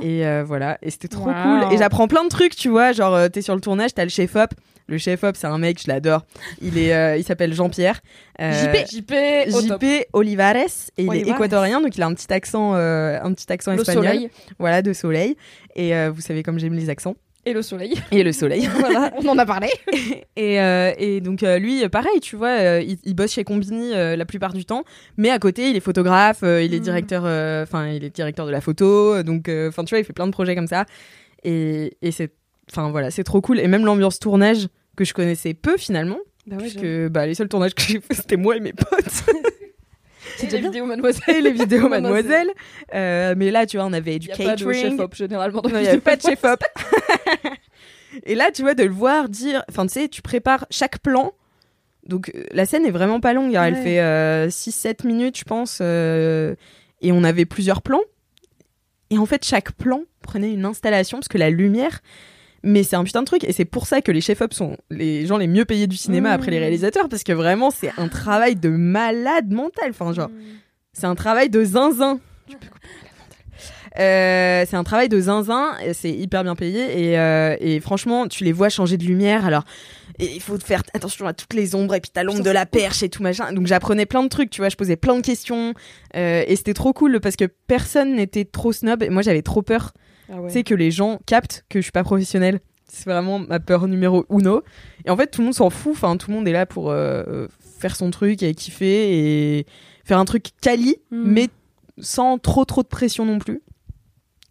Et euh, voilà, et c'était trop Wow. cool. Et j'apprends plein de trucs, tu vois. Genre, euh, t'es sur le tournage, t'as le chef-op. Le chef-op, c'est un mec, je l'adore. Il est, euh, il s'appelle Jean-Pierre. Euh, JP, au top. JP Olivares et il est Olivares. équatorien donc il a un petit accent euh, un petit accent Le espagnol soleil. voilà de soleil et euh, vous savez comme j'aime les accents Et le soleil. et le soleil voilà. On en a parlé. et, euh, et donc euh, lui euh, pareil tu vois euh, il, il bosse chez Combini euh, la plupart du temps mais à côté il est photographe euh, il est Mm. directeur euh, enfin il est directeur de la photo euh, donc euh, enfin tu vois il fait plein de projets comme ça et, et c'est enfin voilà c'est trop cool et même l'ambiance tournage que je connaissais peu finalement puisque bah, les seuls tournages que j'ai fait c'était moi et mes potes C'est des vidéos, mademoiselle. et les [laughs] vidéos Mademoiselle. mademoiselle. Euh, mais là, tu vois, on avait du Il n'y a pas de catering. chef-op généralement. Non, [laughs] il n'y avait pas de chef-op. et là, tu vois, de le voir dire. Enfin, tu sais, tu prépares chaque plan. Donc, euh, la scène est vraiment pas longue. hein. Elle Ouais. fait 6-7 minutes, je pense. euh, et on avait plusieurs plans. Et en fait, chaque plan prenait une installation parce que la lumière. Mais c'est un putain de truc. Et c'est pour ça que les chefs-op sont les gens les mieux payés du cinéma après les réalisateurs. Parce que vraiment, c'est un travail de Mmh. malade mental. Enfin, genre, c'est un travail de zinzin. Euh, c'est un travail de zinzin, et c'est hyper bien payé et, euh, et franchement, tu les vois changer de lumière. Alors, et il faut faire attention à toutes les ombres et puis t'as l'ombre de la perche et tout machin. Donc j'apprenais plein de trucs, tu vois, je posais plein de questions euh, et c'était trop cool parce que personne n'était trop snob et moi j'avais trop peur, Ah ouais. tu sais, que les gens captent que je suis pas professionnelle. C'est vraiment ma peur numéro uno. Et en fait, tout le monde s'en fout. Enfin, tout le monde est là pour euh, faire son truc et kiffer et faire un truc quali, Hmm. mais sans trop trop de pression non plus.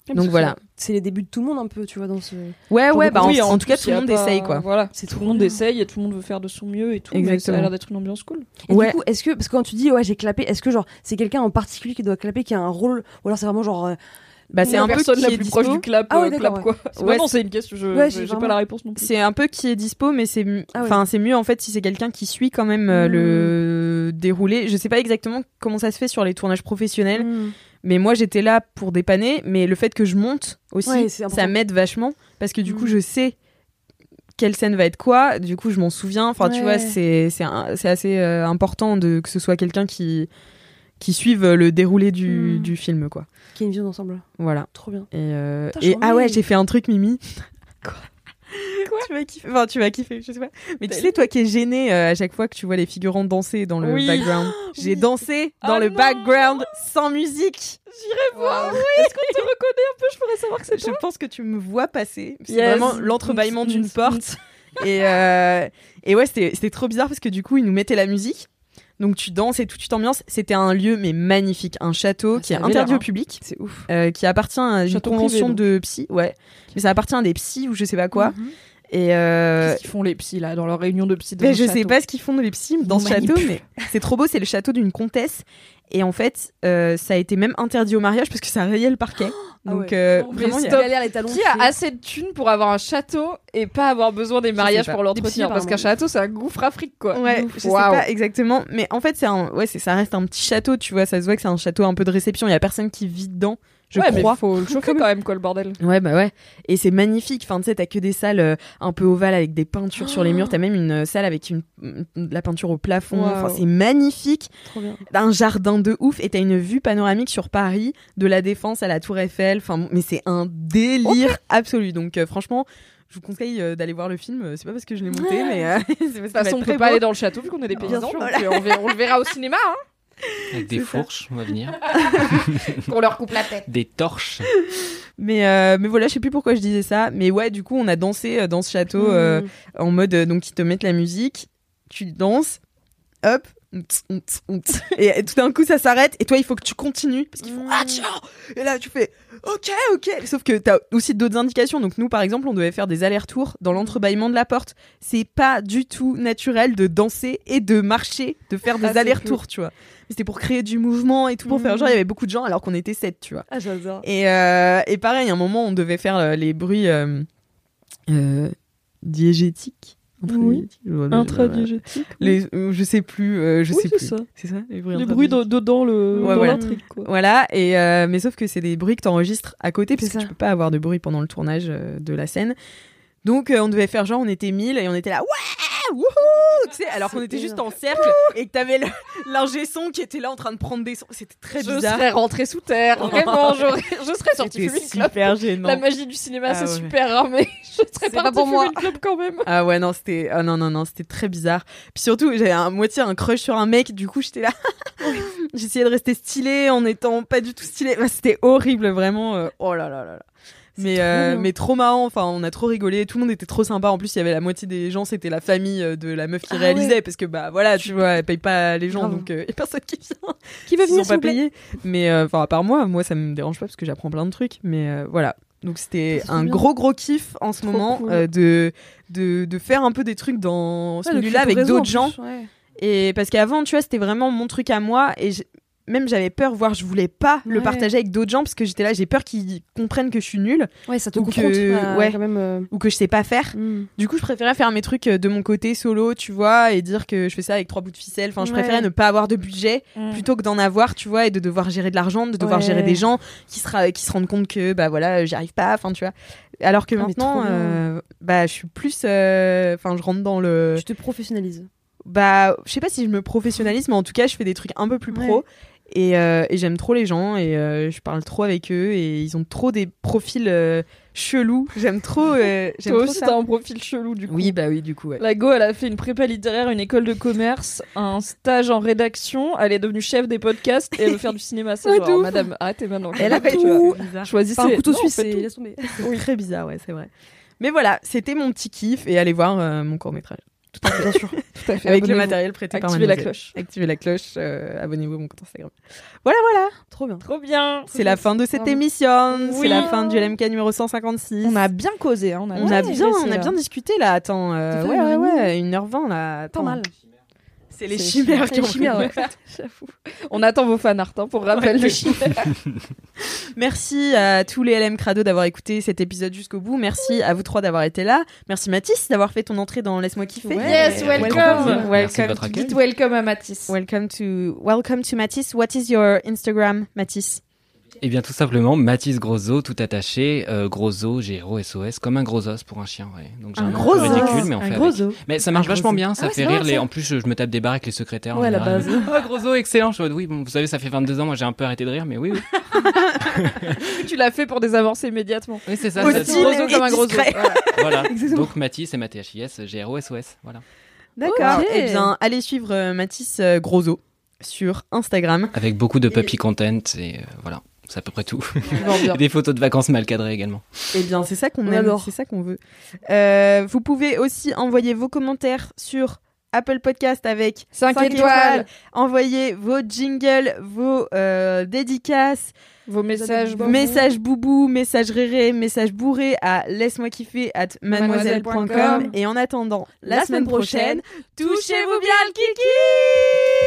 Ah, Donc voilà. C'est les débuts de tout le monde un peu, tu vois, dans ce. Ouais, genre ouais, de bah, en- contexte. en, tout cas, tout le monde essaye, quoi. Voilà, c'est tout le monde essaye et tout le monde veut faire de son mieux et tout. mais Exactement. ça a l'air d'être une ambiance cool. Et du coup, est-ce que, parce que quand tu dis, ouais, j'ai clapé, est-ce que genre, c'est quelqu'un en particulier qui doit clapper, qui a un rôle, ou alors c'est vraiment genre. euh, Bah, c'est la un peu personne qui la est plus dispo. proche du clap, Ah ouais, euh, clap, d'accord, ouais. quoi. C'est- vraiment, c'est c'est une question, je- Ouais, j'ai j'ai pas vraiment- la réponse non plus. C'est un peu qui est dispo, mais c'est m- Ah ouais. enfin c'est mieux en fait si c'est quelqu'un qui suit quand même euh, le Hmm. déroulé. Je sais pas exactement comment ça se fait sur les tournages professionnels, Hmm. mais moi j'étais là pour dépanner. Mais le fait que je monte aussi, Ouais, c'est important. Mm. ça m'aide vachement parce que du coup je sais quelle scène va être quoi. Du coup je m'en souviens. Enfin tu vois Ouais. c'est c'est un- c'est assez euh, important de que ce soit quelqu'un qui qui suive euh, le déroulé Mm. du, du film quoi. Qui a une vision d'ensemble. Voilà. Trop bien. Et, euh, Putain, et j'en ai ah ouais, une. j'ai fait un truc, [laughs] Mimi. Quoi tu vas kiffer. Enfin, tu vas kiffer, je sais pas. Mais tu sais, toi qui es gênée euh, à chaque fois que tu vois les figurants danser dans le [gasps] Oui. background. J'ai dansé dans Oh le non. background sans musique. J'irai voir. Wow. Est-ce qu'on te reconnaît un peu Je pourrais savoir que c'est Je pense que tu me vois passer. C'est Yes. vraiment l'entrebâillement d'une [laughs] porte. et, euh, et ouais, c'était c'était trop bizarre parce que du coup, ils nous mettaient la musique. Donc tu danses et tout, tu t'ambiances. C'était un lieu mais magnifique, un château qui est avait l'air, interdit hein. au public, C'est ouf. euh, qui appartient à une Château privé, convention donc. Mhm. de psy, ouais. Mais ça appartient à des psys ou je sais pas quoi. Et euh, Qu'est-ce qu'ils font les psys là dans leur réunion de psy dans mais le je sais château pas ce qu'ils font les psys dans ce manipulent. château, mais c'est trop beau. C'est le château d'une comtesse. Et en fait, euh, ça a été même interdit au mariage parce que ça rayait le [gasps] parquet. Ah Donc euh, vraiment, il y a- Qui a assez de thunes pour avoir un château et pas avoir besoin des mariages pas. pour Des psys, l'entretien Parce apparemment. qu'un château, c'est un gouffre afrique, quoi. Ouais, je sais pas exactement, mais en fait, c'est un, ouais, c'est, ça reste un petit château, tu vois, ça se voit que c'est un château un peu de réception, il y a personne qui vit dedans, je ouais, crois. mais faut [laughs] le chauffer quand même, quoi, le bordel. Ouais, bah ouais. Et c'est magnifique. Enfin, tu sais, t'as que des salles euh, un peu ovales avec des peintures sur les murs. T'as même une euh, salle avec une, de la peinture au plafond. Waouh. Enfin, c'est magnifique. Trop bien. Un jardin de ouf. Et t'as une vue panoramique sur Paris, de la Défense à la Tour Eiffel. Enfin, bon, mais c'est un délire absolu. Donc, euh, franchement, je vous conseille euh, d'aller voir le film. Euh, C'est pas parce que je l'ai monté, mais euh, [laughs] c'est parce qu'il Ah. De toute va être façon, on très peut pas beau. aller dans le château vu qu'on est des Bien paysans. sûr. donc, euh, on, verra, on le verra au cinéma, hein. [laughs] Avec des fourches, on va venir. Qu'on leur coupe la tête. Des torches. Mais, euh, mais voilà, je sais plus pourquoi je disais ça. Mais ouais, du coup, on a dansé euh, dans ce château euh, Mmh. Mhm. en mode euh, donc ils te mettent la musique, tu danses, hop. ntz, ntz, ntz, [laughs] Et, et tout d'un coup, ça s'arrête. Et toi, il faut que tu continues parce qu'ils font Mmh. ah tiens. Et là, tu fais ok, ok. Sauf que t'as aussi d'autres indications. Donc nous, par exemple, on devait faire des allers-retours Mmh. dans l'entrebâillement de la porte. C'est pas du tout naturel de danser et de marcher, de faire Ah, des c'est Mmh. allers-retours, cool. tu vois. Mais C'était pour créer du mouvement et tout pour faire genre il y avait beaucoup de gens alors qu'on était sept, tu vois. Ah, j'adore. Et, euh, et pareil, à un moment, on devait faire euh, les bruits euh, euh, diégétiques. Intradiégétiques, je vois déjà, Intradiégétiques, voilà. Les, euh, je sais plus, euh, je Oui, sais c'est plus. ça. C'est ça, les bruits Les bruits intradiégétiques. de- dedans le- dans voilà. l'intrigue, quoi. Voilà, et euh, mais sauf que c'est des bruits que t'enregistres à côté parce que ça. tu peux pas avoir de bruit pendant le tournage euh, de la scène. Donc euh, on devait faire genre on était 1000 et on était là ouais wouhou tu sais alors qu'on était juste en cercle et que t'avais le- l'ingé son qui était là en train de prendre des sons c'était très Je bizarre serais rentrée sous terre, [laughs] vraiment, j'aurais- je serais sortie C'était fumer une clope. super gênant. La magie du cinéma, Ah c'est ouais. super rare, mais [laughs] je serais pas partie pour fumer moi. une clope quand même. [laughs] Ah ouais, non, c'était ah non, non, non, c'était très bizarre. Puis surtout, j'avais à moitié un crush sur un mec, du coup, j'étais là. [laughs] J'essayais de rester stylée en étant pas du tout stylée. Bah, c'était horrible, vraiment. euh, Oh là là là là. Mais, euh, bien. mais trop marrant, enfin, on a trop rigolé, tout le monde était trop sympa. En plus, il y avait la moitié des gens, c'était la famille euh, de la meuf qui Ah réalisait, ouais. parce que bah voilà, tu vois, elle paye pas les gens, Grave. donc euh, y a personne qui vient. Qui veut Ils sont venir, s'il pas vous plaît payés. Mais euh, enfin, à part moi, moi ça me dérange pas parce que j'apprends plein de trucs, mais euh, voilà. Donc c'était Ah, trop un bien. gros gros kiff en ce Trop moment cool. euh, de, de, de faire un peu des trucs dans Ouais, de celui-là créer avec ton réseau, en d'autres plus, gens. ouais. Et parce qu'avant, tu vois, c'était vraiment mon truc à moi et j- même j'avais peur, voire je voulais pas le Ouais. partager avec d'autres gens parce que j'étais là, j'ai peur qu'ils comprennent que je suis nulle. Ouais, ça te ou confronte, euh, ouais, quand même, euh. ou que je sais pas faire. Hmm. Du coup, je préférais faire mes trucs euh, de mon côté solo, tu vois, et dire que je fais ça avec trois bouts de ficelle. Enfin, je Ouais. préférais ne pas avoir de budget Mm. plutôt que d'en avoir, tu vois, et de devoir gérer de l'argent, de devoir Ouais. gérer des gens qui se, ra- qui se rendent compte que bah voilà, euh, j'y arrive pas. Enfin, tu vois. Alors que Ah, mais maintenant, trop bien. euh, bah je suis plus, euh, enfin, je rentre dans le. Euh, Tu te professionnalises. Bah, je sais pas si je me professionnalise, mais en tout cas, je fais des trucs un peu plus pro. Et, euh, et j'aime trop les gens et euh, je parle trop avec eux et ils ont trop des profils euh, chelous. J'aime trop. euh, j'aime Toi trop aussi, ça. t'as un profil chelou du coup. Oui, bah oui, du coup. ouais. La Go, elle a fait une prépa littéraire, une école de commerce, un stage en rédaction. Elle est devenue chef des podcasts et elle veut faire du cinéma. C'est Ouais, genre, de ouf. madame, arrêtez maintenant. Elle a Ouais, tu tout. vois. [laughs] Choisissez. Enfin, un couteau Non, suisse, en fait, c'est- tout. laisse tomber. C'est très bizarre, ouais, c'est vrai. Mais voilà, c'était mon petit kiff et allez voir euh, mon court métrage. Tout à fait, bien sûr. Tout à [laughs] Avec fait, le abonnez-vous. matériel prêté par Activez la Mademoiselle. cloche. Activez la cloche, euh, abonnez-vous à mon compte Instagram. Voilà, voilà. Trop bien. Trop bien. C'est la fin de cette Bravo. émission. C'est Oui. la fin du LMK numéro 156. On a bien causé. hein, on a, On a bien, bien laissé, on a là. bien discuté là. Attends, euh, Ça fait ouais, une ouais, heure ouais, et 1h20 là. Attends. mal. C'est les chimères qui ont pris le- J'avoue. On attend vos fanarts hein, pour [laughs] rappel Ouais. de chimères. Merci à tous les LM Crado d'avoir écouté cet épisode jusqu'au bout. Merci à vous trois d'avoir été là. Merci Mathis d'avoir fait ton entrée dans Laisse-moi kiffer. Euh, Ouais. Yes, welcome. Welcome. Merci de votre to- accueil. Dites welcome à Matisse. Welcome to Welcome to Mathis. What is your Instagram, Mathis Eh bien, tout simplement, Mathis Grosso, tout attaché. Euh, Grosso, g r SOS, comme un gros os pour un chien, ouais. Donc, j'ai Un un, nom gros os. ridicule, mais on Un fait gros avec. os. Mais ça marche Un gros vachement os. bien, ça Ah ouais, fait c'est rire. vrai, les... ça. En plus, je, je me tape des barres avec les secrétaires. en Ouais, à la général. base. Ah, Grosso, excellent. Je suis en mode, oui, bon, vous savez, ça fait 22 ans. Moi, j'ai un peu arrêté de rire, mais oui, oui. tu l'as fait pour des avancées immédiatement. Oui, c'est ça. Hostile c'est- Grosso et comme un gros os. discret. Voilà. Voilà. [laughs] Exactement. Donc, Mathis et Mathis, g r SOS. Voilà. D'accord. Ok. Eh bien, allez suivre euh, Mathis euh, Grosso sur Instagram. Avec beaucoup de puppy content et euh, voilà. C'est à peu près tout. Bon, bien. des photos de vacances mal cadrées également. Eh bien, c'est ça qu'on On aime, adore. c'est ça qu'on veut. Euh, vous pouvez aussi envoyer vos commentaires sur Apple Podcast avec Cinq 5 étoiles. Envoyez vos jingles, vos euh, dédicaces, Vos messages. bonbons. messages boubou, messages réré, messages bourrés à laisse-moi kiffer at mademoiselle.com. mademoiselle.com. Et en attendant, la, semaine prochaine, touchez-vous bien le kiki!